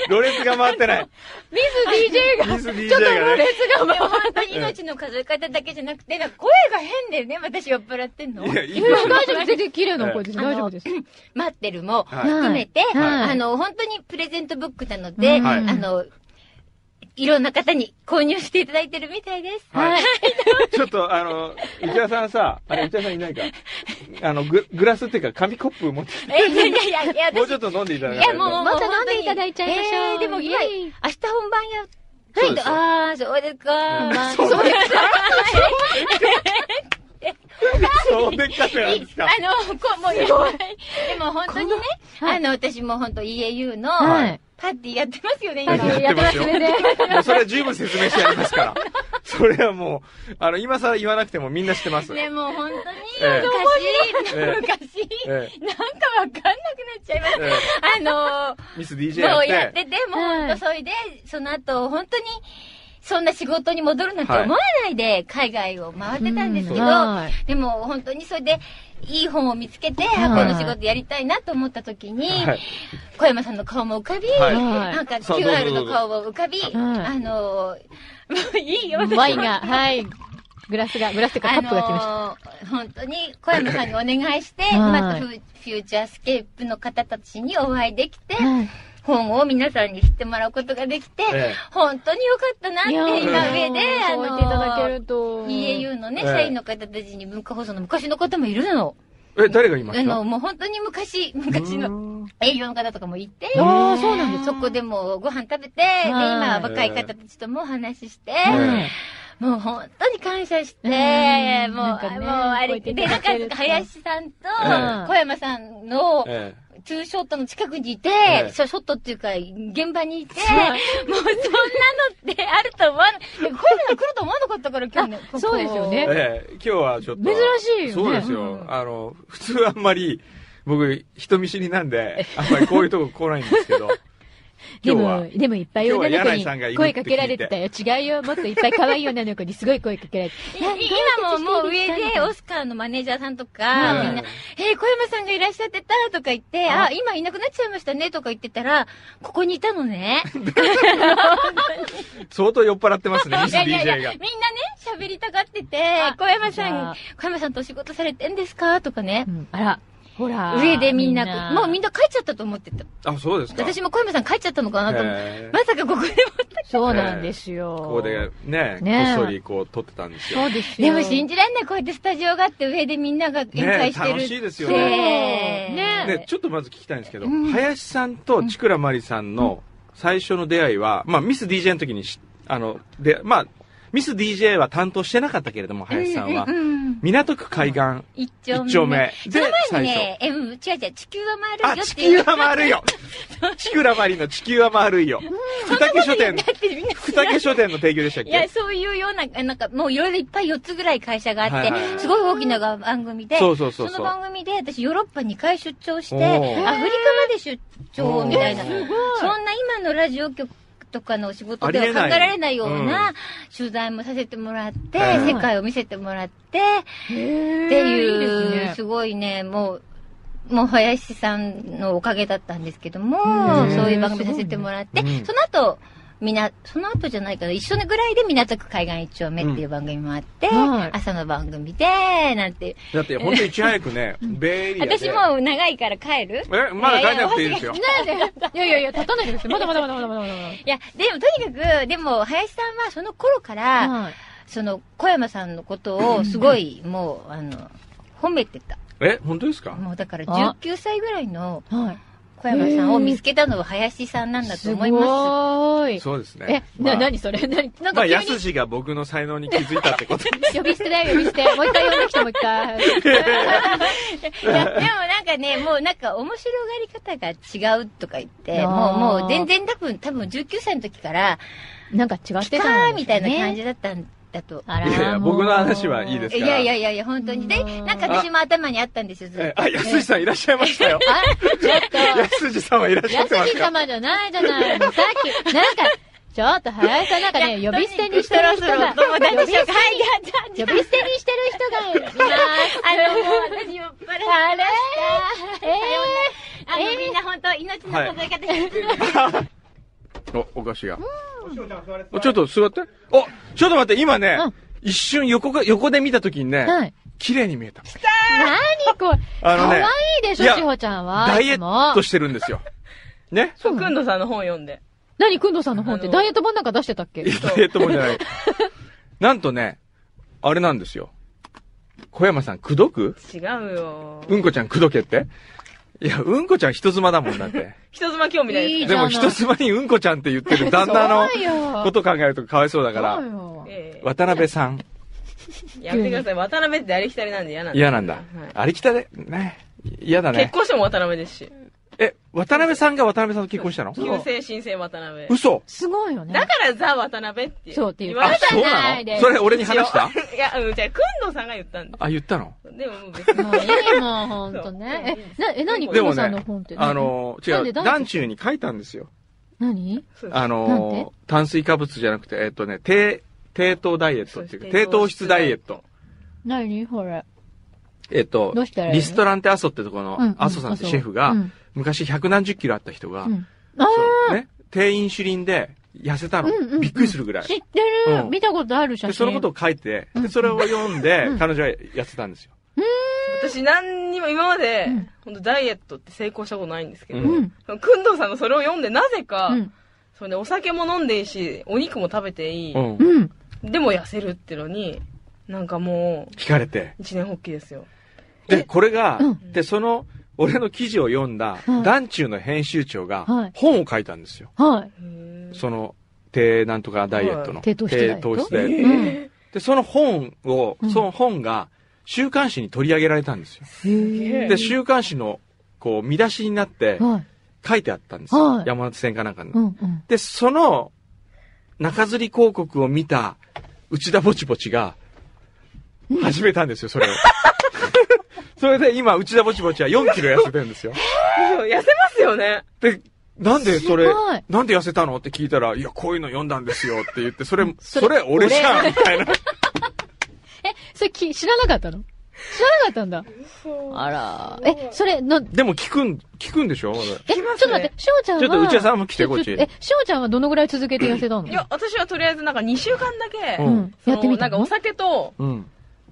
Speaker 1: ろれつが回ってない。
Speaker 7: ミス DJ が、
Speaker 1: ミス DJ
Speaker 7: ちょっと
Speaker 1: がね。
Speaker 7: 列が 回本当に命の数え方だけじゃなくて、なんか声が変だよね、私酔っ払ってんの。
Speaker 1: いや、いいです
Speaker 2: 今
Speaker 1: よ。
Speaker 2: 大丈夫、全然綺麗
Speaker 1: え
Speaker 2: な
Speaker 1: え
Speaker 2: 声です。大丈夫です。
Speaker 7: 待ってるも
Speaker 1: はい
Speaker 7: 含めて、
Speaker 2: はい
Speaker 7: あの、本当にプレゼントブックなので、
Speaker 2: うん
Speaker 1: はい
Speaker 7: あの、いろんな方に購入していただいてるみたい です。
Speaker 1: はい。ちょっと、あの、内田さんさ、あれ、内田さんいないか。あの、ググラスっていうか、紙コップ持ってき
Speaker 7: え、いやいやいや、いや
Speaker 1: て、もう
Speaker 7: 私、
Speaker 1: ちょっと飲んでいただ
Speaker 7: い
Speaker 1: い
Speaker 7: や、
Speaker 1: て。
Speaker 7: もう、もう、
Speaker 2: ま
Speaker 7: も
Speaker 2: た
Speaker 7: う
Speaker 2: 飲んでいただいちゃいましょう。
Speaker 7: えーでも、
Speaker 2: イ
Speaker 7: い
Speaker 2: エ
Speaker 7: や、
Speaker 2: イ
Speaker 7: 明日本番や。
Speaker 1: そうですよ
Speaker 7: ああ、そうですか。まあ
Speaker 1: そう
Speaker 7: そうですか。
Speaker 1: そうでっかく
Speaker 7: あ
Speaker 1: なんで すか。
Speaker 7: の、こもう弱い。でも本当にね、
Speaker 2: のはい
Speaker 7: あの、私も本当 EAU の
Speaker 2: はい
Speaker 7: パーティーやってますよね、
Speaker 1: パ
Speaker 7: 今。
Speaker 1: ーティーやってますよ
Speaker 2: やってますね
Speaker 1: もうそれは十分説明してありま すから。それはもう、あの、今更言わなくてもみんな知ってます。
Speaker 7: ね、もう本当に、
Speaker 1: え
Speaker 7: 昔、
Speaker 1: え
Speaker 7: 昔、
Speaker 1: え
Speaker 7: なんかわかんなくなっちゃいます。
Speaker 1: ええ
Speaker 7: あ
Speaker 1: えミス
Speaker 7: の、
Speaker 1: DJ
Speaker 7: そうや
Speaker 1: や
Speaker 7: っ
Speaker 1: ってて。
Speaker 7: て、もう
Speaker 2: はい
Speaker 7: 本当それで、その後、本当に、そんな仕事に戻るなんて思わないで、海外を回ってたんですけど、
Speaker 2: はい
Speaker 7: でも本当にそれで、いい本を見つけて、
Speaker 2: はい
Speaker 7: この仕事やりたいなと思った時に、
Speaker 1: はい
Speaker 7: 小山さんの顔も浮かび、
Speaker 1: はい
Speaker 7: なんか
Speaker 1: さあどうぞ
Speaker 7: QR の顔も浮かび、あの、もういいよ、私
Speaker 2: ワインが、はい。グラスが、グラスっていうかカップが来ました。
Speaker 7: あのー本当に小山さんにお願いして、
Speaker 2: はい
Speaker 7: またフュフューチャースケープの方たちにお会いできて、
Speaker 2: はい
Speaker 7: 本を皆さんに知ってもらうことができて、
Speaker 1: ええ
Speaker 7: 本当に良かったなって、
Speaker 2: いやー
Speaker 7: 今上で、あ
Speaker 2: そう
Speaker 7: のー
Speaker 2: 言っていただけると。
Speaker 7: EAU のね、
Speaker 1: ええ
Speaker 7: 社員の方たちに文化放送の昔の方もいるの。
Speaker 1: え、誰が言いま
Speaker 7: あ
Speaker 1: した
Speaker 7: の、もう本当に昔、昔の
Speaker 1: の。
Speaker 7: 営業の方とかもいて、
Speaker 2: あーそうなんです
Speaker 7: そこでもうご飯食べて、で、
Speaker 2: い
Speaker 7: 今若い方たちともお話しして、
Speaker 2: はい
Speaker 7: もう本当に感謝して、
Speaker 2: うん
Speaker 7: もう、
Speaker 2: なんかね
Speaker 7: もうあれ、
Speaker 2: こう
Speaker 7: で、
Speaker 2: や
Speaker 7: な
Speaker 2: っ
Speaker 7: ん
Speaker 2: て見てると
Speaker 7: か林さんと
Speaker 2: うん
Speaker 7: 小山さんの
Speaker 1: え
Speaker 7: ツーショットの近くにいて、
Speaker 1: え
Speaker 7: ショショットっていうか、現場にいて、
Speaker 2: はい
Speaker 7: もうそんなのってあると思わな、こういうのが来ると思わなかった から今日ね。ここ
Speaker 2: そうですよね
Speaker 1: え。ええ、今日はちょっと。
Speaker 2: 珍しいよね
Speaker 1: そうですよ。あの、普通あんまり、僕、人見知りなんで、あんまりこういうとこ来ないんです けど。
Speaker 2: で
Speaker 1: 今日は
Speaker 2: も、でもいっぱい女
Speaker 1: 今日は
Speaker 2: の
Speaker 1: 柳井さんが
Speaker 2: 子
Speaker 1: い
Speaker 2: に
Speaker 1: る
Speaker 2: 声
Speaker 1: って聞いて
Speaker 2: かけられてたよ。違うよ。もっといっぱい可愛い女の子にすごい声かけられて。
Speaker 7: い今ももう上で、オスカーのマネージャーさんとか、
Speaker 1: ええ
Speaker 7: みんな、えー、小山さんがいらっしゃってたとか言って、あ今いなくなっちゃいましたねとか言ってたら、ここにいたのね。
Speaker 1: 相当酔っ払ってますね、ミ
Speaker 7: い
Speaker 1: ス
Speaker 7: やいやいや
Speaker 1: DJ
Speaker 7: みんな
Speaker 1: が
Speaker 7: ね、。喋りたがってて、小山さん、小山さんとお仕事されてんですかとかね
Speaker 2: う。んあら、ほら。
Speaker 7: 上でみんな、もうみん
Speaker 2: な。
Speaker 7: な帰っちゃったと思ってた。
Speaker 1: あ、そうですか。
Speaker 7: 私も小山さん帰っちゃったのかなと思って。
Speaker 1: ええ
Speaker 7: まさかここでも。
Speaker 2: そうなんですよ。
Speaker 1: ここでね、
Speaker 2: ねえ
Speaker 1: こっそりこう撮ってたんですよ
Speaker 2: そ。うです
Speaker 7: で
Speaker 2: よ。
Speaker 7: も信じらんない、こうやってスタジオがあって上でみんなが宴会してるって。
Speaker 1: ね楽しいですよ
Speaker 2: ね
Speaker 7: ね
Speaker 1: で、ちょっとまず聞きたいんですけど、
Speaker 7: うん
Speaker 1: 林さんと千倉まりさんの最初の出会いは、まあ、ミス DJ の時にし、あの、で、まあ、ミス DJ は担当してなかったけれども、林さんは
Speaker 7: う。ん
Speaker 1: 港区海岸
Speaker 7: 一丁
Speaker 1: 一
Speaker 7: 目。
Speaker 1: 丁目。
Speaker 7: その
Speaker 1: で、
Speaker 7: 前
Speaker 1: 最
Speaker 7: に
Speaker 1: 初。
Speaker 7: ね、M、違う違う、地球は回
Speaker 1: あ、
Speaker 7: るよっ
Speaker 1: 地
Speaker 7: てい
Speaker 1: 球
Speaker 7: う。
Speaker 1: は丸 いよ千倉まりの地球は丸いよ。福竹書店
Speaker 7: だ、ってみんな
Speaker 1: 福竹書店の提供でしたっ
Speaker 7: いや、
Speaker 1: け
Speaker 7: そういうような、あなんか、もういろいろいっぱい4つぐらい会社があって、
Speaker 1: はいはい
Speaker 7: すごい大きなが番組で、
Speaker 1: そうそうそうそう
Speaker 7: の番組で、私、ヨーロッパ2回出張して、
Speaker 1: お
Speaker 7: アフリ
Speaker 1: ー
Speaker 7: カまで出張みたいな、
Speaker 1: お
Speaker 7: そ
Speaker 1: ー
Speaker 7: んな今のラジオ局とかの仕事で
Speaker 1: あ
Speaker 7: は
Speaker 1: りえ
Speaker 7: 考
Speaker 1: ない
Speaker 7: えられないよう
Speaker 1: う
Speaker 7: な取材もさせてもらって、
Speaker 1: はい
Speaker 7: 世界を見せてもらって、
Speaker 2: って
Speaker 7: って
Speaker 2: い
Speaker 7: いうう、すごいね、もう、もう林さんのおかげだったんですけども、
Speaker 2: うん
Speaker 7: そういう番組させてもらって、
Speaker 1: すごいねうん
Speaker 7: その後、みな、その後じゃないかな、一緒のぐらいで港区海岸一丁目っていう番組もあって、
Speaker 2: うんはい
Speaker 7: 朝の番組で、なんて。
Speaker 1: だって、ほんといち早くね、ベイエリアで。
Speaker 7: 私もう長いから帰る
Speaker 1: え、まだ帰んなくていいですよ。
Speaker 2: なんでいやいやいや、立たないでください。まだまだまだまだまだまだ。
Speaker 7: いや、でもとにかく、でも林さんはその頃から、
Speaker 2: はい
Speaker 7: その小山さんのことをすごい、もう、あの、褒めてた。
Speaker 1: え、本当ですか
Speaker 7: もうだから
Speaker 2: あ
Speaker 7: 19歳ぐらいの
Speaker 2: は
Speaker 7: 小山さんを見つけたのは林さんなんだと思い
Speaker 2: す
Speaker 7: ます。
Speaker 2: ごーい。
Speaker 1: そうです
Speaker 2: え
Speaker 1: ね。、ま
Speaker 2: な、
Speaker 1: あ
Speaker 2: なにそれなに、なんか
Speaker 1: まあ、
Speaker 2: 急
Speaker 1: やす
Speaker 2: に
Speaker 1: しが僕の才能に気づいたってこと。
Speaker 2: 呼び捨てだよ、呼び捨て。もう一回呼んできて、もう一回。
Speaker 7: いやでもなんかね、もうなんか面白がり方が違うとか言って、
Speaker 2: あー
Speaker 7: もうもう全然多分、多分19歳の時から、
Speaker 2: なんか違って
Speaker 7: ピカ
Speaker 2: た
Speaker 7: ーみたいな感
Speaker 2: じ。
Speaker 7: じだったんだと。
Speaker 2: あら
Speaker 1: いやいや、僕の話はいいです
Speaker 7: い
Speaker 1: から。
Speaker 7: やいやいやいや、本当に。で、なんか私も頭にあったんですよ、ずっ
Speaker 1: え。
Speaker 7: と。
Speaker 1: あ、安井さんいらっしゃいましたよ。
Speaker 2: あら、ちょっと、
Speaker 1: 安井さんはいらっしゃってま
Speaker 2: 安
Speaker 1: し
Speaker 2: 井
Speaker 1: たよ。
Speaker 2: 様じゃないじゃないの。さっき、なんか、ちょっと、林さんなんかね、呼び捨てにしてる人が、
Speaker 7: どうも何でしょうかはい、
Speaker 2: 呼び捨てにしてる人がいます。
Speaker 7: あの、もう私酔っ払って
Speaker 2: あれえ
Speaker 7: あの、みんな本当、命の数え方してる。
Speaker 1: お、お菓子が。おちょっと座って。お、ちょっと待って、今ね
Speaker 2: うん、
Speaker 1: 一瞬横が、横で見たときに
Speaker 2: ー、は
Speaker 1: ね、
Speaker 2: い。
Speaker 1: 綺麗に見えた。
Speaker 2: 何これ。可
Speaker 1: あの
Speaker 2: 愛
Speaker 1: ね、
Speaker 2: いでしょ
Speaker 1: い、や
Speaker 2: しほちゃんは。
Speaker 1: ダイエ
Speaker 2: いつも
Speaker 1: ットしてるんですよ。ね
Speaker 8: そう、くんどさんの本読んで。
Speaker 2: 何、くんどさんの本って
Speaker 8: あの
Speaker 2: ダイエット本なんか出してたっけ
Speaker 1: いやダイエットもんじゃない。 なんとね、あれなんですよ。小山さん、くどく
Speaker 8: 違うよ。
Speaker 1: うんこちゃんくどけっていや、うんこちゃん人妻だもんだって。
Speaker 8: 人妻興味ない
Speaker 2: い
Speaker 8: で
Speaker 2: い
Speaker 8: す
Speaker 2: じ
Speaker 1: で
Speaker 8: か
Speaker 2: ゃ
Speaker 1: も
Speaker 2: ない
Speaker 1: 人妻にうんこちゃんって言ってる旦那の
Speaker 2: そうよ
Speaker 1: こと考えるとかわいそうだから
Speaker 2: そう、よ
Speaker 8: ら。え
Speaker 1: 渡辺さん、
Speaker 8: えやめてください。渡辺ってありきたりなんで嫌なんで
Speaker 1: 嫌なんだ
Speaker 8: は。
Speaker 1: ありきたで、ね。嫌だ
Speaker 8: い結
Speaker 1: ね。
Speaker 8: 婚しても渡辺ですし。
Speaker 1: え、渡辺さんが渡辺さんと結婚したの
Speaker 8: 旧姓、新姓、渡辺。
Speaker 1: 嘘
Speaker 2: すごいよね。
Speaker 8: だからザ・渡辺って。
Speaker 2: そうっていう
Speaker 8: 言わ
Speaker 1: あ
Speaker 8: れ、た
Speaker 1: そう
Speaker 2: な
Speaker 1: ない
Speaker 2: で
Speaker 1: の
Speaker 2: す
Speaker 1: それ俺に話した
Speaker 8: いや、うん、じゃあ、くんどさんが言ったんだ。
Speaker 1: あ、言ったの
Speaker 8: でももう別に。
Speaker 2: もういいもん、ほんとね。え、な、え、何、く
Speaker 1: で
Speaker 2: んど
Speaker 1: も
Speaker 2: さんの
Speaker 1: ね
Speaker 2: 本って、。
Speaker 1: あ、の、違
Speaker 2: なんで
Speaker 1: う、
Speaker 2: なんで
Speaker 1: 団中に書いたんですよ。
Speaker 2: 何
Speaker 8: そうです
Speaker 2: なん
Speaker 1: あ
Speaker 2: て
Speaker 1: の、炭水化物じゃなくて、えっとね、低、低糖ダイエットっていうか、低糖質ダイエット。
Speaker 2: 何これ。
Speaker 1: えっと
Speaker 2: どうしたらいいの
Speaker 1: リストランテアソってとこ
Speaker 2: うんう
Speaker 1: の
Speaker 2: ん、
Speaker 1: アソさんってシェフが
Speaker 2: う、ん
Speaker 1: 昔百何十キロあった人が、
Speaker 2: うんあ
Speaker 1: そうね、低インシュリンで痩せたの。
Speaker 2: うんうんうん
Speaker 1: びっくりするぐら
Speaker 2: あ
Speaker 1: い。
Speaker 2: 知ってる、
Speaker 1: うん
Speaker 2: 見たことある写
Speaker 1: で、
Speaker 2: 真。
Speaker 1: そのことを書いて、でそれを読んで、彼女は痩せたんですよ。
Speaker 8: 私、何にも今まで
Speaker 2: うん、
Speaker 8: 本当ダイエットって成功したことないんですけど
Speaker 1: う、
Speaker 2: うん。
Speaker 8: くんどさんがそれを読んで、なぜか
Speaker 2: う、ん。
Speaker 8: それでお酒も飲んでいいし、お肉も食べていい。
Speaker 1: うん。
Speaker 2: うん。
Speaker 8: でも痩せるってのに、なんかも
Speaker 1: 聞かれて。
Speaker 8: う、一年発起ですよ。
Speaker 1: で、これが、
Speaker 2: うん
Speaker 1: で、その、俺の記事を読んだ
Speaker 2: はい、
Speaker 1: 団中の編集長が
Speaker 2: はい、
Speaker 1: 本を書いたんですよ。
Speaker 2: はい。
Speaker 1: その、低なんとかダイエットの。
Speaker 2: 低糖質ダイエット
Speaker 1: 低糖質ダイエット
Speaker 2: うん。へ
Speaker 1: で、その本を
Speaker 2: うん、
Speaker 1: その本が、週刊誌に取り上げられたんですよ。
Speaker 2: え。
Speaker 1: で、週刊誌の、こう、見出しになって、
Speaker 2: はい。
Speaker 1: 書いてあったんですよ。
Speaker 2: はい
Speaker 1: 山手線かなんかに。
Speaker 2: うんうん。
Speaker 1: で、その、中吊り広告を見た、内田ぼちぼちが、始めたんですよ、それを。 それで今、内田ぼちぼちは4キロ痩せてるんですよ。
Speaker 8: 痩せますよね。
Speaker 1: で、なんでそれ
Speaker 2: すごい、
Speaker 1: なんで痩せたのって聞いたら、いや、こういうの読んだんですよって言って、それ、
Speaker 2: そ
Speaker 1: そ
Speaker 2: れ
Speaker 1: れ俺じゃんみたいな。
Speaker 2: それき、知らなかったの知らなかったんだ。あら。え、それ、の、
Speaker 1: でも聞くん、聞くんでしょ
Speaker 2: え、ちょっと待って、しおちゃんは。
Speaker 1: ちょっと内田さんも来て
Speaker 2: ちょ
Speaker 1: こっち
Speaker 2: ょえ、しおちゃんはどのぐらい続けて痩せたの
Speaker 8: いや、私はとりあえずなんか2週間だけ、
Speaker 1: う
Speaker 2: うんん。やってみた
Speaker 8: なんか
Speaker 2: の
Speaker 8: お酒と、
Speaker 1: うん。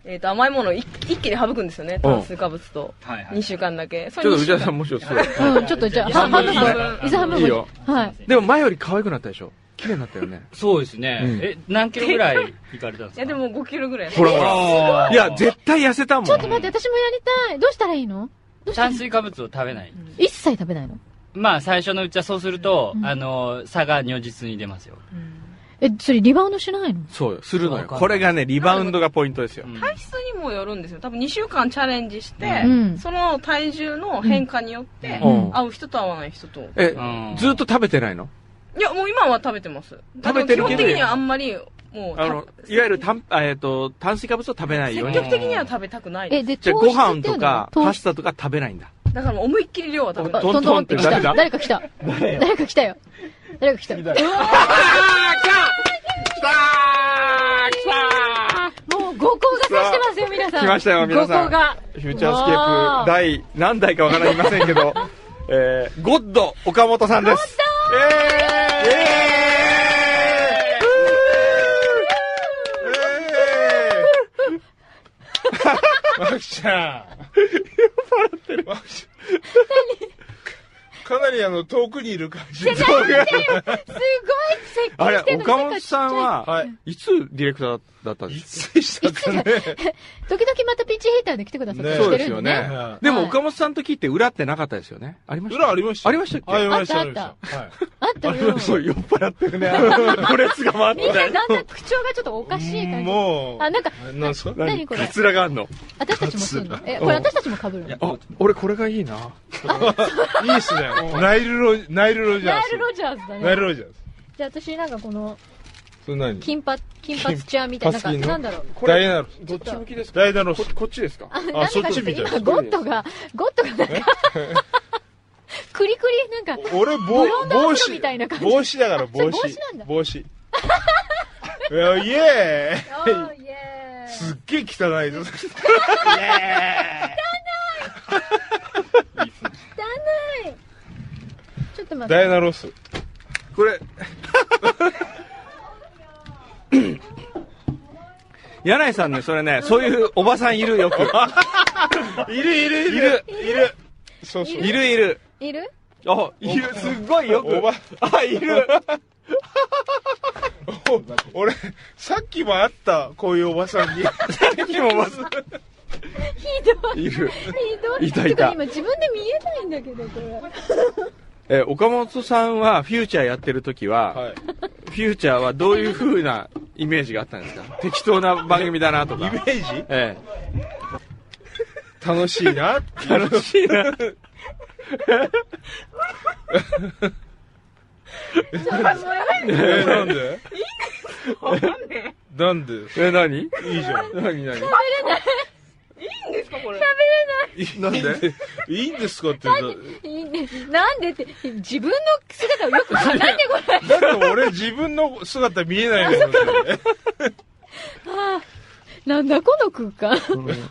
Speaker 8: えっと、甘いものを一一気に省くんですよね。炭水化物と。
Speaker 4: はいはい
Speaker 8: 2週間だけ。そ
Speaker 1: ちょっと内
Speaker 8: 二週間
Speaker 1: 田さんもしよ
Speaker 2: うん、ちょっとじゃあ、
Speaker 4: いや
Speaker 2: 半分
Speaker 4: いいね
Speaker 2: 半分。伊沢半分。
Speaker 1: いいよ。
Speaker 2: はい。
Speaker 1: でも前より可愛くなったでしょ綺麗になったよね。
Speaker 4: そうですね。
Speaker 1: うん
Speaker 4: え、何キロぐらい行かれたんですか
Speaker 8: いや、で、も5キロぐらい。
Speaker 1: ほらほら。
Speaker 4: あー
Speaker 1: いや、絶対痩せたもん。
Speaker 2: ちょっと待って、私もやりたい。どうしたらいいのどうしたらい
Speaker 4: 炭
Speaker 2: い
Speaker 4: 水化物を食べない。
Speaker 2: 一切食べないの
Speaker 4: まあ、最初のうちはそうすると、
Speaker 2: うん
Speaker 4: あの、差が如実に出ますよ。
Speaker 2: え、それリバウンドしないの
Speaker 1: そうよ、するの
Speaker 4: わ
Speaker 1: よ。
Speaker 4: かんない
Speaker 1: これがね、リバウンドがポイントですよ
Speaker 4: う。ん
Speaker 8: 体質にもよるんですよ。多分2週間チャレンジして、
Speaker 2: うん
Speaker 8: その体重の変化によって、
Speaker 1: うん
Speaker 8: 合う人と合わない人と。
Speaker 1: え
Speaker 4: うん、
Speaker 1: ずっと食べてないの
Speaker 8: いや、もう今は食べてます。
Speaker 1: 食べてるけど
Speaker 8: 基本的にはあんまり、もうた、
Speaker 1: あの、いわゆるたん、あえっと、炭水化物を食べないよう
Speaker 8: 積
Speaker 1: に
Speaker 4: え。
Speaker 8: 極的には食べたくないで
Speaker 2: え、で、
Speaker 1: じゃあ
Speaker 2: 糖
Speaker 1: ご
Speaker 2: 質っ
Speaker 1: 飯
Speaker 2: ていう
Speaker 1: と
Speaker 2: のは
Speaker 1: か、パ
Speaker 2: 質
Speaker 1: スタとか食べないんだ。
Speaker 8: す。だからもう思いっきり量は食べ
Speaker 2: あ
Speaker 8: ない。
Speaker 1: トン
Speaker 2: トントンって来た。
Speaker 1: 誰だ
Speaker 2: 誰か来た。誰か来たよ。誰か来た。うわもう五行が差してますよ、皆さん。
Speaker 1: 来ました よ皆さ
Speaker 2: 五
Speaker 1: ん
Speaker 2: 行が。
Speaker 1: フューチャースケープ第何代かわかりません けど、えー、ゴッド岡本さんです。えー
Speaker 5: マキちゃん。笑ってる。かなりあの、遠くにいる感じ。
Speaker 2: すご
Speaker 1: あ
Speaker 2: い、
Speaker 1: れ
Speaker 2: 接近して、る
Speaker 1: 岡本さんは、
Speaker 5: い。
Speaker 1: いつディレクターだったんですか
Speaker 5: ついしたかね。
Speaker 2: 時々またピンチヒーターで来てくださって
Speaker 5: ね
Speaker 1: そう
Speaker 2: る
Speaker 1: ですよ
Speaker 2: ん
Speaker 1: ね。でも岡本さんと聞いて裏ってなかったですよね。ありました
Speaker 5: 裏ありました。
Speaker 1: ありましたっけ
Speaker 5: ありました、
Speaker 2: あ
Speaker 5: あ
Speaker 2: っ
Speaker 5: り
Speaker 2: た
Speaker 5: ました。はい。
Speaker 2: あったよ。
Speaker 1: そう、酔っ払っ てるね。ロレスが回って
Speaker 2: みん
Speaker 1: な。
Speaker 2: ないだんだん口調がちょっとおかしい感じ。
Speaker 5: もう。
Speaker 2: あ、なんか、
Speaker 5: なんすか
Speaker 2: 何これ
Speaker 1: カツラがあんの。
Speaker 2: 私たちもするのえ、これ私たちも被るの
Speaker 1: あ、俺これがいいな。
Speaker 5: いいっすね。ナイルロ、ナイルロジャ
Speaker 2: ナ
Speaker 5: ー
Speaker 2: イル・ロ
Speaker 5: ス。
Speaker 2: ジャーズだ
Speaker 5: ナイ
Speaker 2: ね。
Speaker 5: ルロジャース。
Speaker 2: じゃあ私なんかこの、
Speaker 5: それ何
Speaker 2: 金髪、金髪チャーみたいな、な
Speaker 5: 金
Speaker 2: んか、なんだろう。
Speaker 1: こ
Speaker 5: ダイ
Speaker 1: れ、
Speaker 5: アナロス。
Speaker 1: どっち向きですか
Speaker 5: ダイアナロス
Speaker 1: こ。こっちですか
Speaker 5: あ、そっちみたい
Speaker 2: 今、ゴッドが、ゴッドがなんか、クリクリ、なんか、
Speaker 5: 俺、
Speaker 2: ブ
Speaker 5: 帽
Speaker 2: ロンド
Speaker 5: 帽
Speaker 2: アフロ
Speaker 5: 子
Speaker 2: みたいな感じ
Speaker 5: 帽子だから、帽
Speaker 2: それ帽
Speaker 5: 子
Speaker 2: 子なんだ。
Speaker 5: 帽子。いや イエーイ
Speaker 2: イエーイ
Speaker 5: すっげえ汚いぞ。
Speaker 2: ちょっと待っ
Speaker 5: ダ
Speaker 2: て。
Speaker 5: イアナロス。
Speaker 1: これ。 柳井さんね、それね、そういうおばさんいるよく。
Speaker 5: いるいるいるいる。そうそう。
Speaker 1: いるいる。
Speaker 2: いる
Speaker 1: あ、いる、すっごいよく。
Speaker 5: おば
Speaker 1: あ、いる。
Speaker 5: お俺、さっきもあった、こういうおばさん に。
Speaker 1: 今おばさん。
Speaker 2: ひどい。
Speaker 1: いる。
Speaker 2: ひどい。
Speaker 1: いたい
Speaker 2: て
Speaker 1: た
Speaker 2: か今自分で見えないんだけど、これ。
Speaker 1: え、岡本さんは、フューチャーやってる時は、
Speaker 5: はい。
Speaker 1: フューチャーはどういう風なイメージがあったんですか 適当な番組だなとか
Speaker 5: イ。メージ
Speaker 1: え
Speaker 5: 楽しいな。
Speaker 1: え。楽しいな。
Speaker 5: えー、なんでなんで
Speaker 1: え、何
Speaker 5: いいじゃん。
Speaker 1: 何何
Speaker 5: なんでいいんですかって。だっ
Speaker 2: いいね。なんでって、自分の姿をよく考えてごらん。
Speaker 5: て俺自分の姿見えないもんだって
Speaker 2: なんだこの空間。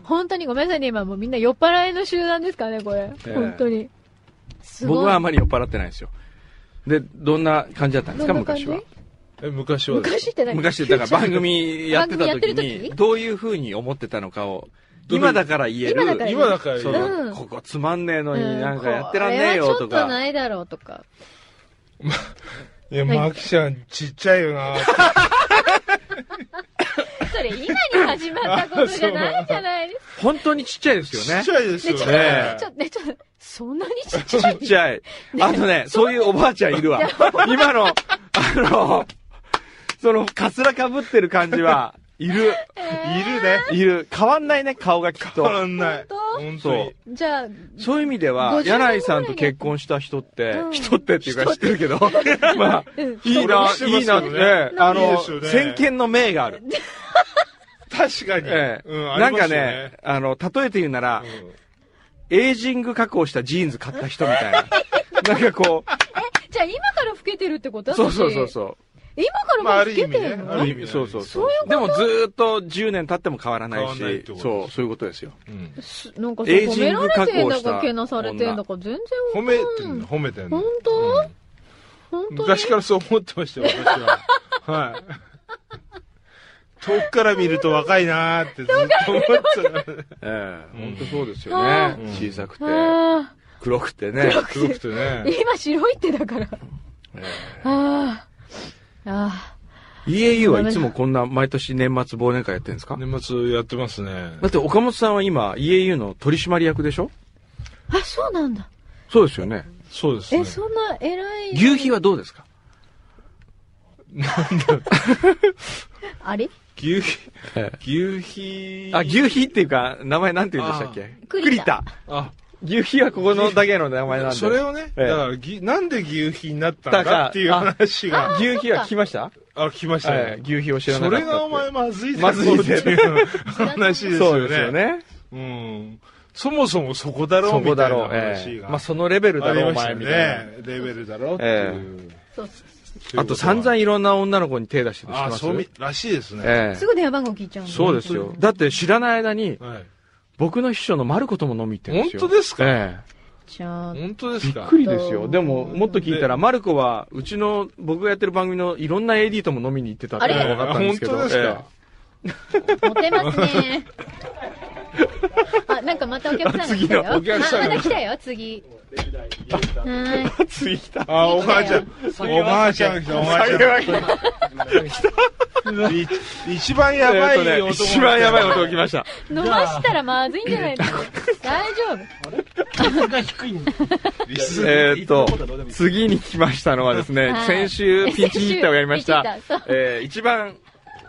Speaker 2: 本当にごめんなさいね、今もうみんな酔っ払いの集団ですからね、これ。
Speaker 1: ええ
Speaker 2: 本当に。すごい。
Speaker 1: 僕はあまり酔っ払ってないですよ。で、どんな感じだったんですか
Speaker 2: どんな感じ
Speaker 1: 昔は。
Speaker 5: え昔はです
Speaker 2: 昔って何
Speaker 1: 昔だから番組やっ
Speaker 2: 番
Speaker 1: てた時
Speaker 2: 組やってる
Speaker 1: に
Speaker 2: 時
Speaker 1: どういう風に思ってたのかを今だから言え
Speaker 2: 今だか
Speaker 1: る
Speaker 2: ら
Speaker 5: 今だから
Speaker 1: そ
Speaker 5: 言う
Speaker 2: うん
Speaker 1: のここつまんねえの
Speaker 2: う
Speaker 1: に
Speaker 2: ん
Speaker 1: なんかやってらんねえよと
Speaker 2: これはちょっと
Speaker 1: か
Speaker 2: ないだろうとか。
Speaker 5: いや、マキちゃんちっちゃいよな。
Speaker 2: それ今に始まったことじゃないじゃないですか。
Speaker 1: 本当にちっちゃいです
Speaker 5: ち
Speaker 1: よ
Speaker 5: っ
Speaker 1: ね
Speaker 5: ちゃいですよ
Speaker 1: ねえ
Speaker 5: ね
Speaker 2: ち。ょっとね、ちょっと、そんなにちっちゃ
Speaker 1: ちっ
Speaker 2: い
Speaker 1: ちゃいあのねそういうおばあちゃんいるわ今のあのそのかすらかぶってる感じはいる
Speaker 5: いるね。
Speaker 1: いる変わんないね顔がきっ
Speaker 5: 変わ
Speaker 1: と
Speaker 5: らんない。本当
Speaker 1: そう
Speaker 5: に。
Speaker 2: じゃあ、
Speaker 1: そういう意味で
Speaker 2: 50
Speaker 1: は
Speaker 2: 年
Speaker 1: 柳井さんと結婚した人って
Speaker 2: うん
Speaker 1: 人ってっていうか知ってるけど まあいい
Speaker 5: 俺も
Speaker 1: な
Speaker 5: してま
Speaker 1: いい
Speaker 5: す
Speaker 1: な
Speaker 5: よ
Speaker 1: っ
Speaker 5: ね
Speaker 1: てね
Speaker 5: い
Speaker 1: あ
Speaker 5: いで
Speaker 1: の
Speaker 5: すよね
Speaker 1: 先見の明がある
Speaker 5: 確かに。
Speaker 1: ええ
Speaker 5: うん、あ
Speaker 1: な
Speaker 5: り
Speaker 1: ん
Speaker 5: ま
Speaker 1: か
Speaker 5: すよ
Speaker 1: ね。、あの、例えて言うなら、
Speaker 5: うん
Speaker 1: エイジング加工したジーンズ買った人みたいな。 なんかこ
Speaker 2: じゃあ今から老けてるってこと
Speaker 1: う、そうそうそう
Speaker 2: う。
Speaker 1: そ
Speaker 2: 今から
Speaker 5: まあ、
Speaker 2: も
Speaker 5: あ
Speaker 2: う
Speaker 5: る
Speaker 2: 老
Speaker 5: 意
Speaker 2: け
Speaker 5: 味
Speaker 2: て
Speaker 5: ね
Speaker 2: る。の、
Speaker 5: ある意味ね
Speaker 1: そうそうそう。でもずーっと10年経っても変わらないし
Speaker 5: 変わらないってこと
Speaker 1: そう、そういうことですよ。
Speaker 5: うん
Speaker 2: すなんかさ
Speaker 1: エイ
Speaker 2: 褒
Speaker 1: ジ
Speaker 2: め
Speaker 1: ン
Speaker 2: ら
Speaker 1: グ
Speaker 2: れ
Speaker 1: 加工した
Speaker 2: てんだか、けなされてんだか、全然
Speaker 5: 褒めてんの、褒めてん
Speaker 2: 本
Speaker 5: の。
Speaker 2: 当、
Speaker 5: うん
Speaker 2: 本当に
Speaker 5: 昔からそう思ってましたよ、私は。はい。遠くから見ると若いなーってずっと思ってたから。
Speaker 1: ええ、
Speaker 5: うん
Speaker 1: 本当そうですよね
Speaker 5: うん。
Speaker 1: 小さくて、
Speaker 2: あ
Speaker 1: 黒くてね。
Speaker 5: 黒くてね
Speaker 2: ー。今白いってだから。あーあ
Speaker 1: EAU はいつもこんな毎年年末忘年会やってるんですか
Speaker 5: 年末やってますね
Speaker 1: だ。って岡本さんは今 EAU の取締役でしょ
Speaker 2: ー。あ、そうなんだ。
Speaker 1: そうですよね。
Speaker 5: そうですね
Speaker 2: え、。そんな偉い。
Speaker 1: 牛皮はどうですか
Speaker 2: あれ
Speaker 5: 牛
Speaker 1: え
Speaker 5: 皮、牛皮。
Speaker 1: あ、牛皮っていうか、名前なんて言うんでしたっけ
Speaker 2: 栗田
Speaker 1: 栗田。
Speaker 5: あ、
Speaker 1: 牛皮はここのだけの名前なんで。
Speaker 5: それをね、
Speaker 1: ええ
Speaker 5: だからぎ、なんで牛皮になったん
Speaker 1: だから
Speaker 5: だっていう話が、
Speaker 1: 牛皮は聞きました
Speaker 5: あ、聞きました
Speaker 1: は
Speaker 5: ね
Speaker 1: い。。牛皮を知らな
Speaker 5: そ
Speaker 1: かったっ
Speaker 5: れ
Speaker 1: て。
Speaker 5: がお前まずいだろ
Speaker 1: まずいぜ
Speaker 5: っていう話ですよね。
Speaker 1: そうですよね。
Speaker 5: うん。そもそもそこだろ
Speaker 1: そう
Speaker 5: み
Speaker 1: こ
Speaker 5: た
Speaker 1: だ
Speaker 5: いな
Speaker 1: ろう。え
Speaker 5: 話
Speaker 1: え
Speaker 5: が。
Speaker 1: まあ、そのレベルだ
Speaker 5: あり
Speaker 1: ろう、お
Speaker 5: ました
Speaker 1: 前
Speaker 5: よ
Speaker 1: みたい
Speaker 5: ね。レベルだろうって
Speaker 1: え
Speaker 5: いう。
Speaker 2: そう
Speaker 1: な。あと散々いろんな女の子に手出してるの知って
Speaker 5: あ、
Speaker 1: ます
Speaker 5: そうみ、らしいですね。
Speaker 1: え
Speaker 2: す
Speaker 1: え。
Speaker 2: ぐ電話番号聞いちゃうの
Speaker 1: そうですよ。だって知らない間に、
Speaker 5: はい。
Speaker 1: 僕の秘書のマルコとも飲み行ってるんで
Speaker 5: 本
Speaker 1: すよ。
Speaker 5: 当ですか
Speaker 1: ええ。
Speaker 2: ちょっと
Speaker 5: 本当です
Speaker 1: びっ
Speaker 5: か
Speaker 1: くりですよ。でも、もっと聞いたら、マルコは、うちの、僕がやってる番組のいろんな AD とも飲みに行ってたっていうのが分かったんで
Speaker 5: 本
Speaker 1: すけど。
Speaker 5: 当です
Speaker 1: ええ
Speaker 5: か
Speaker 2: モテます ね。あ、なんかまたお客さんが来たよ。
Speaker 1: あ次のお客さんが
Speaker 2: あまた来たよ、次。はーい。
Speaker 1: 次来た。
Speaker 5: あ、おばあちゃん。おばあちゃんが来た、おばあちゃん。い一番やばい
Speaker 1: えー
Speaker 5: 男が来
Speaker 1: とね
Speaker 5: た。
Speaker 1: 一番やばい音が来ま した。
Speaker 2: 飲ましたらまずいんじゃないの大丈夫。
Speaker 5: リス
Speaker 1: えーっと、次に来ましたのはですね
Speaker 2: は、い
Speaker 1: 先週ピンチヒッターをやりました
Speaker 2: ピンチヒッターそう、
Speaker 1: えー一番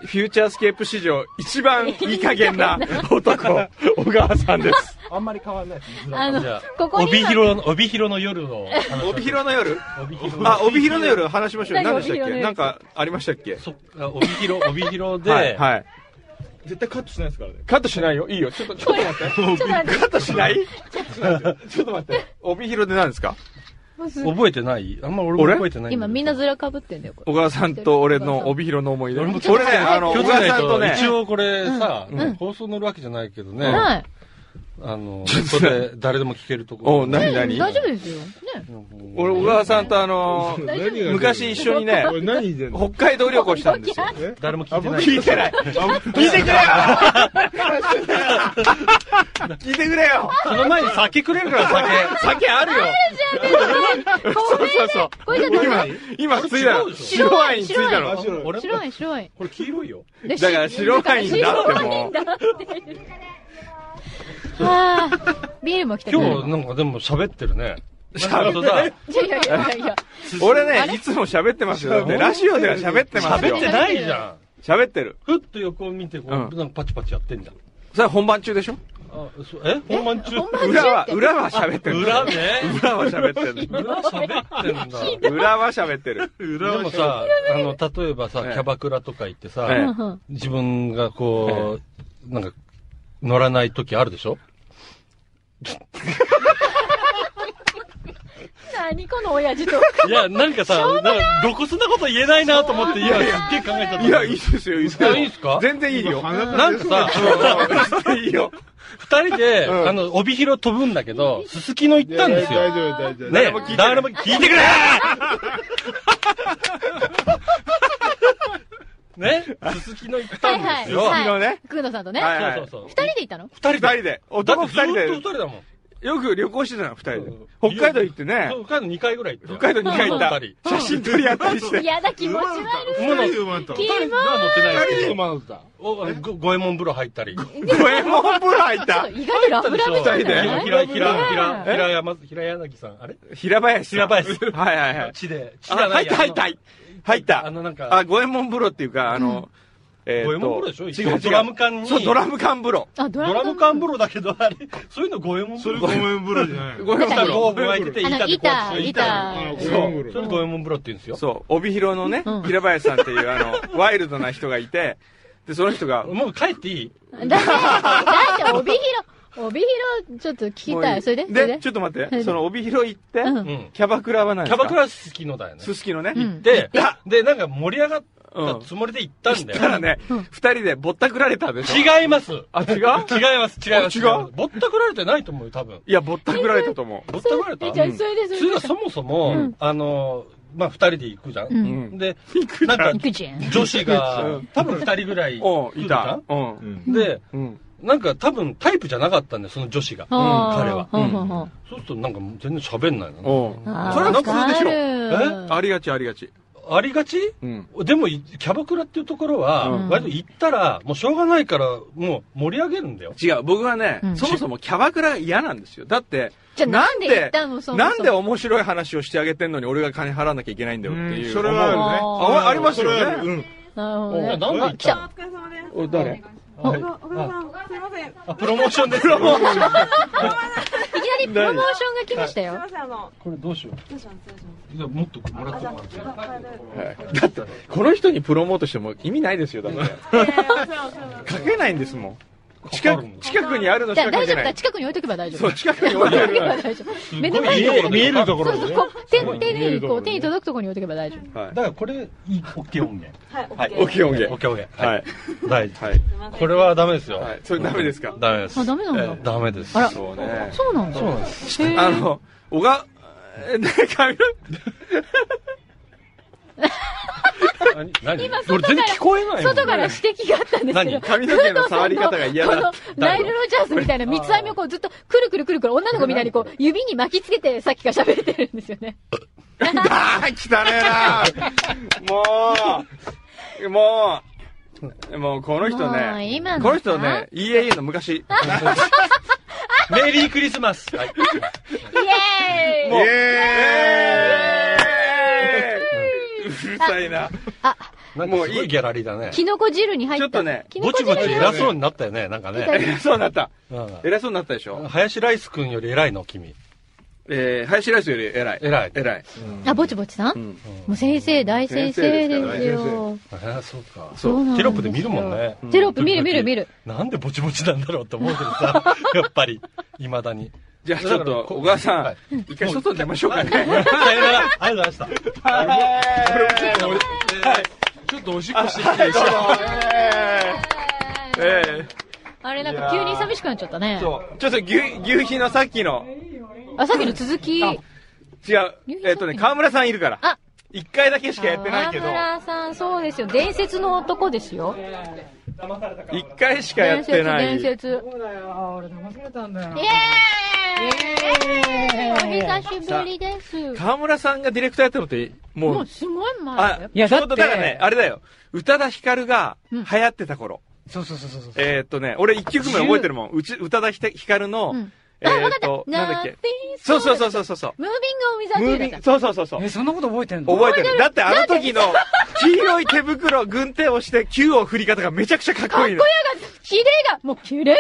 Speaker 1: フューチャースケープ史上一 番いい加減な男、小川さんです。
Speaker 9: あんまり変わんないですねずらっ。
Speaker 2: あの
Speaker 4: じゃあ、
Speaker 2: こことに
Speaker 9: 帯
Speaker 2: 今、
Speaker 9: 広の、帯広の夜の話を。
Speaker 1: 帯広の夜
Speaker 9: 帯広
Speaker 1: あ、帯広の夜話しましょう。
Speaker 2: 何
Speaker 1: 何でしたっ
Speaker 2: 帯広の
Speaker 1: け
Speaker 2: 夜
Speaker 1: なんかありましたっけ
Speaker 9: そっか、帯広、帯広で、
Speaker 1: はい、はい。
Speaker 5: 絶対カットしないですからね。
Speaker 1: カットしないよ。いいよ。ちょっと、ちょっと待って。カットしないちょっと待って。帯広で何ですか
Speaker 9: 覚えてないあんま俺も覚えてないだけど。
Speaker 2: 今みんなずらかぶってんだよ、これ。
Speaker 1: 小川さんと俺の帯広の思い出。
Speaker 9: 俺も
Speaker 1: 俺ね、あの、
Speaker 9: 気を
Speaker 1: 小
Speaker 9: つけ
Speaker 1: 川
Speaker 9: ない
Speaker 1: さんと
Speaker 9: と
Speaker 1: ね、
Speaker 9: 一応これさ、
Speaker 2: んうん
Speaker 9: 放送乗るわけじゃないけどね、
Speaker 2: はい。
Speaker 9: あの、
Speaker 1: ちょっと
Speaker 9: それ誰でも聞けるとこ
Speaker 1: お
Speaker 9: ろ。
Speaker 1: う何
Speaker 2: 大
Speaker 1: 何
Speaker 2: 丈夫ですよ。ね。
Speaker 1: 俺、小川さんとあの、
Speaker 5: 何が
Speaker 1: 昔一緒にね、
Speaker 5: 俺何言ってんの
Speaker 1: 北海道旅行したんですよ。
Speaker 5: え
Speaker 9: 誰も聞いてない。
Speaker 1: 聞いてない。聞いてくれよ聞いてくれよ
Speaker 9: その前に酒くれるから酒。
Speaker 1: 酒あるよ そうそうそう。
Speaker 2: これじゃダメ
Speaker 1: 今、今、ついたの。白ワインついたの。
Speaker 5: 白い
Speaker 9: 俺
Speaker 2: 白い、白 い。
Speaker 9: これ黄色いよ。
Speaker 2: で
Speaker 1: だから白ワインだってもう。
Speaker 2: ああ、ビールも来てくれ
Speaker 9: 今
Speaker 2: る
Speaker 9: 日なんかでも喋ってるね。
Speaker 1: 喋
Speaker 9: ってない。
Speaker 2: いやいやいやいや。
Speaker 1: 俺ね、いつも喋ってますよ。だってラジオでは喋ってます
Speaker 9: 喋
Speaker 1: よ
Speaker 9: っ。てないじゃん。
Speaker 1: 喋ってる。
Speaker 9: ふっと横を見て、こう、
Speaker 1: うん
Speaker 9: なんかパチパチやってんじゃん。
Speaker 1: それは本番中でしょ
Speaker 9: あ、そえ本番中
Speaker 2: 本番中
Speaker 1: 裏は、裏は喋ってる。
Speaker 9: 裏ね。
Speaker 1: 裏は喋ってる。
Speaker 9: 裏喋ってんだ。
Speaker 1: 裏は喋ってる。
Speaker 9: 裏でもさ、あの、例えばさ、キ
Speaker 1: ええ
Speaker 9: ャバクラとか行ってさ、
Speaker 1: ええ
Speaker 2: うんうん
Speaker 9: 自分がこう、なんか、乗らない時あるでしょ
Speaker 2: 何この親父 と。
Speaker 9: いや、なんかさ、なんか、露骨なこと言えないなと思って、今すっげえ考えちゃった。
Speaker 1: いや、いいですよ、いいですよ。
Speaker 9: いいですか
Speaker 1: 全然いいよ。
Speaker 9: なんかさ、
Speaker 1: 全然いいよ。
Speaker 9: 二人で、
Speaker 1: ん
Speaker 9: あの、帯広飛ぶんだけど、すすきの行ったんです
Speaker 5: 大
Speaker 9: よ。
Speaker 5: 丈夫、大丈夫。
Speaker 9: ね
Speaker 1: も聞いてな、い
Speaker 9: 誰も聞いてくれね、すすきの行ったんですよ。
Speaker 2: はい
Speaker 1: 昨日ね。
Speaker 2: くんのさんとね。
Speaker 1: はい
Speaker 9: そうそうそう
Speaker 2: 二。人で行ったの
Speaker 1: 二人で。
Speaker 9: だって
Speaker 1: 男二
Speaker 9: ずっと
Speaker 1: 人で
Speaker 9: 二。人だもん。
Speaker 1: よく旅行してたの、二人で。北海道行ってね。
Speaker 9: 北海道2回ぐらい行った
Speaker 1: 北
Speaker 9: よ。
Speaker 1: 海道2回行った
Speaker 9: 二人。
Speaker 1: 写真撮り合ったりして。
Speaker 2: 嫌だ、気持ち悪
Speaker 5: 二人で生まれた。
Speaker 2: い。キモ
Speaker 9: まあ乗ってない
Speaker 5: 二
Speaker 9: け
Speaker 5: 人で生
Speaker 9: ど
Speaker 5: まれた。
Speaker 9: おあのご五右衛門風呂入ったり。
Speaker 1: 五右衛門風呂入っ
Speaker 2: そ
Speaker 1: た
Speaker 2: う。意外とラブラブじゃない
Speaker 1: 二人で
Speaker 9: 平、平、平、平、
Speaker 1: え
Speaker 9: 平山、平柳さん、あれ
Speaker 1: 平林さん。
Speaker 9: 平林
Speaker 1: はいはいはい。
Speaker 9: 地で。地
Speaker 1: あ
Speaker 9: じゃな
Speaker 1: 入
Speaker 9: い
Speaker 1: っ
Speaker 9: や
Speaker 1: た入った。入っ
Speaker 9: あ
Speaker 1: た。
Speaker 9: の、なんか
Speaker 1: あ、、五右衛門風呂っていうか、あの、えーっと
Speaker 9: 五右衛門風呂でしょ一応
Speaker 1: 違う違う
Speaker 9: ドラム缶に
Speaker 1: そう、ドラム缶風呂。
Speaker 2: あ、ド
Speaker 9: ド
Speaker 2: ラム
Speaker 9: ラム缶風呂だけど、あれ、そういうの五右衛門
Speaker 5: そ
Speaker 9: 風
Speaker 5: れ
Speaker 9: 呂。
Speaker 5: ごめんぶらじゃない。
Speaker 1: 五右衛門
Speaker 9: 下
Speaker 1: 風
Speaker 9: に
Speaker 1: 呂。
Speaker 9: ゴー巻いてて、
Speaker 2: あの
Speaker 9: 板でこうや
Speaker 2: 板、
Speaker 9: って
Speaker 2: 板。
Speaker 5: あ、ご
Speaker 9: そ
Speaker 5: めんぶ
Speaker 9: う。それ五右衛門風呂って言うんですよ。
Speaker 1: そう、帯広のね
Speaker 2: うん、
Speaker 1: 平林さんっていう、あの、ワイルドな人がいて、で、その人が、
Speaker 9: もう帰っていい
Speaker 2: だって、だって帯広、帯広、ちょっと聞きたい。それでそれ
Speaker 1: で、
Speaker 2: で
Speaker 1: ちょっと待
Speaker 2: そ
Speaker 1: っ
Speaker 2: れ
Speaker 1: て、
Speaker 2: で
Speaker 1: その帯広行って
Speaker 2: う、
Speaker 9: うんん。
Speaker 1: キャバクラは何
Speaker 9: キ
Speaker 1: です
Speaker 9: ャ
Speaker 1: か
Speaker 9: バクラ好きのだよね。
Speaker 1: すすきのね。
Speaker 2: う
Speaker 1: 行
Speaker 2: ん
Speaker 9: で、で、なんか盛り上がったつもりで行ったんだ
Speaker 1: ったら
Speaker 9: よ。
Speaker 1: ね
Speaker 2: うん、
Speaker 1: 二人でぼったくられたでしょ。
Speaker 9: 違います。違い
Speaker 1: あ、違う
Speaker 9: ます、違います。
Speaker 1: 違う
Speaker 9: ぼったくられてないと思うよ、多分。
Speaker 1: いや、ぼったくられたと思
Speaker 9: ぼったくられた
Speaker 2: えじゃあ、それで、そ
Speaker 9: それ
Speaker 2: れ
Speaker 9: が
Speaker 2: で。
Speaker 9: そもそ
Speaker 2: う
Speaker 9: も、
Speaker 2: ん
Speaker 9: あの、まあ、二人で行くじゃ。
Speaker 2: うん。
Speaker 1: う。うんん。
Speaker 9: で、なんか
Speaker 2: 行、くじゃん。
Speaker 9: 女子
Speaker 1: う
Speaker 9: が
Speaker 1: ん、
Speaker 9: 多分二人ぐらい
Speaker 1: お
Speaker 9: 来
Speaker 1: う、い
Speaker 9: るじゃ
Speaker 1: た
Speaker 9: ん。。
Speaker 1: うん。
Speaker 9: で、
Speaker 1: うん。
Speaker 9: なんか多分タイプじゃなかったんだよ、その女子が。彼は
Speaker 2: ほうほうほう。
Speaker 9: そうするとなんかもう全然喋んないの。
Speaker 1: おう。
Speaker 2: あー
Speaker 1: それは普通でしょ
Speaker 2: わか
Speaker 1: あ
Speaker 2: る
Speaker 1: りがち、ありがち。
Speaker 9: ありがち
Speaker 1: うん。
Speaker 9: でも、いキャバクラっていうところは、
Speaker 1: うん
Speaker 9: 割と行ったら、もうしょうがないから、もう盛り上げるんだよ。
Speaker 1: 違う、僕はね
Speaker 2: う、ん
Speaker 1: そもそもキャバクラ嫌なんですよ。だって、
Speaker 2: じゃあ
Speaker 1: なん
Speaker 2: なんで行っ
Speaker 1: で
Speaker 2: たのそ、もそも
Speaker 1: なんで面白い話をしてあげてんのに俺が金払わなきゃいけないんだよっていう。
Speaker 5: それはあるね。
Speaker 2: あ
Speaker 1: あありますよ
Speaker 5: そ
Speaker 1: ね
Speaker 5: れはあるうん。
Speaker 2: なるほど
Speaker 9: いや
Speaker 2: ね。
Speaker 9: なんで行ったの
Speaker 2: あ
Speaker 10: お疲れ様です。お
Speaker 9: は
Speaker 1: お誰
Speaker 9: い
Speaker 10: お母さん、すいません。すい
Speaker 9: あプロモーションです。プロモーション。
Speaker 2: 来たいきなりプロモーションが来ましたよ
Speaker 10: ま。せん、あの、
Speaker 9: これどうしよ
Speaker 10: どうしますどうし
Speaker 9: う。いや、もっともらってもらって。
Speaker 10: ますあ大丈夫
Speaker 1: だって、この人にプロモートしても意味ないですよ、だって。
Speaker 10: いやいやお世話お世話
Speaker 1: かけないんですもん。
Speaker 9: か
Speaker 1: 近
Speaker 9: か
Speaker 1: く
Speaker 9: るの
Speaker 1: 近くにあるのし
Speaker 2: じゃあ
Speaker 1: か
Speaker 2: 大
Speaker 1: 書い
Speaker 2: 丈
Speaker 1: て
Speaker 2: 夫
Speaker 1: な
Speaker 2: だ。
Speaker 1: い。
Speaker 2: 近くに置いとけば大丈
Speaker 1: そう、
Speaker 2: 夫。
Speaker 1: 近くに置いてあ
Speaker 2: 置いとけ
Speaker 1: る。
Speaker 2: ば 大丈夫。目の
Speaker 9: すごい
Speaker 2: 前
Speaker 9: いい
Speaker 2: に
Speaker 9: ところで
Speaker 5: 見えるとこ
Speaker 2: そう
Speaker 5: ろ
Speaker 2: そう
Speaker 5: で。
Speaker 2: こう、手
Speaker 9: すごい
Speaker 2: 手
Speaker 5: 見え
Speaker 2: に、
Speaker 5: る
Speaker 2: こ
Speaker 5: とこ
Speaker 2: う、
Speaker 5: ろ
Speaker 2: 手
Speaker 5: で
Speaker 2: に届くところに置いとけば大丈夫。
Speaker 1: はい
Speaker 9: だからこれ、いい、オッケー音源。
Speaker 10: はい、
Speaker 1: はい、
Speaker 10: OK
Speaker 1: 大きい音
Speaker 9: オッ
Speaker 1: 源。
Speaker 9: ケー音源。
Speaker 1: はい。
Speaker 9: 大事。
Speaker 1: はい。
Speaker 9: これはダメですよ。
Speaker 1: はい。それダメですか
Speaker 9: ダメです。
Speaker 2: あダメなんだ
Speaker 9: ええダメです。
Speaker 2: あら
Speaker 1: そうね。
Speaker 2: そうなんだ。
Speaker 9: そうなんです。
Speaker 2: へー
Speaker 1: あの、小川、えー、ね、髪の
Speaker 9: 何何これ全然聞こえないもん
Speaker 2: 外から指摘があったんですけど
Speaker 9: 何。
Speaker 1: 髪の毛の触り方が嫌
Speaker 2: こ
Speaker 1: だ
Speaker 2: の
Speaker 1: って。
Speaker 2: ナイル・ロジャースみたいな三つ編みをこうずっとくるくるくるくる女の子みたいにこう指に巻きつけてさっきから喋ってるんですよね。
Speaker 1: あー、汚ねえなもう、もう、もうこの人
Speaker 2: もう
Speaker 1: ね、
Speaker 2: 今の
Speaker 1: この人ね、EAA の昔、
Speaker 9: メリークリスマス。はい。
Speaker 2: イエーイ
Speaker 1: もう、えーうるさいな。
Speaker 2: あ、
Speaker 9: なんかすごいギャラリーだね。
Speaker 2: キノコ汁に入った。
Speaker 1: ちょっとね
Speaker 2: キノ
Speaker 9: ぼ
Speaker 2: コ
Speaker 9: ち
Speaker 2: 汁
Speaker 9: ぼ
Speaker 2: に
Speaker 9: ち
Speaker 2: 入っ
Speaker 9: 偉そうになったよね、なんかね。
Speaker 1: 偉そうになった。
Speaker 9: うん
Speaker 1: 偉そうになったでしょ。
Speaker 9: 林ライス君より偉いの、君。
Speaker 1: えー、林ライスより偉い。
Speaker 9: 偉い。
Speaker 1: 偉い。
Speaker 2: た。あ、ぼちぼちさん、
Speaker 1: うん。
Speaker 2: もう先生、大先生
Speaker 1: 先
Speaker 2: で
Speaker 1: 生
Speaker 2: す
Speaker 1: で
Speaker 2: よ。
Speaker 9: えーそうか。
Speaker 2: そうなんですよ
Speaker 9: テロップで見るもんね。
Speaker 2: テロップ見る見る見る。
Speaker 9: なんでぼちぼちなんだろうって思うけどさ、 やっぱり、いまだに。
Speaker 1: じゃあちょっと、小川さん、一回外に出ましょう かね。
Speaker 9: さよなら、ありがとうございました。
Speaker 5: ちょっとおしっこしてきて、一緒に
Speaker 1: え
Speaker 2: あれ、なんか急に寂しくなっちゃったね
Speaker 1: ー。そう。ちょっと牛、牛皮のさっきの、
Speaker 2: あ、さっきの続き。
Speaker 1: あ違う。えっとね、河村さんいるから。
Speaker 2: あ
Speaker 1: 一回だけしかやってないけど、
Speaker 2: 河村さん、そうですよ。伝説の男ですよ。
Speaker 1: 一回しかやってない。
Speaker 2: 伝説、伝説。そうだよ。俺騙されたんだよ。イエーイお久しぶりです。
Speaker 1: 河村さんがディレクターやったのって、も
Speaker 2: もう
Speaker 1: う、
Speaker 2: すごい前だ
Speaker 1: あ
Speaker 2: よ、
Speaker 1: いや、だって。だからね、あれだよ。宇多田ヒカルが流行ってた頃。
Speaker 6: そうそうそうそう。
Speaker 1: えーっとね、俺一曲目覚えてるもん。うち、宇多田ヒカルの
Speaker 2: うん、
Speaker 1: えーっ
Speaker 2: あわか
Speaker 1: と、
Speaker 2: った
Speaker 1: なんだっけ。
Speaker 2: Nothing's
Speaker 1: そうそうそうそうそうそう。
Speaker 2: ムービングオンウ
Speaker 1: ム
Speaker 2: ィ
Speaker 1: ー
Speaker 2: ザ
Speaker 1: ビ
Speaker 2: ーデ
Speaker 1: ング
Speaker 2: ーだ。
Speaker 1: そうそうそうそう。
Speaker 6: え、そんなこと覚えてんの
Speaker 1: 覚えて
Speaker 2: 覚えて
Speaker 1: る。
Speaker 2: る
Speaker 1: だってあの時の黄色い手袋、軍手をして、球を振り方がめちゃくちゃ
Speaker 2: か
Speaker 1: かっ
Speaker 2: っ
Speaker 1: こ
Speaker 2: こ
Speaker 1: いい
Speaker 2: よ
Speaker 1: の
Speaker 2: か。った。キレが、もうキレキレ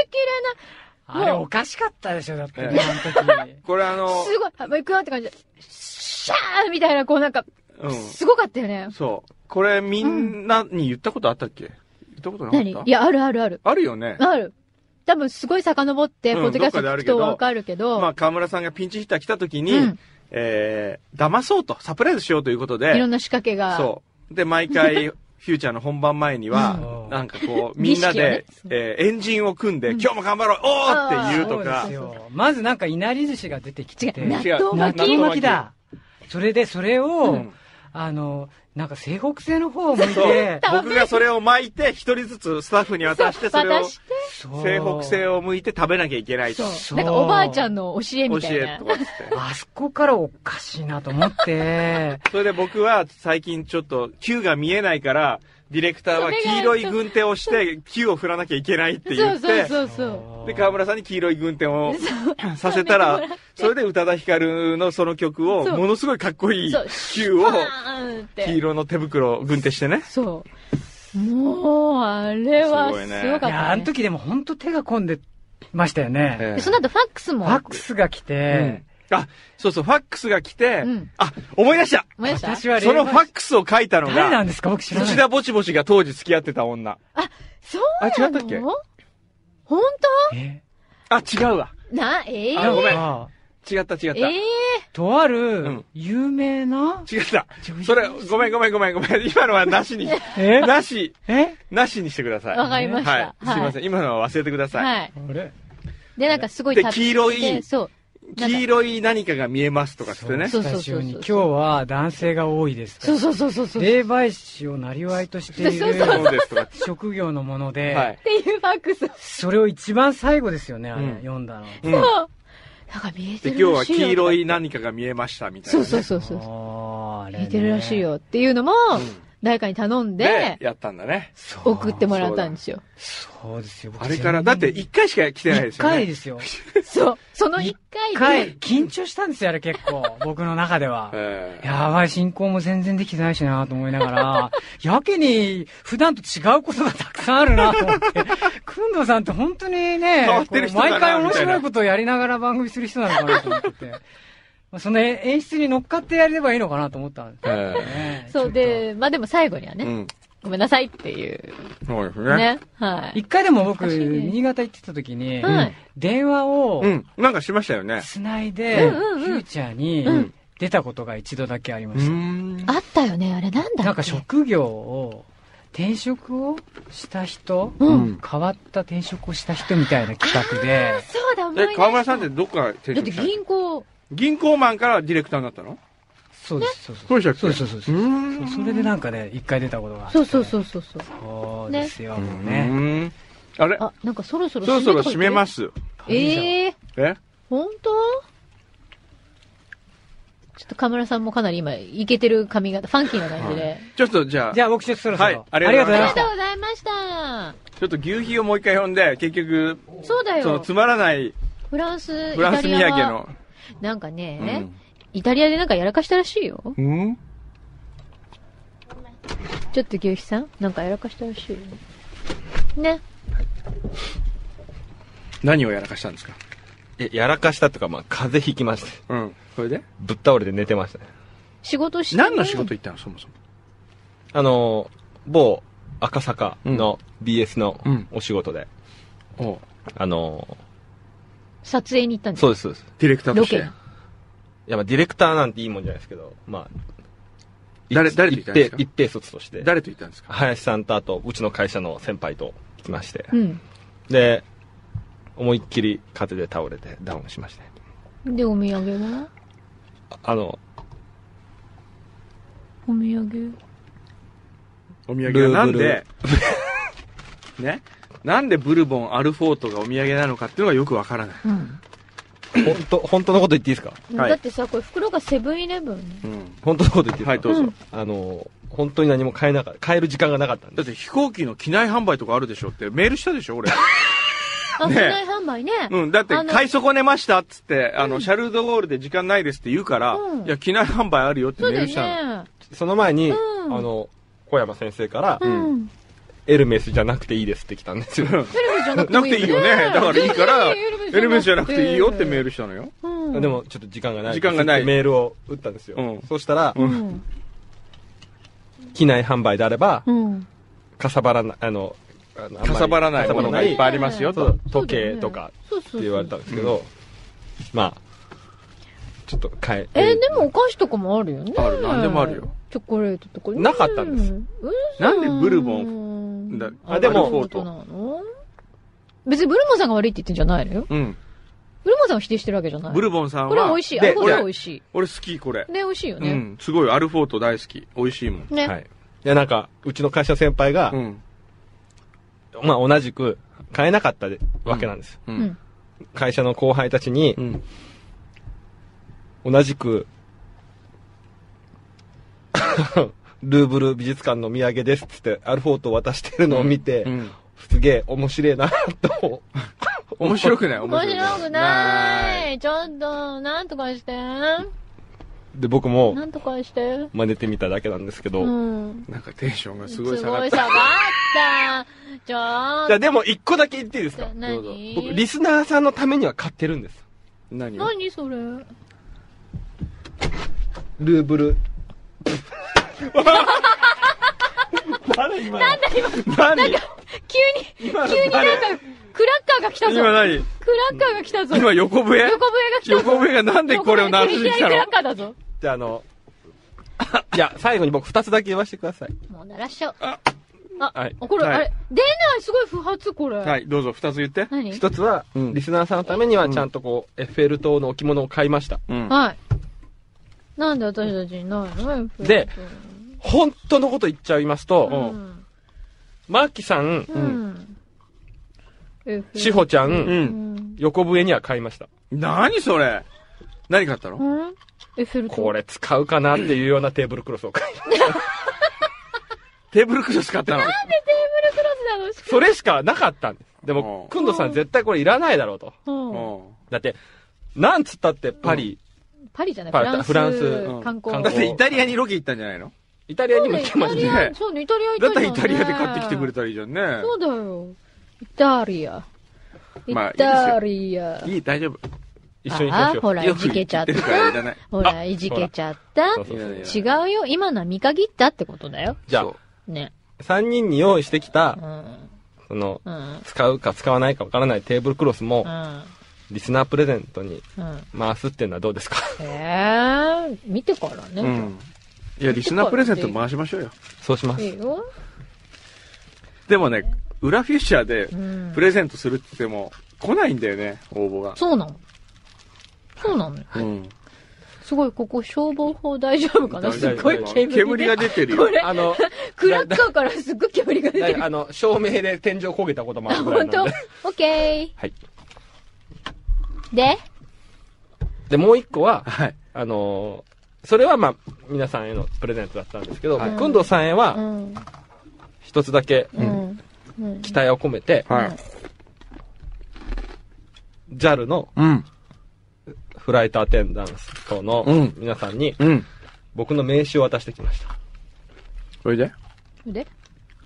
Speaker 6: あれおかしかったでしょ、だってね、
Speaker 1: ええ
Speaker 6: あの時。
Speaker 1: これあの
Speaker 2: な、、すごい、あ行くわって感じで、シャーみたいな、こうなんか、
Speaker 1: う
Speaker 2: すごかったよね
Speaker 1: ん。。そう。これみんなに言ったことあったっけ言ったことなかっ
Speaker 2: 何
Speaker 1: た
Speaker 2: いや、あるあるある。
Speaker 1: あるよね。
Speaker 2: ある。多分、すごい遡って、
Speaker 1: うん
Speaker 2: ポッドキャスト
Speaker 1: どっかであ
Speaker 2: 聞
Speaker 1: る
Speaker 2: く
Speaker 1: けど
Speaker 2: とわかるけど、
Speaker 1: まあ、河村さんがピンチヒッター来た時に、
Speaker 2: うん
Speaker 1: えー、騙そうと、サプライズしようということ
Speaker 2: いろ
Speaker 1: で、
Speaker 2: んな仕掛けが。
Speaker 1: そう。で、毎回、フューチャーの本番前には、
Speaker 6: うん
Speaker 1: なんかこう、みんなで、
Speaker 2: 儀式をね
Speaker 1: えー、エンジンを組んで、今日も頑張ろうおーって言うと
Speaker 2: あ
Speaker 1: か
Speaker 2: ー、
Speaker 6: そうですよまずなんかいなり寿司が出てきて
Speaker 2: 違う、納
Speaker 1: 違う
Speaker 2: 豆
Speaker 6: 納
Speaker 2: 巻き
Speaker 6: 豆巻きだ。それで、それを、
Speaker 1: うん
Speaker 6: あの、なんか西北西の方を向い
Speaker 1: そう
Speaker 6: て、
Speaker 1: 僕がそれを巻いて、一人ずつスタッフに渡して、それを
Speaker 2: 渡し
Speaker 6: そう
Speaker 1: 西北西を向いて食べなきゃいけないと。
Speaker 2: そ。
Speaker 6: そうう
Speaker 2: なんかおばあちゃんの教え
Speaker 1: 教
Speaker 2: みたい
Speaker 1: え
Speaker 2: な
Speaker 1: と。かっつって。
Speaker 6: あそこからおかしいなと思って、
Speaker 1: それで僕は最近ちょっと Q が見えないから、ディレクターは黄色い軍手をして、Q を振らなきゃいけないって
Speaker 2: そ
Speaker 1: 言
Speaker 2: う
Speaker 1: っ
Speaker 2: そう
Speaker 1: て、
Speaker 2: そうそう。
Speaker 1: で、河村さんに黄色い軍手をさせたら、それで宇多田ヒカルのその曲を、
Speaker 2: そう
Speaker 1: ものすごいかっこいい
Speaker 2: そう
Speaker 1: Q を、
Speaker 2: パーンっ
Speaker 1: 黄
Speaker 2: て。
Speaker 1: 色の手袋を軍手してね。
Speaker 2: そう。もう、あれは
Speaker 1: す
Speaker 2: す
Speaker 1: ごいね
Speaker 2: ご
Speaker 6: い
Speaker 2: かっ
Speaker 6: や、あ
Speaker 2: た、
Speaker 6: の
Speaker 2: ね。
Speaker 6: 時でも本当手が込んでましたよね。
Speaker 1: え
Speaker 2: で
Speaker 1: え
Speaker 2: その後ファックス
Speaker 6: フ
Speaker 2: も。
Speaker 6: ァックスが来て、
Speaker 1: うんあ、そうそう、ファックスが来て
Speaker 2: うん、
Speaker 1: あ、思い出した
Speaker 2: 思い出した
Speaker 6: 私は
Speaker 1: そのファ
Speaker 6: ク
Speaker 1: ックスを書いたの
Speaker 6: 誰な
Speaker 1: が
Speaker 6: ん、ですか僕知らない。
Speaker 1: 内田ぼちぼちが当時付き合ってた女。
Speaker 2: そう
Speaker 1: あ、違
Speaker 2: な
Speaker 1: ったっけ
Speaker 2: の本
Speaker 6: え
Speaker 1: あ、違うわ。
Speaker 2: 当な、ええ
Speaker 1: あごめん
Speaker 6: あ
Speaker 1: 違った違っ
Speaker 2: え
Speaker 1: た。
Speaker 2: え
Speaker 6: とあ
Speaker 1: ん
Speaker 6: る、有名な、
Speaker 1: 違った。それ、ごめんごめんごめんごめん。今のはなしに。
Speaker 6: え
Speaker 1: なし、
Speaker 6: え
Speaker 1: なしにしてください。
Speaker 2: わかりました。
Speaker 1: はい。すいませ
Speaker 2: ん。
Speaker 1: ん。今のは忘れてください。
Speaker 2: はい。
Speaker 6: あれ
Speaker 2: で、なんかすごい
Speaker 1: で
Speaker 2: 食べて
Speaker 1: 黄色い
Speaker 2: そう。なんか
Speaker 1: 黄色い何かが見えますとかつってね。
Speaker 2: そう
Speaker 6: スタジオに今日は男性が多いですか
Speaker 2: そう
Speaker 6: ら。
Speaker 2: そうそうそうそう。っ
Speaker 6: 霊媒師をなりわいとしてい
Speaker 2: そうそう
Speaker 1: そう
Speaker 6: る
Speaker 1: ですとか。
Speaker 6: 職業のもの
Speaker 1: は
Speaker 6: で
Speaker 1: い、
Speaker 2: ていうファックス。そう。
Speaker 6: それを一番最後ですよね、あ
Speaker 1: うん
Speaker 6: れ、読んだの。
Speaker 1: うん。で、
Speaker 2: なんか見えてる
Speaker 1: 今日は
Speaker 2: らしいよ
Speaker 1: 黄色い何かが見えましたみたいな
Speaker 2: そう
Speaker 1: ね。
Speaker 2: そうそうそう。
Speaker 6: あーあれね
Speaker 2: 見えてるらしい。よっていうのも、誰かに頼ん
Speaker 1: で
Speaker 2: で、、
Speaker 1: やったんだね。
Speaker 6: そう
Speaker 2: 送ってもらったんですよ。
Speaker 6: そうですよ。僕
Speaker 1: あれから、だって一回しか来てないで
Speaker 6: 一
Speaker 1: すよ
Speaker 6: 回
Speaker 1: ね。
Speaker 6: ですよ。一
Speaker 2: そう。その一回で
Speaker 6: 回、、緊張したんですよ、あれ結構。僕の中で は。
Speaker 1: ええ
Speaker 6: やばい、進行も全然できてないしなと思いなが ら、やけに普段と違うことがたくさんあるなと思って、くんどさんって本当にね、
Speaker 1: 変わってる人だな
Speaker 6: こう毎回面
Speaker 1: みた
Speaker 6: 白
Speaker 1: い
Speaker 6: い
Speaker 1: な
Speaker 6: ことをやりながら番組する人なのかなと思ってて、まあ、その演出に乗っかってやればいいのかなと思ったんです
Speaker 1: え
Speaker 6: よね。
Speaker 2: そう
Speaker 6: ちょっ
Speaker 2: で、まあでも最後には
Speaker 1: えう
Speaker 2: ね、
Speaker 1: ん。
Speaker 2: ごめんなさいっていう。
Speaker 1: そうですね。
Speaker 2: ね。は
Speaker 6: と。
Speaker 2: い。
Speaker 6: 一回でも僕、
Speaker 2: 難しいね
Speaker 6: 新潟行ってた時に、
Speaker 2: はい
Speaker 6: 電話を
Speaker 1: うん。なんかしましたよね。
Speaker 6: つないで、
Speaker 2: うん
Speaker 6: フ
Speaker 2: うんうん
Speaker 6: ューチャーに出たことが一度だけありま
Speaker 1: う
Speaker 6: した。
Speaker 1: ん。
Speaker 2: あったよね、あれなんだっけ
Speaker 6: なんか職業を、転職をした人、
Speaker 1: うん
Speaker 6: 変わった転職をした人みたいな企画で、
Speaker 2: そうだ、思い出
Speaker 1: え
Speaker 2: し、た
Speaker 1: 河村さんってどっから転
Speaker 2: だっ
Speaker 1: 職
Speaker 2: て
Speaker 1: したの
Speaker 2: 銀行、
Speaker 1: 銀行マンからディレクターになったの
Speaker 6: そうです、そうです。
Speaker 1: そうでしたっけ
Speaker 6: そうです、そうです。
Speaker 1: う
Speaker 6: そ
Speaker 1: ん。
Speaker 6: うそれでなんかね、一回出たことがあって。
Speaker 2: そうそうそうそうそう。
Speaker 6: そうですよ、もう
Speaker 1: う
Speaker 6: ね。
Speaker 1: ん。あれ
Speaker 2: あ、なんかそろそろ。
Speaker 1: そろそろ閉めますす。
Speaker 2: ええー、
Speaker 1: え
Speaker 2: 本当ちょっと河村さんもかなり今、イケてる髪型、ファンキーな感じで。
Speaker 1: ちょっとじゃあ
Speaker 6: じ、ゃあ僕ちょっとそろそろ、
Speaker 1: はいありがとうござい
Speaker 2: あ
Speaker 1: ま
Speaker 2: りが
Speaker 1: した
Speaker 2: とうございました。
Speaker 1: ちょっと牛皮をもう一回読んで、結局、
Speaker 2: そうだ
Speaker 1: その
Speaker 2: よ
Speaker 1: つ。まらない
Speaker 2: フランス、イ
Speaker 1: フラン
Speaker 2: タ
Speaker 1: ス土
Speaker 2: リア
Speaker 1: 産
Speaker 2: は、
Speaker 1: の。
Speaker 2: なんかね、イタリアでなんかやらかしたらしいよ。
Speaker 1: うん。
Speaker 2: ちちょっと牛皮さん、なんかやらかしてほしいよね。ね。
Speaker 1: 何をやらかしたんですか
Speaker 11: えやらかしたとか、まあ、風邪ひきまして。
Speaker 1: うん。それで
Speaker 11: ぶっ倒れて寝てましたね。
Speaker 2: 仕事して
Speaker 1: 何の仕事行ったの、そもそも。
Speaker 11: あのー、某赤坂の BS のお仕事で。あの
Speaker 2: 撮影に行ったん
Speaker 11: ー、
Speaker 2: です
Speaker 11: そうです、そうです。ディレクタ
Speaker 2: ーとしてロケの
Speaker 11: いや、まあ、ディレクターなんていいもんじゃないですけど、まあ、
Speaker 1: 誰誰と行ったんですか
Speaker 11: 一平一平卒として。
Speaker 1: 誰と行ったんですか
Speaker 11: 林さんと、あと、うちの会社の先輩と行きまして。
Speaker 2: うん。
Speaker 11: で、思いっきり風で倒れてダウンしましたね。
Speaker 2: で、お土産は
Speaker 11: ああの、
Speaker 2: お土産。
Speaker 1: お土産はなん
Speaker 11: ル
Speaker 1: で、 ね、なんでブルボン、アルフォートがお土産なのかっていうのがよくわからない。
Speaker 2: うん。
Speaker 11: 本当、本当のこと言っていいですか
Speaker 2: だってさ、これ袋がセブンイレブン。
Speaker 11: 本当のこと言って
Speaker 1: はい、どうぞ。
Speaker 11: あの、本当に何も買えなかった。買える時間がなかったんで。
Speaker 1: だって飛行機の機内販売とかあるでしょってメールしたでしょ、俺。
Speaker 2: あ、
Speaker 1: ね
Speaker 2: 機内販売ね。
Speaker 1: うん、だって
Speaker 2: あ、の
Speaker 1: 買い損ねましたっつって、あの、シャルドゴールで時間ないですって言うから、
Speaker 2: うん
Speaker 1: いや、機内販売あるよって
Speaker 2: そう
Speaker 1: メー
Speaker 2: だ
Speaker 1: ルしたの。
Speaker 2: よね。
Speaker 11: その前に、
Speaker 2: うん
Speaker 11: あの、小山先生から、
Speaker 2: うん。
Speaker 11: エルメスじゃなくていいですって来たんですよ。
Speaker 2: なくてもいいよね
Speaker 1: なくていいよね。だからいいから、
Speaker 2: 全然いい
Speaker 1: エルメスじゃなくていいよってメールしたのよ。
Speaker 2: うん。
Speaker 11: でも、ちょっと時間がない。
Speaker 1: 時間がない
Speaker 11: メールを打ったんですよ。そしたら、
Speaker 2: うん。
Speaker 11: 機内販売であれば、
Speaker 2: うん。
Speaker 11: かさばらな、あの、あのあんまり
Speaker 1: かさばらない
Speaker 11: かさばら
Speaker 1: ものがいっぱいありますよと
Speaker 11: そう時計とか
Speaker 2: そう
Speaker 11: っ
Speaker 2: そう
Speaker 11: て
Speaker 2: そう
Speaker 11: 言われたんですけど、まあ、ちょっと買え。
Speaker 2: えー、でもお菓子とかもあるよね。
Speaker 1: ある、なんでもあるよ。
Speaker 2: チョコレートとかね
Speaker 11: なかったんです。
Speaker 1: なんでブルボ
Speaker 2: ン
Speaker 1: だ
Speaker 11: あでも
Speaker 1: アルフ
Speaker 2: そ
Speaker 1: ォー
Speaker 2: う
Speaker 1: ト。
Speaker 2: なの別にブルボンさんが悪いって言ってんじゃないのよ。
Speaker 1: うん。
Speaker 2: ブルボンさんを否定してるわけじゃない。
Speaker 1: ブルボンさんは。
Speaker 2: これ美味しい。あ
Speaker 1: で
Speaker 2: れこれ
Speaker 1: 俺
Speaker 2: 美味し
Speaker 1: 俺好き、これ
Speaker 2: い。。ね、美味しいよ
Speaker 1: う
Speaker 2: ね。
Speaker 1: ん、すごい、アルフォート大好き。美味しいもん。
Speaker 2: ね。
Speaker 11: はい。いや、なんか、うちの会社先輩が、まあ、同じく、買えなかったでわけなんですよ。
Speaker 1: う
Speaker 2: うん。
Speaker 11: 会社の後輩たちに、同じく、 ルーブル美術館の土産ですっつって、アルフォートを渡してるのを見て、すげえ面白いな、と。
Speaker 1: 面白くない
Speaker 2: 面白くない。ちょっと、なんとかして。な
Speaker 11: で、僕も
Speaker 2: んとかして。
Speaker 11: 真似てみただけなんですけど、
Speaker 2: うん。
Speaker 1: なんかテンションがす
Speaker 2: すごい
Speaker 1: じ
Speaker 2: 下が った。ちょっと。
Speaker 11: いや、でも一個だけ言っていいですか
Speaker 2: 何
Speaker 11: 僕、リスナーさんのためには買ってるんです。
Speaker 1: 何
Speaker 2: 何それ
Speaker 11: ルーブル。
Speaker 12: 誰今
Speaker 2: なんだ今
Speaker 1: 何
Speaker 2: 急に、急になんか、クラッカーが来たぞ。
Speaker 1: 今何
Speaker 2: クラッカーが来たぞ。
Speaker 1: 今横笛
Speaker 2: 横笛が来たぞ。
Speaker 1: 横笛がなんでこれを鳴らしに来
Speaker 2: 横笛クリス
Speaker 1: たの
Speaker 2: ティアンクラッカーだぞ。
Speaker 11: じゃあ、あ の、じゃあ、最後に僕二つだけ言わせてください。
Speaker 2: もう鳴らしちゃおう。あ、
Speaker 11: はい
Speaker 2: これ、
Speaker 1: はい
Speaker 2: あれ、出ない、すごい不発、これ。
Speaker 1: はい、どうぞ、二つ言って。
Speaker 2: 何
Speaker 11: 一つは、リスナーさんのためにはちゃんとこう、エッフェル塔の置物を買いました。
Speaker 1: うん
Speaker 2: はい。なんで私たちにないの
Speaker 11: で、本当のこと言っちゃいますと、
Speaker 2: うん。
Speaker 11: マーキさん、
Speaker 2: うん。え
Speaker 11: しほちゃん、
Speaker 2: うん。
Speaker 11: 横笛には買いました。
Speaker 1: 何それ何買った
Speaker 2: う
Speaker 1: の
Speaker 2: んエッフェル塔。
Speaker 11: これ使うかなっていうようなテーブルクロスを買いました。
Speaker 1: テーブルクロス買ったの
Speaker 2: なんでテーブルクロスなのしか
Speaker 11: それしかなかったんです。でも、くんどさん絶対これいらないだろうと。
Speaker 2: も
Speaker 11: だって、なんつったってパリ、
Speaker 2: うんパリじゃない、フ
Speaker 11: パリ
Speaker 2: ランス。
Speaker 11: フランス
Speaker 2: 観
Speaker 11: う
Speaker 2: 光。
Speaker 11: ん
Speaker 1: だってイタリアにロケ行ったんじゃないの
Speaker 11: イタリアにも行きま
Speaker 2: そ
Speaker 11: し
Speaker 2: うねイ
Speaker 11: た
Speaker 2: タリ
Speaker 11: ね
Speaker 2: ア。そうね、イタリア行
Speaker 1: だっ
Speaker 2: ったたじ
Speaker 1: ら
Speaker 2: ゃ
Speaker 1: イ
Speaker 2: ん
Speaker 1: タリアで買ってきてくれたらいいじゃんね。
Speaker 2: そうだよ。イタリア。イ
Speaker 1: まあいいですよ
Speaker 2: タリア。
Speaker 1: いい、大丈夫。
Speaker 11: 一緒にしまし
Speaker 2: あほら
Speaker 11: ょう。
Speaker 1: よく
Speaker 2: いじけちゃった
Speaker 1: 言ってるからいらない。
Speaker 2: ほら、いじけちゃった。
Speaker 11: そうそうそう
Speaker 2: 違うよ。今のは見限ったってことだよ。
Speaker 11: じゃあ、
Speaker 2: ね。
Speaker 11: 三人に用意してきた
Speaker 2: う、ん。
Speaker 11: その、
Speaker 2: うん。
Speaker 11: 使うか使わないかわからないテーブルクロスも
Speaker 2: う、ん。
Speaker 11: リスナープレゼントに
Speaker 2: うん。
Speaker 11: 回すっていうのはどうですか
Speaker 2: えー、見てからね。
Speaker 1: うん。いや、リスナープレゼント回しましょうよ。
Speaker 11: そうします。
Speaker 2: いいよ。
Speaker 1: でもね、裏フィッシャーで
Speaker 2: うん
Speaker 1: プレゼントするって言っても、来ないんだよね、応募が。
Speaker 2: そうなの。そうなのよ。
Speaker 1: うん。
Speaker 2: すごい、ここ消防法大丈夫かな
Speaker 1: 大
Speaker 2: す
Speaker 1: 丈夫
Speaker 2: っごい煙で。
Speaker 1: 煙が出てる
Speaker 2: こ
Speaker 1: よ
Speaker 2: れ、
Speaker 11: あ の、
Speaker 2: クラッカーからすっごい煙が出て
Speaker 11: だ
Speaker 2: る。
Speaker 11: あの、照明で天井焦げたこともあ
Speaker 2: あ、
Speaker 11: るぐら
Speaker 2: ほ
Speaker 11: い
Speaker 2: んと
Speaker 11: な
Speaker 2: オ
Speaker 11: んで。
Speaker 2: ッケ
Speaker 11: はい。
Speaker 2: ー。で
Speaker 11: で、もう一個は、
Speaker 1: はい。
Speaker 11: あのーそれはまあ、皆さんへのプレゼントだったんですけど、
Speaker 1: はい
Speaker 11: くんどうさんへ
Speaker 2: う
Speaker 11: は、
Speaker 2: ん。
Speaker 11: 一つだけ、
Speaker 2: うん。うん。
Speaker 11: 期待を込めて、
Speaker 1: はい。
Speaker 11: JAL の
Speaker 1: うん。
Speaker 11: フライトアテンダンス等の
Speaker 1: うん
Speaker 11: 皆さんに、
Speaker 1: うん。
Speaker 11: 僕の名刺を渡してきました。
Speaker 1: これで
Speaker 2: で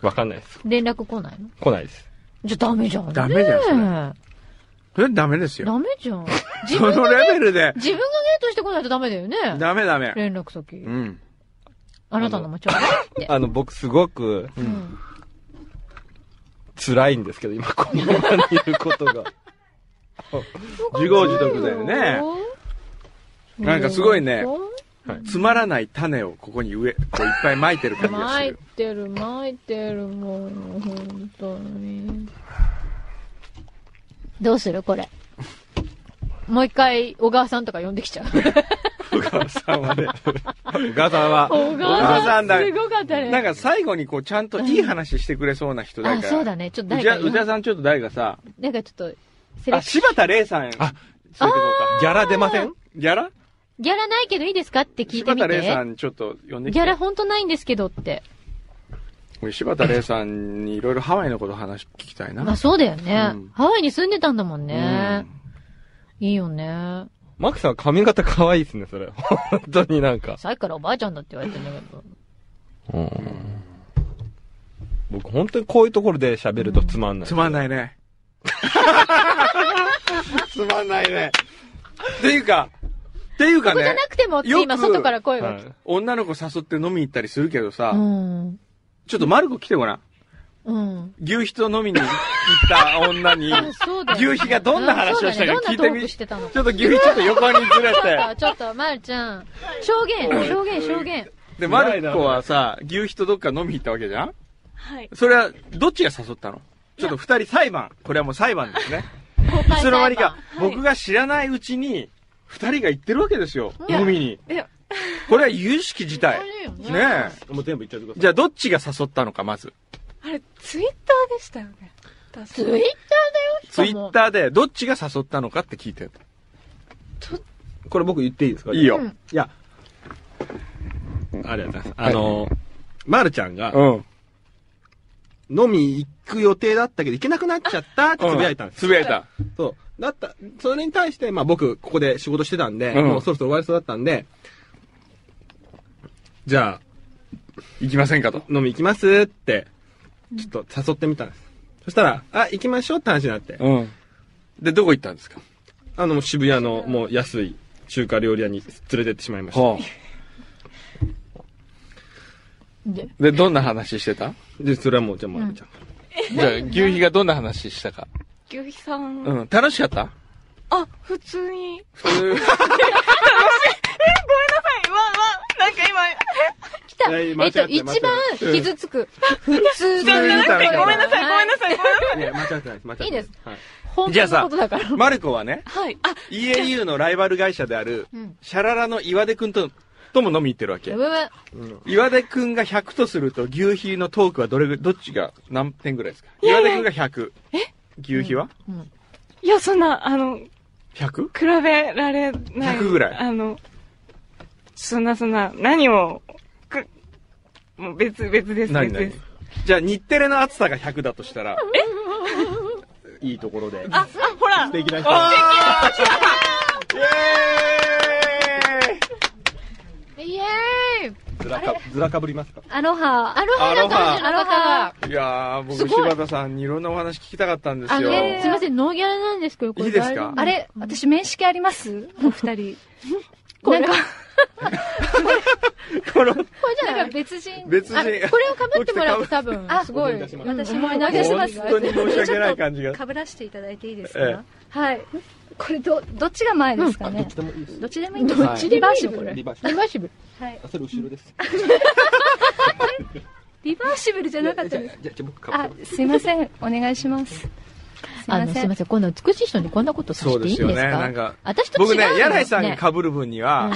Speaker 11: わかんないです。
Speaker 2: 連絡来ないの
Speaker 11: 来ないです。
Speaker 2: じゃダメじゃん。
Speaker 1: ダメじゃんそれ
Speaker 2: ね
Speaker 1: それダメです
Speaker 2: え
Speaker 1: よ。
Speaker 2: ダメじゃ ん。自
Speaker 1: そ
Speaker 2: 分
Speaker 1: の
Speaker 2: が
Speaker 1: レベルで。
Speaker 2: 自分がゲートしてこないとダメだよね。
Speaker 1: ダメダメ。
Speaker 2: 連絡先
Speaker 1: う。ん。
Speaker 2: あなたのもちょうだいって。
Speaker 11: あの、僕すごく、辛いんですけど、今このままにいることが。
Speaker 1: 自業自得だよね。なんかすごいね、つまらない種をここに植え、こういっぱい撒いてる感じがす
Speaker 13: 巻い
Speaker 1: る。
Speaker 13: てる巻いてるもう本当に
Speaker 2: どうするこれ。もう一回、小川さんとか呼んできち ゃう。
Speaker 11: 小川さんはね。小川さんは。
Speaker 2: 小川さんすごかったね。
Speaker 1: なんか最後にこうちゃんといい話してくれそうな人だから。
Speaker 2: あそうだねちょっと
Speaker 1: う
Speaker 2: 誰
Speaker 1: じ
Speaker 2: か
Speaker 1: ゃ、うじゃさんちょっと誰かさ、
Speaker 2: なんかちょっと、セレ
Speaker 1: あ、
Speaker 2: ク
Speaker 1: 柴田玲さん。あ、そういうことか。ギャラ出ませんギャラ
Speaker 2: ギャラないけどいいですかって聞いて
Speaker 1: 柴
Speaker 2: み
Speaker 1: 田玲さ
Speaker 2: て。
Speaker 1: んちょっと呼んでき
Speaker 2: ギャ
Speaker 1: て
Speaker 2: ラ。ほんとないんですけどって。
Speaker 1: 俺柴田玲さんにいろいろハワイのこと話聞きたいな。
Speaker 2: まあそうだよね
Speaker 1: う。
Speaker 2: ハワイに住んでたんだもんね。いいよね。
Speaker 11: マキさん髪型可愛いですね、それ。本当になんか。
Speaker 2: さっきからおばあちゃんだって言われてんだけど。
Speaker 11: 僕本当にこういうところで喋るとつまんない。つまん
Speaker 1: な いね。つまんないね。っていうか、っていうか
Speaker 2: ここじ
Speaker 1: ね
Speaker 2: ゃな。くてもって今
Speaker 1: よく
Speaker 2: 外から声が来
Speaker 1: はい女の子誘って飲み行ったりするけどさ
Speaker 2: た。う、ん。
Speaker 1: ちょっとマルコ来てごらん。
Speaker 2: うん。
Speaker 1: 牛皮と飲みに行った女に、
Speaker 2: あそうだよね
Speaker 1: 牛皮がどんな話をしたか聞いてみ、
Speaker 2: うん
Speaker 1: ち
Speaker 2: そうだねどんなトークしてたの
Speaker 1: ょっと牛皮ちょっと横にずれ、
Speaker 2: ちょってと、ちょっと、まるちゃん。証言、証言、証言。
Speaker 1: で、マルコはさ、牛皮とどっか飲み行ったわけじゃん
Speaker 10: はい。
Speaker 1: それは、どっちが誘ったのちょっと二人裁判。これはもう裁判ですね。
Speaker 10: 公
Speaker 1: いつの間にか、
Speaker 10: 裁判
Speaker 1: 僕が知らないうちに、二人が行ってるわけですよ。
Speaker 10: いや
Speaker 1: 飲みに。
Speaker 10: いや、
Speaker 1: これは有識事態。ねえ。
Speaker 11: もう全部言っちゃってください。
Speaker 1: じゃあ、どっちが誘ったのか、まず。
Speaker 10: あれ、ツイッターでしたよね。ツ
Speaker 2: イッターだよ
Speaker 1: ツイッターで、どっちが誘ったのかって聞いてる。
Speaker 11: これ僕言っていいですか
Speaker 1: いいよ
Speaker 11: いや、ありがとうございます。あの、まるちゃんが、飲み行く予定だったけど行けなくなっちゃったってつぶやいたんです。
Speaker 1: つぶやいた。
Speaker 11: そう。だった、それに対して、まあ僕、ここで仕事してたんで、
Speaker 1: うん
Speaker 11: もうそろそろ終わりそうだったんで、じゃあ、
Speaker 1: 行きませんかと。
Speaker 11: 飲み行きますって、ちょっと誘ってみたんです。そしたら、あ、行きましょうって話になって。
Speaker 1: で、どこ行ったんですか
Speaker 11: あの、もう渋谷の、もう安い中華料理屋に連れてってしまいました。
Speaker 2: で、
Speaker 1: で、どんな話してた
Speaker 11: で、それはもう、じゃあ、ま
Speaker 10: う
Speaker 11: る
Speaker 10: ん
Speaker 11: ちゃん。
Speaker 1: じゃあ、牛皮がどんな話したか。
Speaker 10: 牛肥さん。
Speaker 1: うん。楽しかった
Speaker 10: あ、普通に。
Speaker 1: 普通。
Speaker 10: え、ごめんなさい。わ、わ、なんか今、え
Speaker 2: 来た。えっと、一番傷つく。普通
Speaker 10: じゃなくて、ごめんなさい、ごめんなさい、ごめんなさい。
Speaker 11: いや、間違ってないです、間違ってない
Speaker 2: いいです。
Speaker 1: じゃ
Speaker 2: 本当
Speaker 1: あ
Speaker 2: のことだから
Speaker 1: さ、マルコはね、
Speaker 10: はい。あ、
Speaker 1: EAU のライバル会社である
Speaker 2: うん、
Speaker 1: シャララの岩出くんと、とも飲み行ってるわけ
Speaker 2: う。わ
Speaker 1: 岩出くんが100とすると、牛皮のトークはどれぐどっちが何点ぐらいですか
Speaker 10: いや
Speaker 1: 岩
Speaker 10: いや
Speaker 1: 出くんが100。牛皮はい
Speaker 10: や、そんな、あの、
Speaker 1: 100?
Speaker 10: 比べられない。
Speaker 1: 100ぐらい
Speaker 10: あの、そんなそんな、何を、く、もう別、別です、
Speaker 1: 何
Speaker 10: 別
Speaker 1: 何
Speaker 10: です。
Speaker 1: じゃあ、日テレの暑さが100だとしたら、いいところで。
Speaker 10: あ、あ、ほら
Speaker 1: 素敵な人
Speaker 10: あー
Speaker 2: イエーイ
Speaker 11: ずらか、ずらかぶりますか
Speaker 2: アロハ。アロハだった
Speaker 1: ア
Speaker 2: アロハ。
Speaker 1: いやー、
Speaker 2: す
Speaker 1: 僕、
Speaker 2: ごい
Speaker 1: 柴田さんにいろんなお話聞きたかったんです
Speaker 2: あ
Speaker 1: よ
Speaker 2: の。ね、すいません、ノーギャラなんですけど、これ
Speaker 1: いいですか
Speaker 2: 大丈夫
Speaker 1: あ
Speaker 14: れ私面識ありますお二人。
Speaker 2: これ
Speaker 14: なんか、
Speaker 2: これじゃない別人
Speaker 1: 別人
Speaker 2: あこれを被ってもらうと多分、すごい。
Speaker 14: 私
Speaker 2: うん
Speaker 14: も
Speaker 2: 思い出します。
Speaker 1: 本当に申し訳ない感じが。
Speaker 14: 被らせていただいていいです
Speaker 1: ええ
Speaker 14: かはい。これど、どっちが前ですかねどっちでもいいです
Speaker 2: どっちでもいいの
Speaker 14: リバーシブ
Speaker 2: こ
Speaker 14: ル
Speaker 2: れ。
Speaker 11: リバー
Speaker 14: ブ
Speaker 11: シ
Speaker 14: ル
Speaker 2: リバーシブル。
Speaker 14: はい。
Speaker 11: それ後ろです。
Speaker 14: リバーシブルじゃなかったです。
Speaker 11: じゃあ、じゃあ僕、
Speaker 14: あ、すいません。お願いします。すいま
Speaker 2: あの、す
Speaker 14: せ
Speaker 2: い
Speaker 14: ん
Speaker 2: ま。せん、こんな美しい人にこんなことさせていいんですか
Speaker 1: なんか、
Speaker 2: 私と違う
Speaker 1: 僕ね、
Speaker 2: の
Speaker 1: 柳井さんが
Speaker 2: ね
Speaker 1: 被る分には、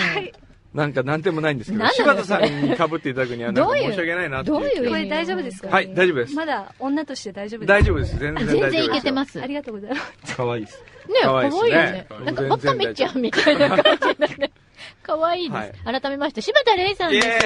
Speaker 1: なんか何でもないんですけど、
Speaker 14: 何な
Speaker 1: 柴
Speaker 14: んで
Speaker 1: 田
Speaker 14: すか
Speaker 1: さんに被っていただくには、なん
Speaker 14: ど
Speaker 1: か
Speaker 14: う
Speaker 1: 申
Speaker 14: いう、
Speaker 1: し訳ないなって
Speaker 14: どういう
Speaker 1: 気
Speaker 14: こ
Speaker 1: が
Speaker 14: れ大丈夫ですか
Speaker 1: はい大丈夫です
Speaker 14: まだ女として大丈夫ですか
Speaker 1: 大丈夫です。全然大丈夫です。
Speaker 14: す。ありがとうございます。
Speaker 11: 可愛いです。
Speaker 2: ね、
Speaker 1: 可
Speaker 2: 可愛
Speaker 1: 愛
Speaker 2: い
Speaker 1: い
Speaker 2: よね
Speaker 1: ですね。
Speaker 2: なんか、
Speaker 1: 全然
Speaker 2: バカめっちゃんみたいな感じになるね。可愛いです。改めまして、柴田玲さんです。
Speaker 14: イエーイ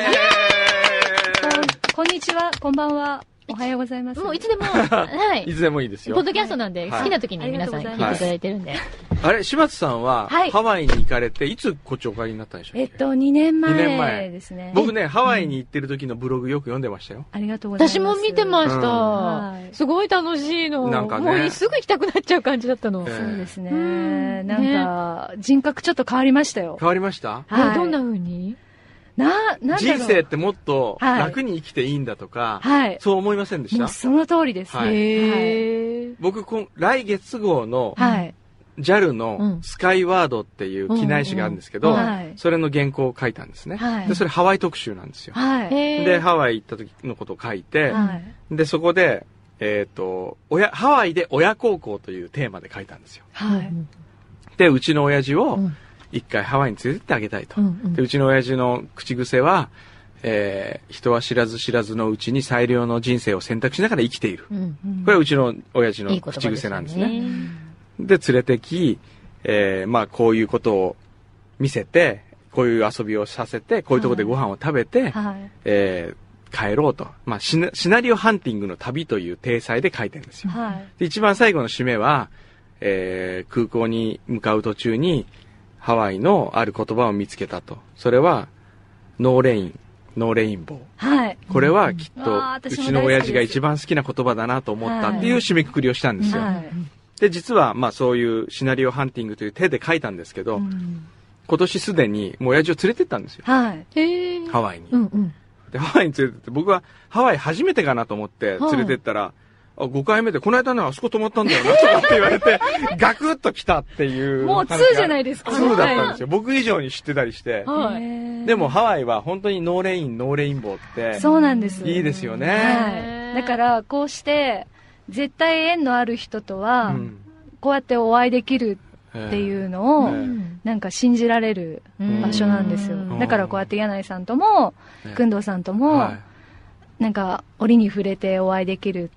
Speaker 14: こんにちは、こんばんは、おはようございます。
Speaker 2: もういつでも、はい。
Speaker 1: いつでもいいですよ。
Speaker 2: ポッドキャストなんで、
Speaker 1: はい
Speaker 2: 好きな時に皆さん聞いていただいてるんで。はい。
Speaker 1: あれ、島津さんは、
Speaker 14: はい
Speaker 1: ハワイに行かれて、いつこっちお帰りになったんでしょう
Speaker 14: えっと、2年
Speaker 1: 二年前
Speaker 14: 前ですね。
Speaker 1: 僕ね、ハワイに行ってる時のブログよく読んでましたよ。
Speaker 14: ありがとうございます。
Speaker 2: 私も見てました。
Speaker 1: うん
Speaker 2: すごい楽しいの。
Speaker 1: なんかね
Speaker 2: もうすぐ行きたくなっちゃう感じだったの。
Speaker 1: ええそうです
Speaker 14: ね。なんか、人格ちょっと変わりましたよ。
Speaker 1: 変わりました
Speaker 14: はい。どんな風にな、なんだろう。
Speaker 1: 人生ってもっと
Speaker 14: はい
Speaker 1: 楽に生きていいんだとか、
Speaker 14: はい
Speaker 1: そう思いませんでし
Speaker 14: も
Speaker 1: た
Speaker 14: うその通りです。
Speaker 1: はい
Speaker 14: へー
Speaker 1: 僕こん、来月号の、
Speaker 14: はい。
Speaker 1: JAL
Speaker 14: う
Speaker 1: の
Speaker 14: ん
Speaker 1: スカイワードっていう機内誌があるんですけ
Speaker 14: うん
Speaker 1: ど
Speaker 14: うんはい、
Speaker 1: それの原稿を書いたんですね
Speaker 14: は。い
Speaker 1: で、それハワイ特集なんですよ。
Speaker 14: はい。
Speaker 1: で、ハワイ行った時のことを書いて、
Speaker 14: はい。
Speaker 1: で、そこで、えっ、と、親、ハワイで親孝行というテーマで書いたんですよ。
Speaker 14: はい。
Speaker 1: で、うちの親父を、一回ハワイに連れてってあげたいと。で、うちの親父の口癖は、えー人は知らず知らずのうちに最良の人生を選択しながら生きている。これはうちの親父
Speaker 2: い
Speaker 1: の
Speaker 2: い言葉
Speaker 1: 口癖なんですね。
Speaker 2: ですよ
Speaker 1: で、連れてき、えーまあ、こういうことを見せて、こういう遊びをさせて、こういうところでご飯を食べて、
Speaker 14: はい。
Speaker 1: えー帰ろうと。まあシナ、シナリオハンティングの旅という体裁で書いてるんですよ。
Speaker 14: はい。
Speaker 1: で一番最後の締めは、えー空港に向かう途中に、ハワイのある言葉を見つけたと。それは、ノーレイン、ノーレインボー。
Speaker 14: はい。
Speaker 1: これはきっ
Speaker 14: うん
Speaker 1: と
Speaker 14: わあ、
Speaker 1: う
Speaker 14: 私も
Speaker 1: ちの親父が一番好きな言葉だなと思ったっていう締めくくりをしたんですよ。
Speaker 14: はい。
Speaker 1: で、実は、まあそういうシナリオハンティングという手で書いたんですけど、今年すでにもう親父を連れてったんですよ。
Speaker 14: はい。
Speaker 2: へー
Speaker 1: ハワイに。
Speaker 2: うんうん。
Speaker 1: で、ハワイに連れてって、僕はハワイ初めてかなと思って連れてったら、あ5回目で、この間ね、あそこ泊まったんだよな、と かって言われて、ガクッと来たっていう。
Speaker 14: もう2じゃないですか。
Speaker 1: 2だったんですよ。僕以上に知ってたりして。
Speaker 14: はい。
Speaker 1: でもハワイは本当にノーレイン、ノーレインボーって。
Speaker 14: そうなんです
Speaker 1: いいですよね。
Speaker 14: はい。だから、こうして、絶対縁のある人とは
Speaker 1: ん、
Speaker 14: こうやってお会いできるっていうのを
Speaker 1: ええ、
Speaker 14: なんか信じられる場所なんですよ
Speaker 1: うん。
Speaker 14: だからこうやって柳井さんとも
Speaker 1: ええ、
Speaker 14: 工藤さんとも、なんか折に触れてお会いできる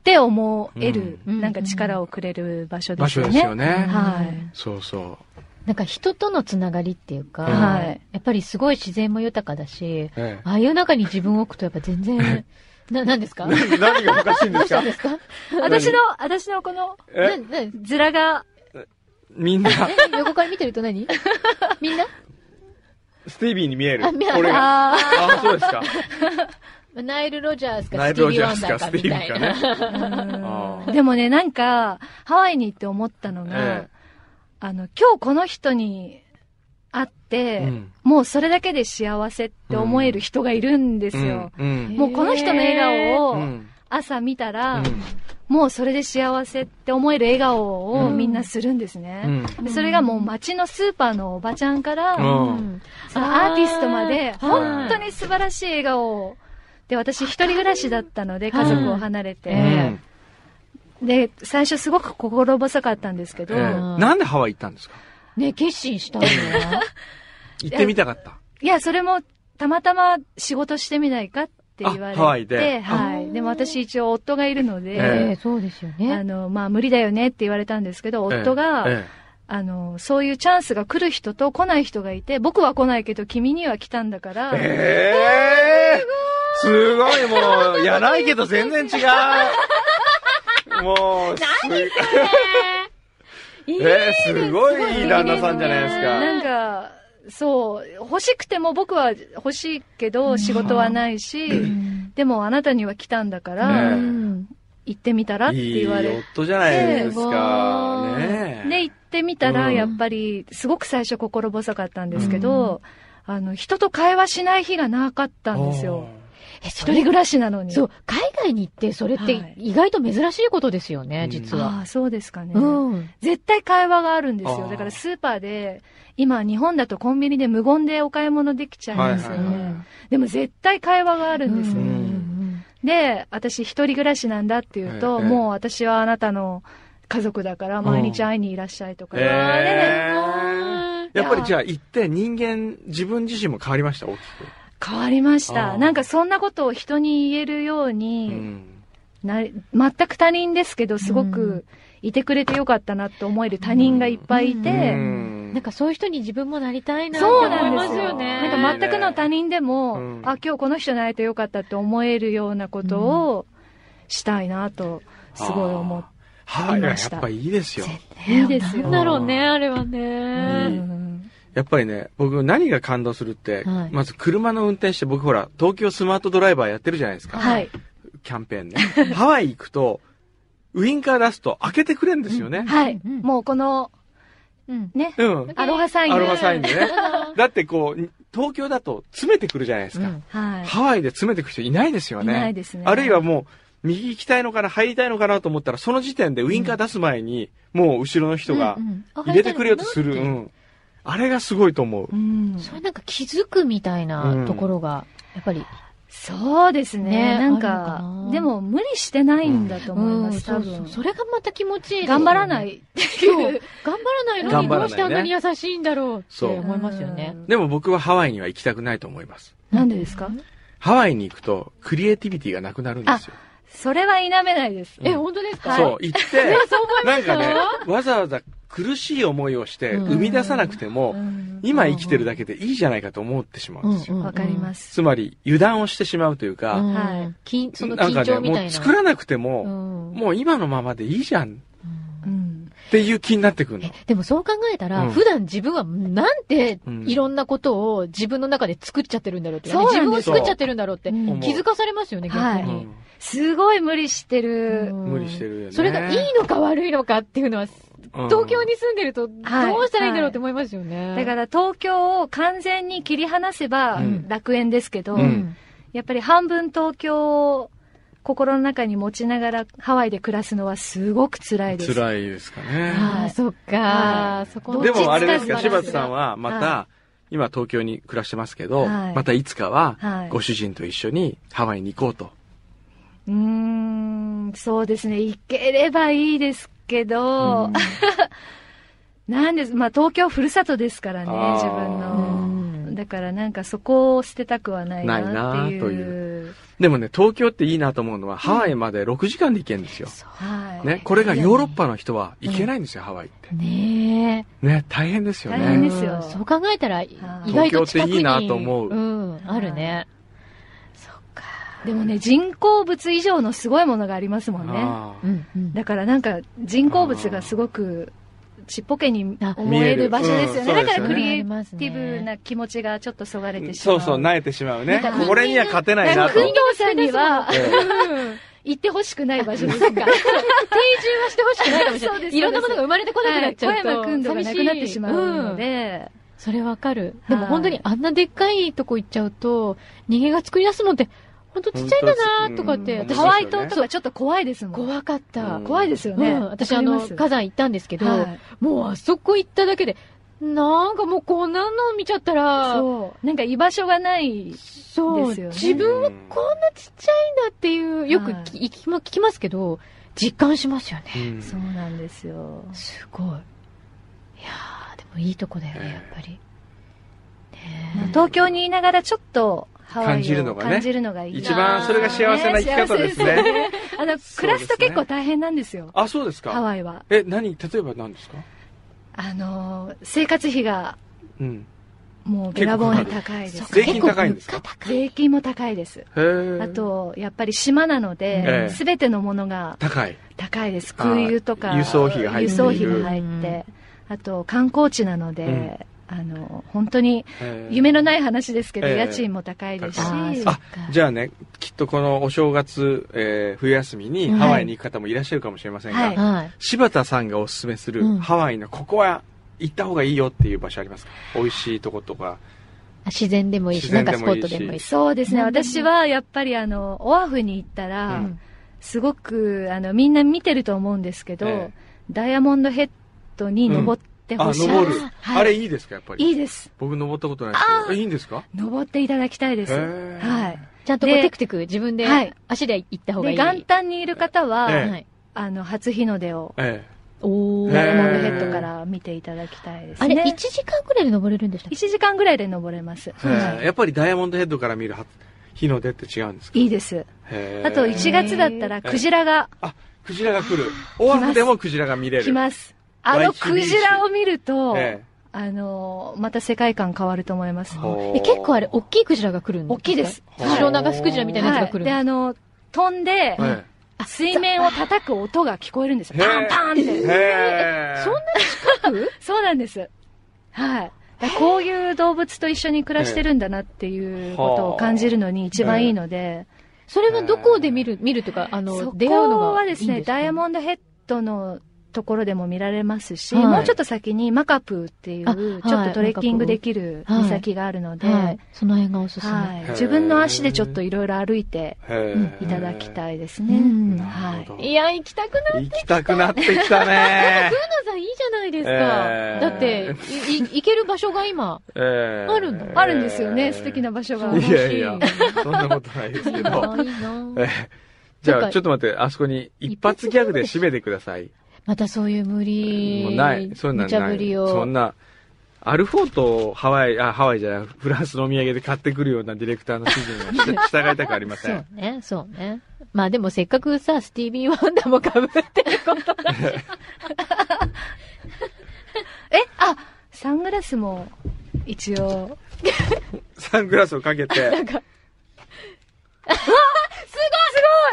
Speaker 14: って思える、なんか力をくれる場所
Speaker 1: 場
Speaker 14: です
Speaker 1: 所
Speaker 14: よね。
Speaker 1: ですよね。
Speaker 14: はい。
Speaker 1: そうそ
Speaker 2: なんか人とのつながりっていうか、
Speaker 1: はい
Speaker 2: やっぱりすごい自然も豊かだし、
Speaker 1: ええ
Speaker 2: ああいう中に自分を置くとやっぱ全然、な、 何ですか
Speaker 1: 何何がおかしいんで
Speaker 2: ど う
Speaker 1: すか
Speaker 2: したんですか
Speaker 14: 私の、私のこの、
Speaker 1: え
Speaker 14: ズラが、
Speaker 1: う。みんな、
Speaker 2: え横から見てると 何みんな
Speaker 1: スティービーに見える。
Speaker 2: あ見える
Speaker 1: 俺が。
Speaker 2: あー
Speaker 1: あ、そうですか。
Speaker 2: ナイル・ロジャースか
Speaker 1: ナイ
Speaker 2: スティー
Speaker 1: ルロ
Speaker 2: ビ
Speaker 1: ジ
Speaker 2: ー・
Speaker 1: ャ
Speaker 2: ワ
Speaker 1: ー
Speaker 2: ン
Speaker 1: ス
Speaker 2: ダ
Speaker 1: か
Speaker 2: ーかみたいな。
Speaker 1: スティービーかねあー
Speaker 14: でもね、なんか、ハワイに行って思ったのが、
Speaker 1: ええ
Speaker 14: あの、今日この人に会って、
Speaker 1: うん
Speaker 14: もうそれだけで幸せって思える人がいるんですよ。
Speaker 1: うんうん
Speaker 14: もうこの人の笑顔
Speaker 1: う
Speaker 14: を
Speaker 1: ん
Speaker 14: 朝見たら、
Speaker 1: うん
Speaker 14: もうそれで幸せって思える笑顔を
Speaker 1: うん
Speaker 14: みんなするんですね。
Speaker 1: うん
Speaker 14: でそれがもう街のスーパーのおばちゃんから、
Speaker 1: うん
Speaker 14: そのアーティストまで、
Speaker 2: あー
Speaker 14: 本当に素晴らしい笑顔で、私一人暮らしだったので、
Speaker 2: はい
Speaker 14: 家族を離れて、
Speaker 1: うん
Speaker 14: で、最初すごく心細かったんですけど、
Speaker 1: えーなんでハワイ行ったんですか
Speaker 14: ね、決心した
Speaker 1: 行ってみたかった。
Speaker 14: いや、それも、たまたま仕事してみないかって言われ
Speaker 1: あ
Speaker 14: て、
Speaker 1: ハワイで
Speaker 14: はい。でも私一応夫がいるので、
Speaker 1: ええ
Speaker 14: そうですよね。あの、まあ無理だよねって言われたんですけど、夫が、
Speaker 1: え
Speaker 14: あの、そういうチャンスが来る人と来ない人がいて、僕は来ないけど君には来たんだから、
Speaker 1: ええーすごいもう、やないけど全然違う。もう、す
Speaker 14: いい
Speaker 1: えーすごいいい旦那さんじゃないですか。
Speaker 14: なんか、そう、欲しくても僕は欲しいけど仕事はないし、でもあなたには来たんだから、
Speaker 1: ね
Speaker 14: 行ってみたらって
Speaker 1: いい
Speaker 14: 言われて。
Speaker 1: 夫じゃないですか。ね
Speaker 14: で、行ってみたら、
Speaker 1: うん
Speaker 14: やっぱり、すごく最初心細かったんですけど、あの、人と会話しない日がなかったんですよ。え、一人暮らしなのに。
Speaker 2: そう、海外に行ってそれっ
Speaker 14: は
Speaker 2: て
Speaker 14: い
Speaker 2: 意外と珍しいことですよね、実
Speaker 14: あ
Speaker 2: は
Speaker 14: あ、。そうですかね。
Speaker 2: うん
Speaker 14: 絶対会話があるんです
Speaker 2: あ
Speaker 14: よ。
Speaker 2: ー
Speaker 14: だからスーパーで、今日本だとコンビニで無言でお買い物できちゃうんですよ
Speaker 2: はいはいは
Speaker 14: ね。でも絶対会話があるんですよ。で、私一人暮らしなんだって言うと、
Speaker 2: ええ
Speaker 14: もう私はあなたの家族だから毎日会いにいらっしゃいとか。
Speaker 1: え
Speaker 14: わあね
Speaker 1: ーやっぱりじゃあ行って人間、自分自身も変わりました、大き
Speaker 14: 変わりまし
Speaker 1: あ
Speaker 14: た。
Speaker 1: ー
Speaker 14: なんかそんなことを人に言えるように、な全く他人ですけど、すごくいてくれてよかったなと思える他人がいっぱいいて、
Speaker 2: なんかそういう人に自分もなりたいなって
Speaker 14: そ
Speaker 2: 思
Speaker 14: うないんで
Speaker 2: ますす
Speaker 14: よ。
Speaker 2: よね。
Speaker 14: なんか全くの他人でも、あ、今日この人に会えてよかったって思えるようなことをしたいなと、すごい思っ
Speaker 1: はいいや
Speaker 14: ました
Speaker 1: やっぱいいですよ。
Speaker 2: いいですよ。
Speaker 1: なん
Speaker 2: だ
Speaker 1: だ
Speaker 2: ろ
Speaker 1: ろ
Speaker 2: う
Speaker 1: う
Speaker 2: ね、
Speaker 1: ね
Speaker 2: あれはね。
Speaker 1: やっぱりね、僕何が感動するって、
Speaker 2: はい
Speaker 1: まず車の運転して、僕ほら、東京スマートドライバーやってるじゃないですか。
Speaker 14: はい。
Speaker 1: キャンペーンね。 ハワイ行くと、ウインカー出すと開けてくれんですよね。
Speaker 14: はい。もうこの、ね
Speaker 1: うん。
Speaker 14: アロハサイン。
Speaker 1: アロハサインでね。だってこう、東京だと詰めてくるじゃないですか。
Speaker 14: はい。
Speaker 1: ハワイで詰めてく人いないですよね。
Speaker 14: いないですね
Speaker 1: あるいはもう、右行きたいのかな、入りたいのかなと思ったら、その時点でウインカー出す前に、もう後ろの人が入れてくれようとする。うん。あれがすごいと思う。
Speaker 2: それなんか気づくみたいなところが、やっぱり。
Speaker 14: そうですね。
Speaker 2: ね
Speaker 14: なんか
Speaker 2: あるのかな
Speaker 14: でも無理してないんだと思います、
Speaker 2: うん
Speaker 14: 多分
Speaker 2: そうそうそれがまた気持ちいいですよ
Speaker 14: 頑
Speaker 2: ね
Speaker 14: 張らないって
Speaker 2: そう
Speaker 14: いう。
Speaker 2: 頑張らないのに
Speaker 1: 頑張
Speaker 2: どう
Speaker 1: らないね
Speaker 2: してあんなに優しいんだろうって思いますよね。
Speaker 1: でも僕はハワイには行きたくないと思います。
Speaker 14: なんでですか
Speaker 1: ハワイに行くと、クリエイティビティがなくなるんですよ。
Speaker 14: それは否めないです。
Speaker 1: え
Speaker 14: 本当です
Speaker 1: そう、行って、
Speaker 14: ま
Speaker 1: な
Speaker 14: し
Speaker 1: ん
Speaker 14: た
Speaker 1: かね、わざわざ苦しい思いをして生み出さなくても、今生きてるだけでいいじゃないかと思ってしまう。
Speaker 14: わかります。
Speaker 1: つまり、油断をしてしまうというか、
Speaker 2: はい。緊その
Speaker 1: なん
Speaker 2: 緊
Speaker 1: かね、
Speaker 2: 張み
Speaker 1: も
Speaker 2: たいうな。
Speaker 1: 作らなくても、もう今のままでいいじゃん。っていう気になってくるの。
Speaker 2: でもそう考えたら、
Speaker 1: うん
Speaker 2: 普段自分はなんて
Speaker 1: うん
Speaker 2: いろんなことを自分の中で作っちゃってるんだろうって、
Speaker 14: そうなんです
Speaker 2: 自
Speaker 14: よ
Speaker 2: 分を作っちゃってるんだろうって
Speaker 14: うん
Speaker 2: 気づかされますよね、逆に。
Speaker 14: はいすごい無理してる。
Speaker 1: 無理してるよね。
Speaker 2: それがいいのか悪いのかっていうのは、
Speaker 1: うん
Speaker 2: 東京に住んでるとどう
Speaker 14: はい
Speaker 2: したらいいんだろうって思いますよね。
Speaker 14: だから東京を完全に切り離せば
Speaker 2: うん
Speaker 14: 楽園ですけど、
Speaker 2: うん
Speaker 14: やっぱり半分東京を心の中に持ちながらハワイで暮らすのはすごく辛いです。
Speaker 1: 辛いですかね。
Speaker 2: ああ、そっか、そこの
Speaker 1: でもあれですか、
Speaker 2: どっちつかず
Speaker 1: 柴田さんはまた、
Speaker 2: は
Speaker 1: 今東京に暮らしてますけど、
Speaker 14: はい
Speaker 1: またいつかは
Speaker 14: はい、
Speaker 1: ご主人と一緒にハワイに行こうと。
Speaker 14: うーん、そうですね。行ければいいですけど、 なんです、まあ東京ふるさとですからね、
Speaker 1: あー
Speaker 14: 自分の。だからなんかそこを捨てたくはない
Speaker 1: ない
Speaker 14: な
Speaker 1: な
Speaker 14: っていう。
Speaker 1: という。でもね、東京っていいなと思うのは、ハワイまで6時間で行けるんですよ。
Speaker 14: はい。
Speaker 1: ね、これがヨーロッパの人は行けないんですよ、ハワイって。
Speaker 2: ね
Speaker 1: ね、大変ですよね。
Speaker 2: よ。そう考えたら、意外
Speaker 1: 東京
Speaker 2: と
Speaker 1: って
Speaker 2: 近くに
Speaker 1: いいなと思う。
Speaker 2: うん、あるね。
Speaker 14: でもね、人工物以上のすごいものがありますもん
Speaker 1: あ
Speaker 2: ね。
Speaker 14: だからなんか人工物がすごくちっぽけに思
Speaker 1: 見
Speaker 14: え
Speaker 1: え
Speaker 14: る
Speaker 1: る
Speaker 14: 場所ですよね。
Speaker 1: うん
Speaker 14: だか
Speaker 1: そ
Speaker 14: ら
Speaker 1: うですよね
Speaker 14: クリエイティブな気持ちがちょっとそがれてしま。
Speaker 1: そううそう、萎えてしまう
Speaker 14: な
Speaker 1: ね
Speaker 14: んか。
Speaker 1: これには勝てないなと。
Speaker 14: 工藤さんには
Speaker 1: え、
Speaker 14: うん行ってほしくない場所ですか。定住はして
Speaker 2: ほしくないかもしれないいろんなものが生まれてこなくなっちゃうと
Speaker 14: 小山君がなくなってしまうので、
Speaker 2: それわかる。でも本当にあんなでっかいとこ行っちゃうと、人間が作り出すもんって、本当ちっちゃいんだなとかって。
Speaker 14: ハワイ島とかちょっと怖いですもん。
Speaker 2: 怖かった。
Speaker 14: 怖いですよね
Speaker 2: うん私、
Speaker 14: わ
Speaker 2: あ
Speaker 14: かりま
Speaker 2: の、
Speaker 14: す
Speaker 2: 火山行ったんですけど
Speaker 14: は、
Speaker 2: もうあそこ行っただけで、なんかもうこんなの見ちゃったら、
Speaker 14: そう。なんか居場所がないです
Speaker 2: そ
Speaker 14: よ
Speaker 2: う、
Speaker 14: ね。
Speaker 2: 自分はこんなちっちゃいんだっていう、よくき聞きも聞きますけど、実感しますよね。
Speaker 14: そうなんですよ。
Speaker 2: すごい。いやー、でもいいとこだよね、やっぱり。
Speaker 14: 東京にいながらちょっとハワイを
Speaker 1: 感じるのがね
Speaker 14: 感じるのがいいな。
Speaker 1: 一番それが幸せな生き方ですね
Speaker 14: 幸せよ。あの、暮らすと結構大変なんですよ。
Speaker 1: あ、そうですか。
Speaker 14: ハワイは。
Speaker 1: え、何例えば何ですか
Speaker 14: あの、生活費が
Speaker 1: うん。
Speaker 14: もうべらぼうに高いで
Speaker 1: 結構
Speaker 14: す。
Speaker 1: かかる税金高いんですか
Speaker 14: 税金も高いです。
Speaker 1: へー
Speaker 14: あと、やっぱり島なので
Speaker 1: ええ、
Speaker 14: すべてのものが
Speaker 1: 高い。
Speaker 14: 高いです。
Speaker 1: あー
Speaker 14: 空輸とか、
Speaker 1: 輸送費が入って
Speaker 14: 輸
Speaker 1: いる
Speaker 14: 送費が入ってあと観光地なので、あの、本当に
Speaker 1: えー
Speaker 14: 夢のない話ですけど、
Speaker 1: ええ
Speaker 14: 家賃も高いですし、
Speaker 1: あ、じゃあね、きっとこのお正月、えー冬休みに
Speaker 14: はい
Speaker 1: ハワイに行く方もいらっしゃるかもしれませんが、
Speaker 14: はいはい
Speaker 1: 柴田さんがおすすめする、
Speaker 2: うん
Speaker 1: ハワイのここは行った方がいいよっていう場所ありますか美味しいとことか。
Speaker 2: 自然でもいいし、
Speaker 1: 自
Speaker 2: なんか
Speaker 1: 然で
Speaker 2: スポ
Speaker 1: もい
Speaker 2: ッ
Speaker 1: いし
Speaker 2: トでもいいし。
Speaker 14: そうですね。
Speaker 2: なんでも
Speaker 14: 私はやっぱりあの、オアフに行ったら、すごく、あの、みんな見てると思うんですけど、
Speaker 1: え
Speaker 14: ダイヤモンドヘッドに登ってほしい。
Speaker 1: あ、登る。
Speaker 14: はい
Speaker 1: あれいいですかやっぱり。
Speaker 14: いいです。
Speaker 1: 僕登ったことないですけど。えいいんですか
Speaker 14: 登っていただきたいです。
Speaker 1: へー
Speaker 14: はい。
Speaker 2: ちゃんとこうテクテク自分で
Speaker 14: はい
Speaker 2: 足で行った方がいい
Speaker 14: で、元旦にいる方は、
Speaker 1: ええはい
Speaker 14: あの、初日の出を、
Speaker 1: え
Speaker 2: お
Speaker 14: ダイヤモンドヘッドから見ていただきたいです
Speaker 2: あ
Speaker 14: ね。
Speaker 2: れ、1時間くらいで登れるんでしたっけ
Speaker 14: ?1 時間ぐらいで登れます。
Speaker 1: えへーやっぱりダイヤモンドヘッドから見るは日の出って違うんですか
Speaker 14: いいです。
Speaker 1: へー
Speaker 14: あと、1月だったら、クジラが
Speaker 1: クジラが来る。オアフでもクジラが見れる。
Speaker 14: 来ます。あのクジラを見ると、
Speaker 1: ええ
Speaker 14: あのー、また世界観変わると思います。
Speaker 1: ほう
Speaker 2: え結構あれ、大きいクジラが来るんですか
Speaker 14: 大きいです。
Speaker 2: 後ろ流すクジラみたいなやつが来るん
Speaker 14: はいで、
Speaker 2: で
Speaker 14: あの、飛んで、
Speaker 1: え
Speaker 14: 水面を叩く音が聞こえるんですよ。パンパンって。
Speaker 2: へー
Speaker 14: そんな近く そうなんです。はい。だからこういう動物と一緒に暮らしてるんだなっていうことを感じるのに一番いいので。それはどこで見る、見るとか、あの
Speaker 2: 出会うのが
Speaker 14: そこはです
Speaker 2: いいん
Speaker 14: ね、
Speaker 2: ですか
Speaker 14: ダイヤモンドヘッドのところでも見られますし、
Speaker 2: はい
Speaker 14: もうちょっと先にマカプーってい
Speaker 2: あ
Speaker 14: う、
Speaker 2: はい
Speaker 14: ちょっとトレッキングできる
Speaker 2: マカプー
Speaker 14: 岬があるので、
Speaker 2: はいその辺がおすすめ。
Speaker 14: はい自分の足でちょっといろいろ歩いて
Speaker 1: へ
Speaker 14: いただきたいです
Speaker 2: う
Speaker 14: ね。
Speaker 2: ん
Speaker 14: はい。
Speaker 2: いや、行きたくなってき
Speaker 1: 行きたくなってきた
Speaker 2: グ
Speaker 1: ね
Speaker 2: ーナさんいいじゃないですか。
Speaker 1: えー
Speaker 2: だって、いい行ける場所が今、
Speaker 1: えー
Speaker 2: あるんだ。
Speaker 14: あるんですよね、素敵な場所が。
Speaker 1: いやいや、そんなことないですけど。
Speaker 2: いい な
Speaker 1: えじ
Speaker 2: なん
Speaker 1: ゃあ、
Speaker 2: か
Speaker 1: ちょっと待って、あそこに一発ギャグで締めてください。
Speaker 2: またそういう無理。
Speaker 1: もうない、そんなん
Speaker 2: 無茶
Speaker 1: な
Speaker 2: ぶり
Speaker 1: い。
Speaker 2: を。
Speaker 1: そんな、アルフォートをハワイ、あ、ハワイじゃない、フランスのお土産で買ってくるようなディレクターの指示にはし従いたくありません。
Speaker 2: ね、 そうね。まあでもせっかくさ、スティービー・ワンダーも被ってることだし。
Speaker 14: え、あ、サングラスも一応。
Speaker 1: サングラスをかけて。
Speaker 14: なんか。すごいすごい !TV
Speaker 1: っ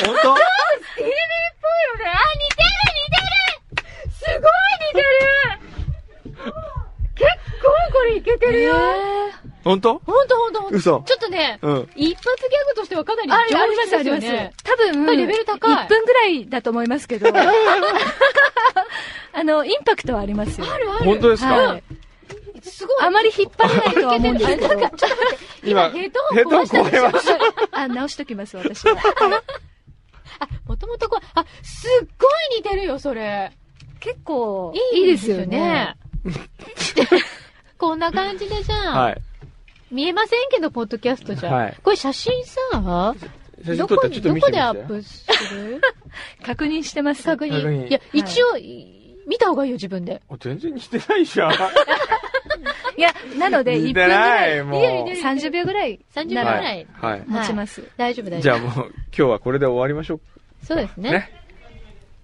Speaker 1: ぽい本当
Speaker 15: !TV っぽいよねあ、似てる似てるすごい似てる結構これいけてるよ、
Speaker 1: 本当
Speaker 2: ほんとほんとほんと。
Speaker 1: 嘘
Speaker 2: ちょっとね、
Speaker 1: うん
Speaker 2: 一発ギャグとしてはかなり
Speaker 14: あり
Speaker 2: 上
Speaker 14: ありま
Speaker 2: 手
Speaker 14: す、あ
Speaker 2: です
Speaker 14: り
Speaker 2: よ
Speaker 14: ます
Speaker 2: ね。。
Speaker 14: 多分、
Speaker 2: レベル高い
Speaker 14: 1分ぐらいだと思いますけど、 あの、インパクトはありますよ。ある
Speaker 1: ある本当ですか
Speaker 2: すごい。
Speaker 14: あまり引っ張れないとは思うんですけど。
Speaker 1: 今、ヘッドホン壊れました。
Speaker 14: あ、直しときます、私は。
Speaker 2: もともとこれ、あ、すっごい似てるよ、それ。
Speaker 14: 結構
Speaker 2: い
Speaker 14: い
Speaker 2: い
Speaker 14: い
Speaker 2: で
Speaker 14: ですす
Speaker 2: よ
Speaker 14: よ
Speaker 2: ね
Speaker 14: ね。
Speaker 2: こんな感じでじゃあ、
Speaker 1: はい。
Speaker 2: 見えませんけど、ポッドキャストじゃ。
Speaker 1: はい
Speaker 2: これ写真さ、ど
Speaker 1: 写真撮っ
Speaker 2: こ
Speaker 1: たら
Speaker 2: に
Speaker 1: ちょっ
Speaker 2: ど
Speaker 1: と見て
Speaker 2: こ
Speaker 1: みて
Speaker 2: でアップする
Speaker 14: 確認してます。
Speaker 2: 確
Speaker 1: 確
Speaker 2: 認。
Speaker 1: 認
Speaker 2: いや、一応、見た方がいいよ、自分で。
Speaker 1: お全然似てないじゃん。
Speaker 14: いや、なので、1
Speaker 1: 似
Speaker 14: 分ぐ
Speaker 1: て
Speaker 14: ら
Speaker 1: ない
Speaker 14: い。
Speaker 1: もういやいやいやいや
Speaker 14: 30秒ぐらい。
Speaker 2: 30
Speaker 14: な
Speaker 2: 秒ぐ
Speaker 14: ら
Speaker 2: らい。
Speaker 1: はいはい
Speaker 14: 持ちます。
Speaker 2: 大丈夫、大丈夫。
Speaker 1: じゃあもう、今日はこれで終わりましょ
Speaker 2: そうです
Speaker 1: う。
Speaker 2: ね。
Speaker 1: ね。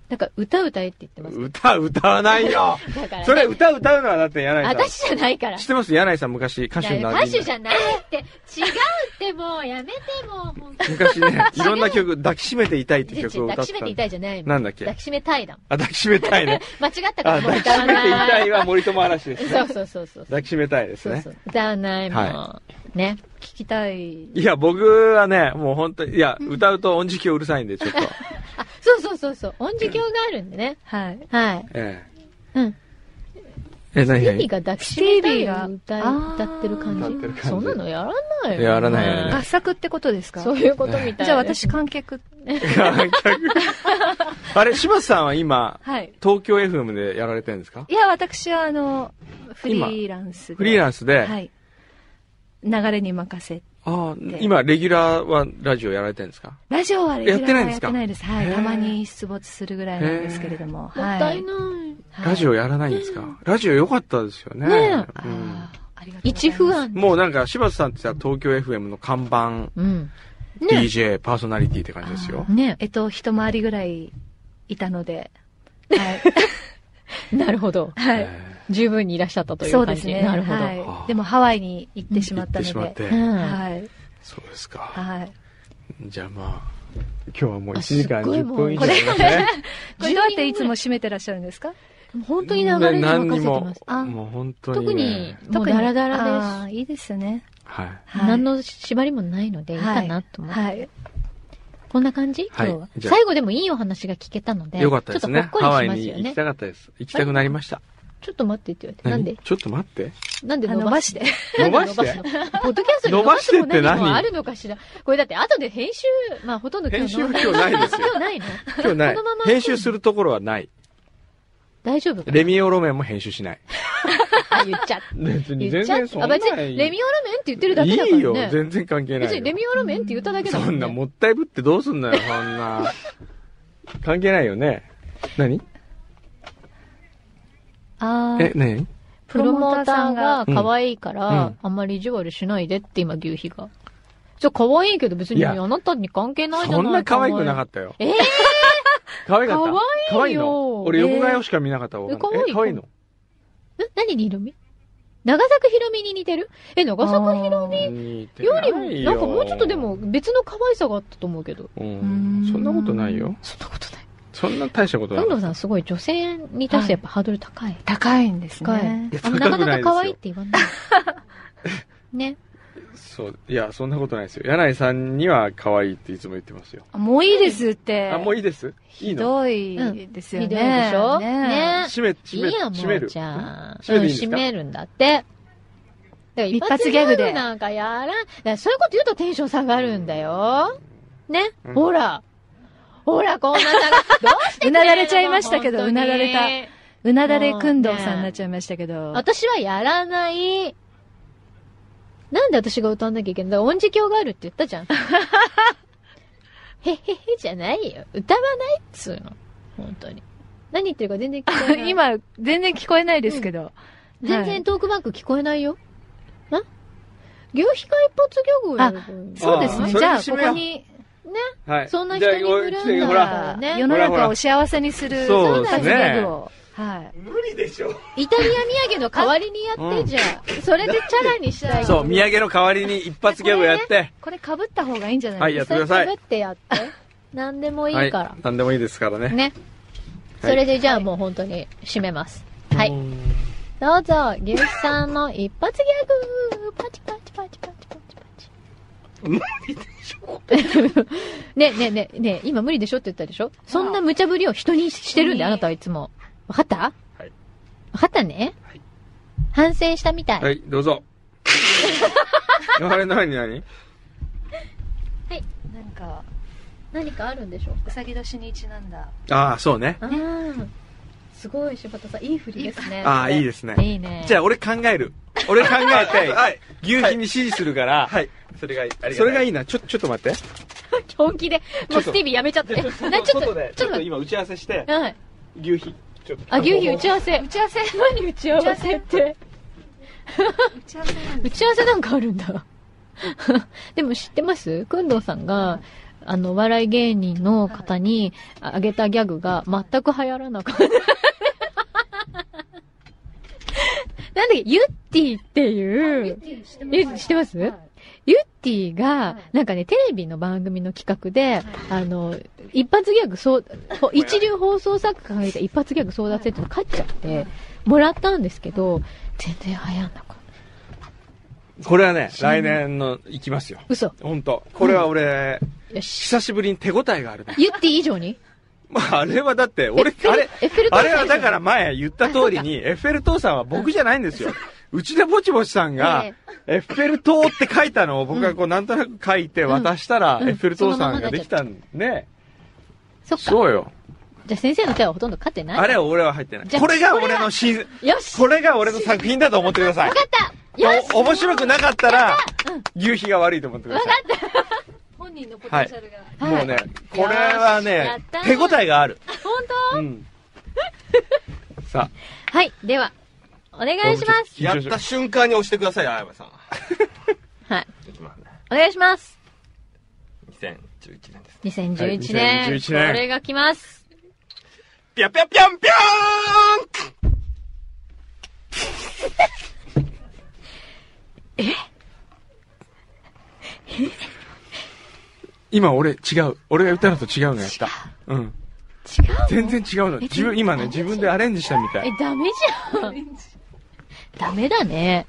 Speaker 2: なんか、歌歌えって言ってます。
Speaker 1: 歌、歌わないよ
Speaker 2: だからね
Speaker 1: それ歌歌うのはだって柳井さん。
Speaker 2: 私じゃないから
Speaker 1: 知ってます柳井さん昔歌手にな
Speaker 2: だから
Speaker 1: る
Speaker 2: 歌手じゃないって、違うってもう、やめてもう、ほんと
Speaker 1: 昔ね、いろんな曲、抱きしめていたいって曲を
Speaker 2: 抱
Speaker 1: 歌っ
Speaker 2: きし
Speaker 1: て
Speaker 2: め
Speaker 1: た
Speaker 2: てい
Speaker 1: ん
Speaker 2: た
Speaker 1: だ。
Speaker 2: いじゃないもん
Speaker 1: なんだっけ
Speaker 2: 抱きしめたいだもん。
Speaker 1: あ、抱きしめたいね。
Speaker 2: 間違ったか
Speaker 1: あ、
Speaker 2: らもう
Speaker 1: 抱き
Speaker 2: 歌わ
Speaker 1: しめていた
Speaker 2: ないい。
Speaker 1: は森友嵐です
Speaker 2: そ
Speaker 1: ね
Speaker 2: う。そうそうそう。
Speaker 1: 抱きしめたいですね
Speaker 2: そう。歌わないもん。
Speaker 1: は
Speaker 2: ね。
Speaker 14: 聞きたい。
Speaker 1: いや、僕はね、もう本当に、いや、歌うと音時器うるさいんで、ちょっと。
Speaker 2: そうそうそうそう。音時教があるんでね。
Speaker 14: はい。
Speaker 2: はい。
Speaker 1: ええ。
Speaker 2: うん。
Speaker 1: え、何
Speaker 2: ティービ
Speaker 1: 何
Speaker 2: ーが抱きしめた
Speaker 14: スティービ
Speaker 2: い
Speaker 14: ーが
Speaker 2: を歌い歌ってる
Speaker 1: 歌っ
Speaker 2: 感
Speaker 1: てる
Speaker 2: じ
Speaker 1: 感じ
Speaker 2: そんなのやらないよね。
Speaker 1: やらないやらない
Speaker 14: 合作ってことですか
Speaker 2: そういうことみたい。
Speaker 14: じゃあ私、観客。
Speaker 1: あれ、柴田さんは今、
Speaker 14: はい。
Speaker 1: 東京 FM でやられてるんですか
Speaker 14: いや、私は、あの、フリーランスで。
Speaker 1: フリーランスで
Speaker 14: はい。流れに任せ。
Speaker 1: ああ、今、レギュラーはラジオやられてるんですか
Speaker 14: ラジオはレギュラー
Speaker 1: やってない
Speaker 14: は
Speaker 1: んで
Speaker 14: や
Speaker 1: す
Speaker 14: っ
Speaker 1: か
Speaker 14: てないです。は
Speaker 1: へ
Speaker 14: い。
Speaker 1: ー
Speaker 14: たまに出没するぐらいなんですけれども。
Speaker 2: もっ
Speaker 14: は
Speaker 2: た
Speaker 14: い
Speaker 2: い。ない。
Speaker 1: ラジオやらないんですか、ラジオ良かったですよね。
Speaker 2: ねえ
Speaker 1: うん
Speaker 2: 一不安。
Speaker 1: もうなんか、柴田さんってさ、東京 FM の看板、
Speaker 2: うん。
Speaker 1: DJ、パーソナリティって感じですよ。
Speaker 2: ね
Speaker 14: えっと、一回りぐらいいたので。
Speaker 2: なるほど。
Speaker 14: はい。
Speaker 2: 十分にいらっしゃったという
Speaker 14: そう
Speaker 2: 感じ。
Speaker 14: ですね。
Speaker 2: なるほど。
Speaker 14: はいでもハワイに行ってしまったので。
Speaker 1: 行ってしまって
Speaker 14: はい。
Speaker 1: そうですか。
Speaker 14: はい。
Speaker 1: じゃあまあ、今日はもう1時間
Speaker 2: あすっごい
Speaker 1: 10
Speaker 2: もう
Speaker 1: 分以上
Speaker 14: これ
Speaker 1: やりましたね。
Speaker 14: これどうやっていつも締めてらっしゃるんですか
Speaker 2: 本当に流れに任せて
Speaker 1: も
Speaker 2: ます。、あ、
Speaker 1: もう本当に、ね。
Speaker 2: 特に、もう
Speaker 14: 特に
Speaker 2: ダラダラです。
Speaker 14: あーいいですね。
Speaker 1: はい。
Speaker 2: 何の縛りもないのでいいかなと思って。こんな感じ今日は、
Speaker 1: はいじゃあ
Speaker 2: 最後でもいいお話が聞けたので。
Speaker 1: よかったですね。
Speaker 2: ちょっと
Speaker 1: ハ
Speaker 2: ほっこ
Speaker 1: ワ
Speaker 2: り
Speaker 1: イ
Speaker 2: しますよ
Speaker 1: に行
Speaker 2: ね
Speaker 1: きた。かったです。行きたくなりました。
Speaker 2: ちょっと待ってって言われて。なんで
Speaker 1: 何ちょっと待って。
Speaker 2: なんで伸ばして
Speaker 1: あ伸ばして
Speaker 2: なんで伸ばすのポッドキャストに伸ばしても何もあるのかしらこれだって後で編集、まあほとんど
Speaker 1: 編集は今日ないです よ
Speaker 2: 今日ないの
Speaker 1: 今日ない
Speaker 2: このまま。
Speaker 1: 編集するところはない。
Speaker 2: 大丈夫か
Speaker 1: レミオロメンも編集しない。
Speaker 2: あ、言っちゃった。
Speaker 1: 別
Speaker 2: 言
Speaker 1: に全
Speaker 2: っちゃ
Speaker 1: 然
Speaker 2: っ
Speaker 1: そん
Speaker 2: た。
Speaker 1: な
Speaker 2: あ、
Speaker 1: い
Speaker 2: 別にレミオロメンって言ってるだけだからね。
Speaker 1: いいよ。全然関係な
Speaker 2: 別に
Speaker 1: い
Speaker 2: レ
Speaker 1: よ。
Speaker 2: ミオロメンって言っただけだも
Speaker 1: そん
Speaker 2: ん
Speaker 1: な
Speaker 2: ね。
Speaker 1: もったいぶってどうすんのよ、そん な。関係ないよね。何
Speaker 14: あ
Speaker 1: え、何
Speaker 2: プロモーターが
Speaker 1: うん
Speaker 2: 可愛いか
Speaker 1: う
Speaker 2: ら
Speaker 1: ん、
Speaker 2: あんまり意地悪しないでって今、牛皮が。そう、可愛いけど別
Speaker 1: い
Speaker 2: に
Speaker 1: や
Speaker 2: あなたに関係ないじゃない
Speaker 1: そんな可愛くなかったよ。
Speaker 2: ええ
Speaker 1: 可愛かった。
Speaker 2: 可愛いよ
Speaker 1: の。俺、横顔しか見なかったわ。
Speaker 2: え可愛い
Speaker 1: え可愛いの
Speaker 2: え何に色味長作ひろみに似てるえ、長作ひろみ
Speaker 1: 似て
Speaker 2: よ
Speaker 1: な
Speaker 2: り
Speaker 1: い
Speaker 2: も、なんかもうちょっとでも別の可愛さがあったと思うけど。
Speaker 1: うんそんなことないよ。そんなことない。そんな大したことな
Speaker 2: 運
Speaker 1: い。
Speaker 2: 動さんすごい女性に対してやっぱハードル高い。
Speaker 14: 高いんです
Speaker 2: 高い。
Speaker 14: ね。
Speaker 1: や
Speaker 2: あのなか
Speaker 1: 高く
Speaker 2: な
Speaker 1: な
Speaker 2: か
Speaker 1: いですよ
Speaker 2: 可愛いって言わない。 ね。
Speaker 1: そう。いや、そんなことないですよ。柳井さんには可愛いっていつも言ってますよ。
Speaker 14: あもういいですって。
Speaker 1: あ、もういいですいい
Speaker 14: ひ
Speaker 1: の
Speaker 14: どいですよね。
Speaker 2: ひどいでしょ
Speaker 14: ね
Speaker 2: ね
Speaker 1: 閉め、閉め、
Speaker 2: いいやもう
Speaker 1: 閉める。
Speaker 2: じゃあ
Speaker 1: 閉めていいんです
Speaker 2: うん
Speaker 1: か
Speaker 2: 閉めるんだって。だから一
Speaker 14: 一発ギャグで
Speaker 2: なんかやらん。だからそういうこと言うとテンション下がるんだよ。ね、
Speaker 14: うん
Speaker 2: ほら。ほら、こんな下が、どうしてくれる
Speaker 14: う
Speaker 2: の
Speaker 14: なだれちゃいましたけど、うなだれた。うなだれくんどう
Speaker 2: もう
Speaker 14: さん
Speaker 2: ね
Speaker 14: になっちゃいましたけど。
Speaker 2: 私はやらない。なんで私が歌わなきゃいけないんだから音字鏡があるって言った じゃん。へへへじゃないよ。歌わないっつうの。本当に。何言ってるか全然聞こえな い。
Speaker 14: 今、全然聞こえないですけど。
Speaker 2: 全
Speaker 14: はい
Speaker 2: 然トークバンク聞こえないよ。な牛皮か一発ギャグやればいいの
Speaker 14: そうですね。じゃあ、ここ。に、
Speaker 1: あはい。
Speaker 14: そんな
Speaker 1: じゃあ
Speaker 14: 人に振るんだ
Speaker 1: ほら、
Speaker 14: 世の中を幸せにする、
Speaker 1: そうですね
Speaker 14: ギャグを。はい。
Speaker 2: 無理でしょ。イタリア土産の代わりにやってじゃあ。それでチャラにしたい。
Speaker 1: そう、土産の代わりに一発ギャグやって。
Speaker 14: これ被った方がいいんじゃ
Speaker 1: はい、やってくださ
Speaker 2: それ被。
Speaker 1: い
Speaker 2: ってやって。何でもいいから
Speaker 1: は。何でもいいですからね。
Speaker 2: ね。
Speaker 1: はい
Speaker 2: それでじゃあもう本当に締めます。はい。どうぞ、牛肥さんの一発ギャグパチパチパチパチパチパチ。
Speaker 7: 無
Speaker 2: 理でしょねねねね今無理でしょって言ったでしょそんな無茶ぶりを人にしてるんで、あなたはいつも。わかった
Speaker 1: はい。
Speaker 2: わかったね反省したみたい。
Speaker 1: はい、どうぞ。あれ、何、何
Speaker 14: なんか、
Speaker 2: 何かあるんでしょ
Speaker 14: うさぎ年にちなんだ。
Speaker 1: ああ、そうね。
Speaker 2: うん。すごい、柴田さん。いい振りですね
Speaker 1: ああ、いいですね。
Speaker 2: いいね。
Speaker 1: じゃあ、俺考える。俺考え て、
Speaker 11: はい
Speaker 1: 牛皮に指示するから、はい。
Speaker 11: それがいい。
Speaker 1: それがい
Speaker 11: い。
Speaker 1: いな。ちょ、ちょっと待って。
Speaker 2: 本気で、もうスティービーやめちゃって。な、ちょっと、
Speaker 1: で
Speaker 2: ちょっと、
Speaker 1: 今打ち合わせして
Speaker 2: はい。
Speaker 1: 牛皮。ちょっと
Speaker 2: あ、牛皮打ち合わせ。打ち合わせ何打ち合わせって。打ち合わせ打ち合わせなんかあるんだ。でも知ってますくんどうさんが、あの、お笑い芸人の方にあげたギャグが全く流行らな かった。なんだっけ、ユッティっていう、え、知ってます、ユッティが、なんかね、テレビの番組の企画で、あの、一発ギャグそう、ほ一流放送作家がいた一発ギャグ争奪戦っていうの勝っちゃって、もらったんですけど、全然流行んなかった。
Speaker 1: これはね、来年の行きますよ。
Speaker 2: 嘘。
Speaker 1: 本当。これは俺、
Speaker 2: よし
Speaker 1: 久しぶりに手応えがあるね。
Speaker 2: ユッティ以上に
Speaker 1: まあ、あれはだって、俺、あれ、
Speaker 2: エッフェル塔さ
Speaker 1: あ
Speaker 2: ん
Speaker 1: れはだから前言った 通りに、エッフェル塔さんは僕じゃないんですよ。うちでぼちぼちさんが、
Speaker 2: え
Speaker 1: エッフェル塔って書いたのを僕がこうなんとなく書いて渡したら、
Speaker 2: うんうん
Speaker 1: エッフェル塔さんができたんね。
Speaker 2: そっか。
Speaker 1: そうよ。
Speaker 2: じゃあ先生の手はほとんど勝ってない
Speaker 1: あれは俺は入ってない。
Speaker 2: じゃあ
Speaker 1: これが俺の新、これが俺の作品だと思ってください。わかったよし面白くなかったら、牛皮が悪いと思ってください。
Speaker 14: 本人のポ
Speaker 1: はい。もうね、これは
Speaker 2: や
Speaker 1: ね
Speaker 2: っ、た
Speaker 1: 手応えがある。
Speaker 2: 本当、
Speaker 1: うん。さ
Speaker 2: はい、では、お願いします。
Speaker 11: やった瞬間に押してください、あやばさん。
Speaker 2: はい。お願いします。
Speaker 11: 2011年です。
Speaker 2: 2011
Speaker 11: はい
Speaker 2: 年。
Speaker 11: 2011
Speaker 2: これが来ます。
Speaker 11: ぴゃぴゃぴゃんぴゃ
Speaker 1: 今俺違う。俺が言ったのと違うのやった。うん。違う全然違うの。自分、今ね、自分でアレンジしたみた
Speaker 2: え
Speaker 1: い。、
Speaker 2: ダメじゃん。ダメだね。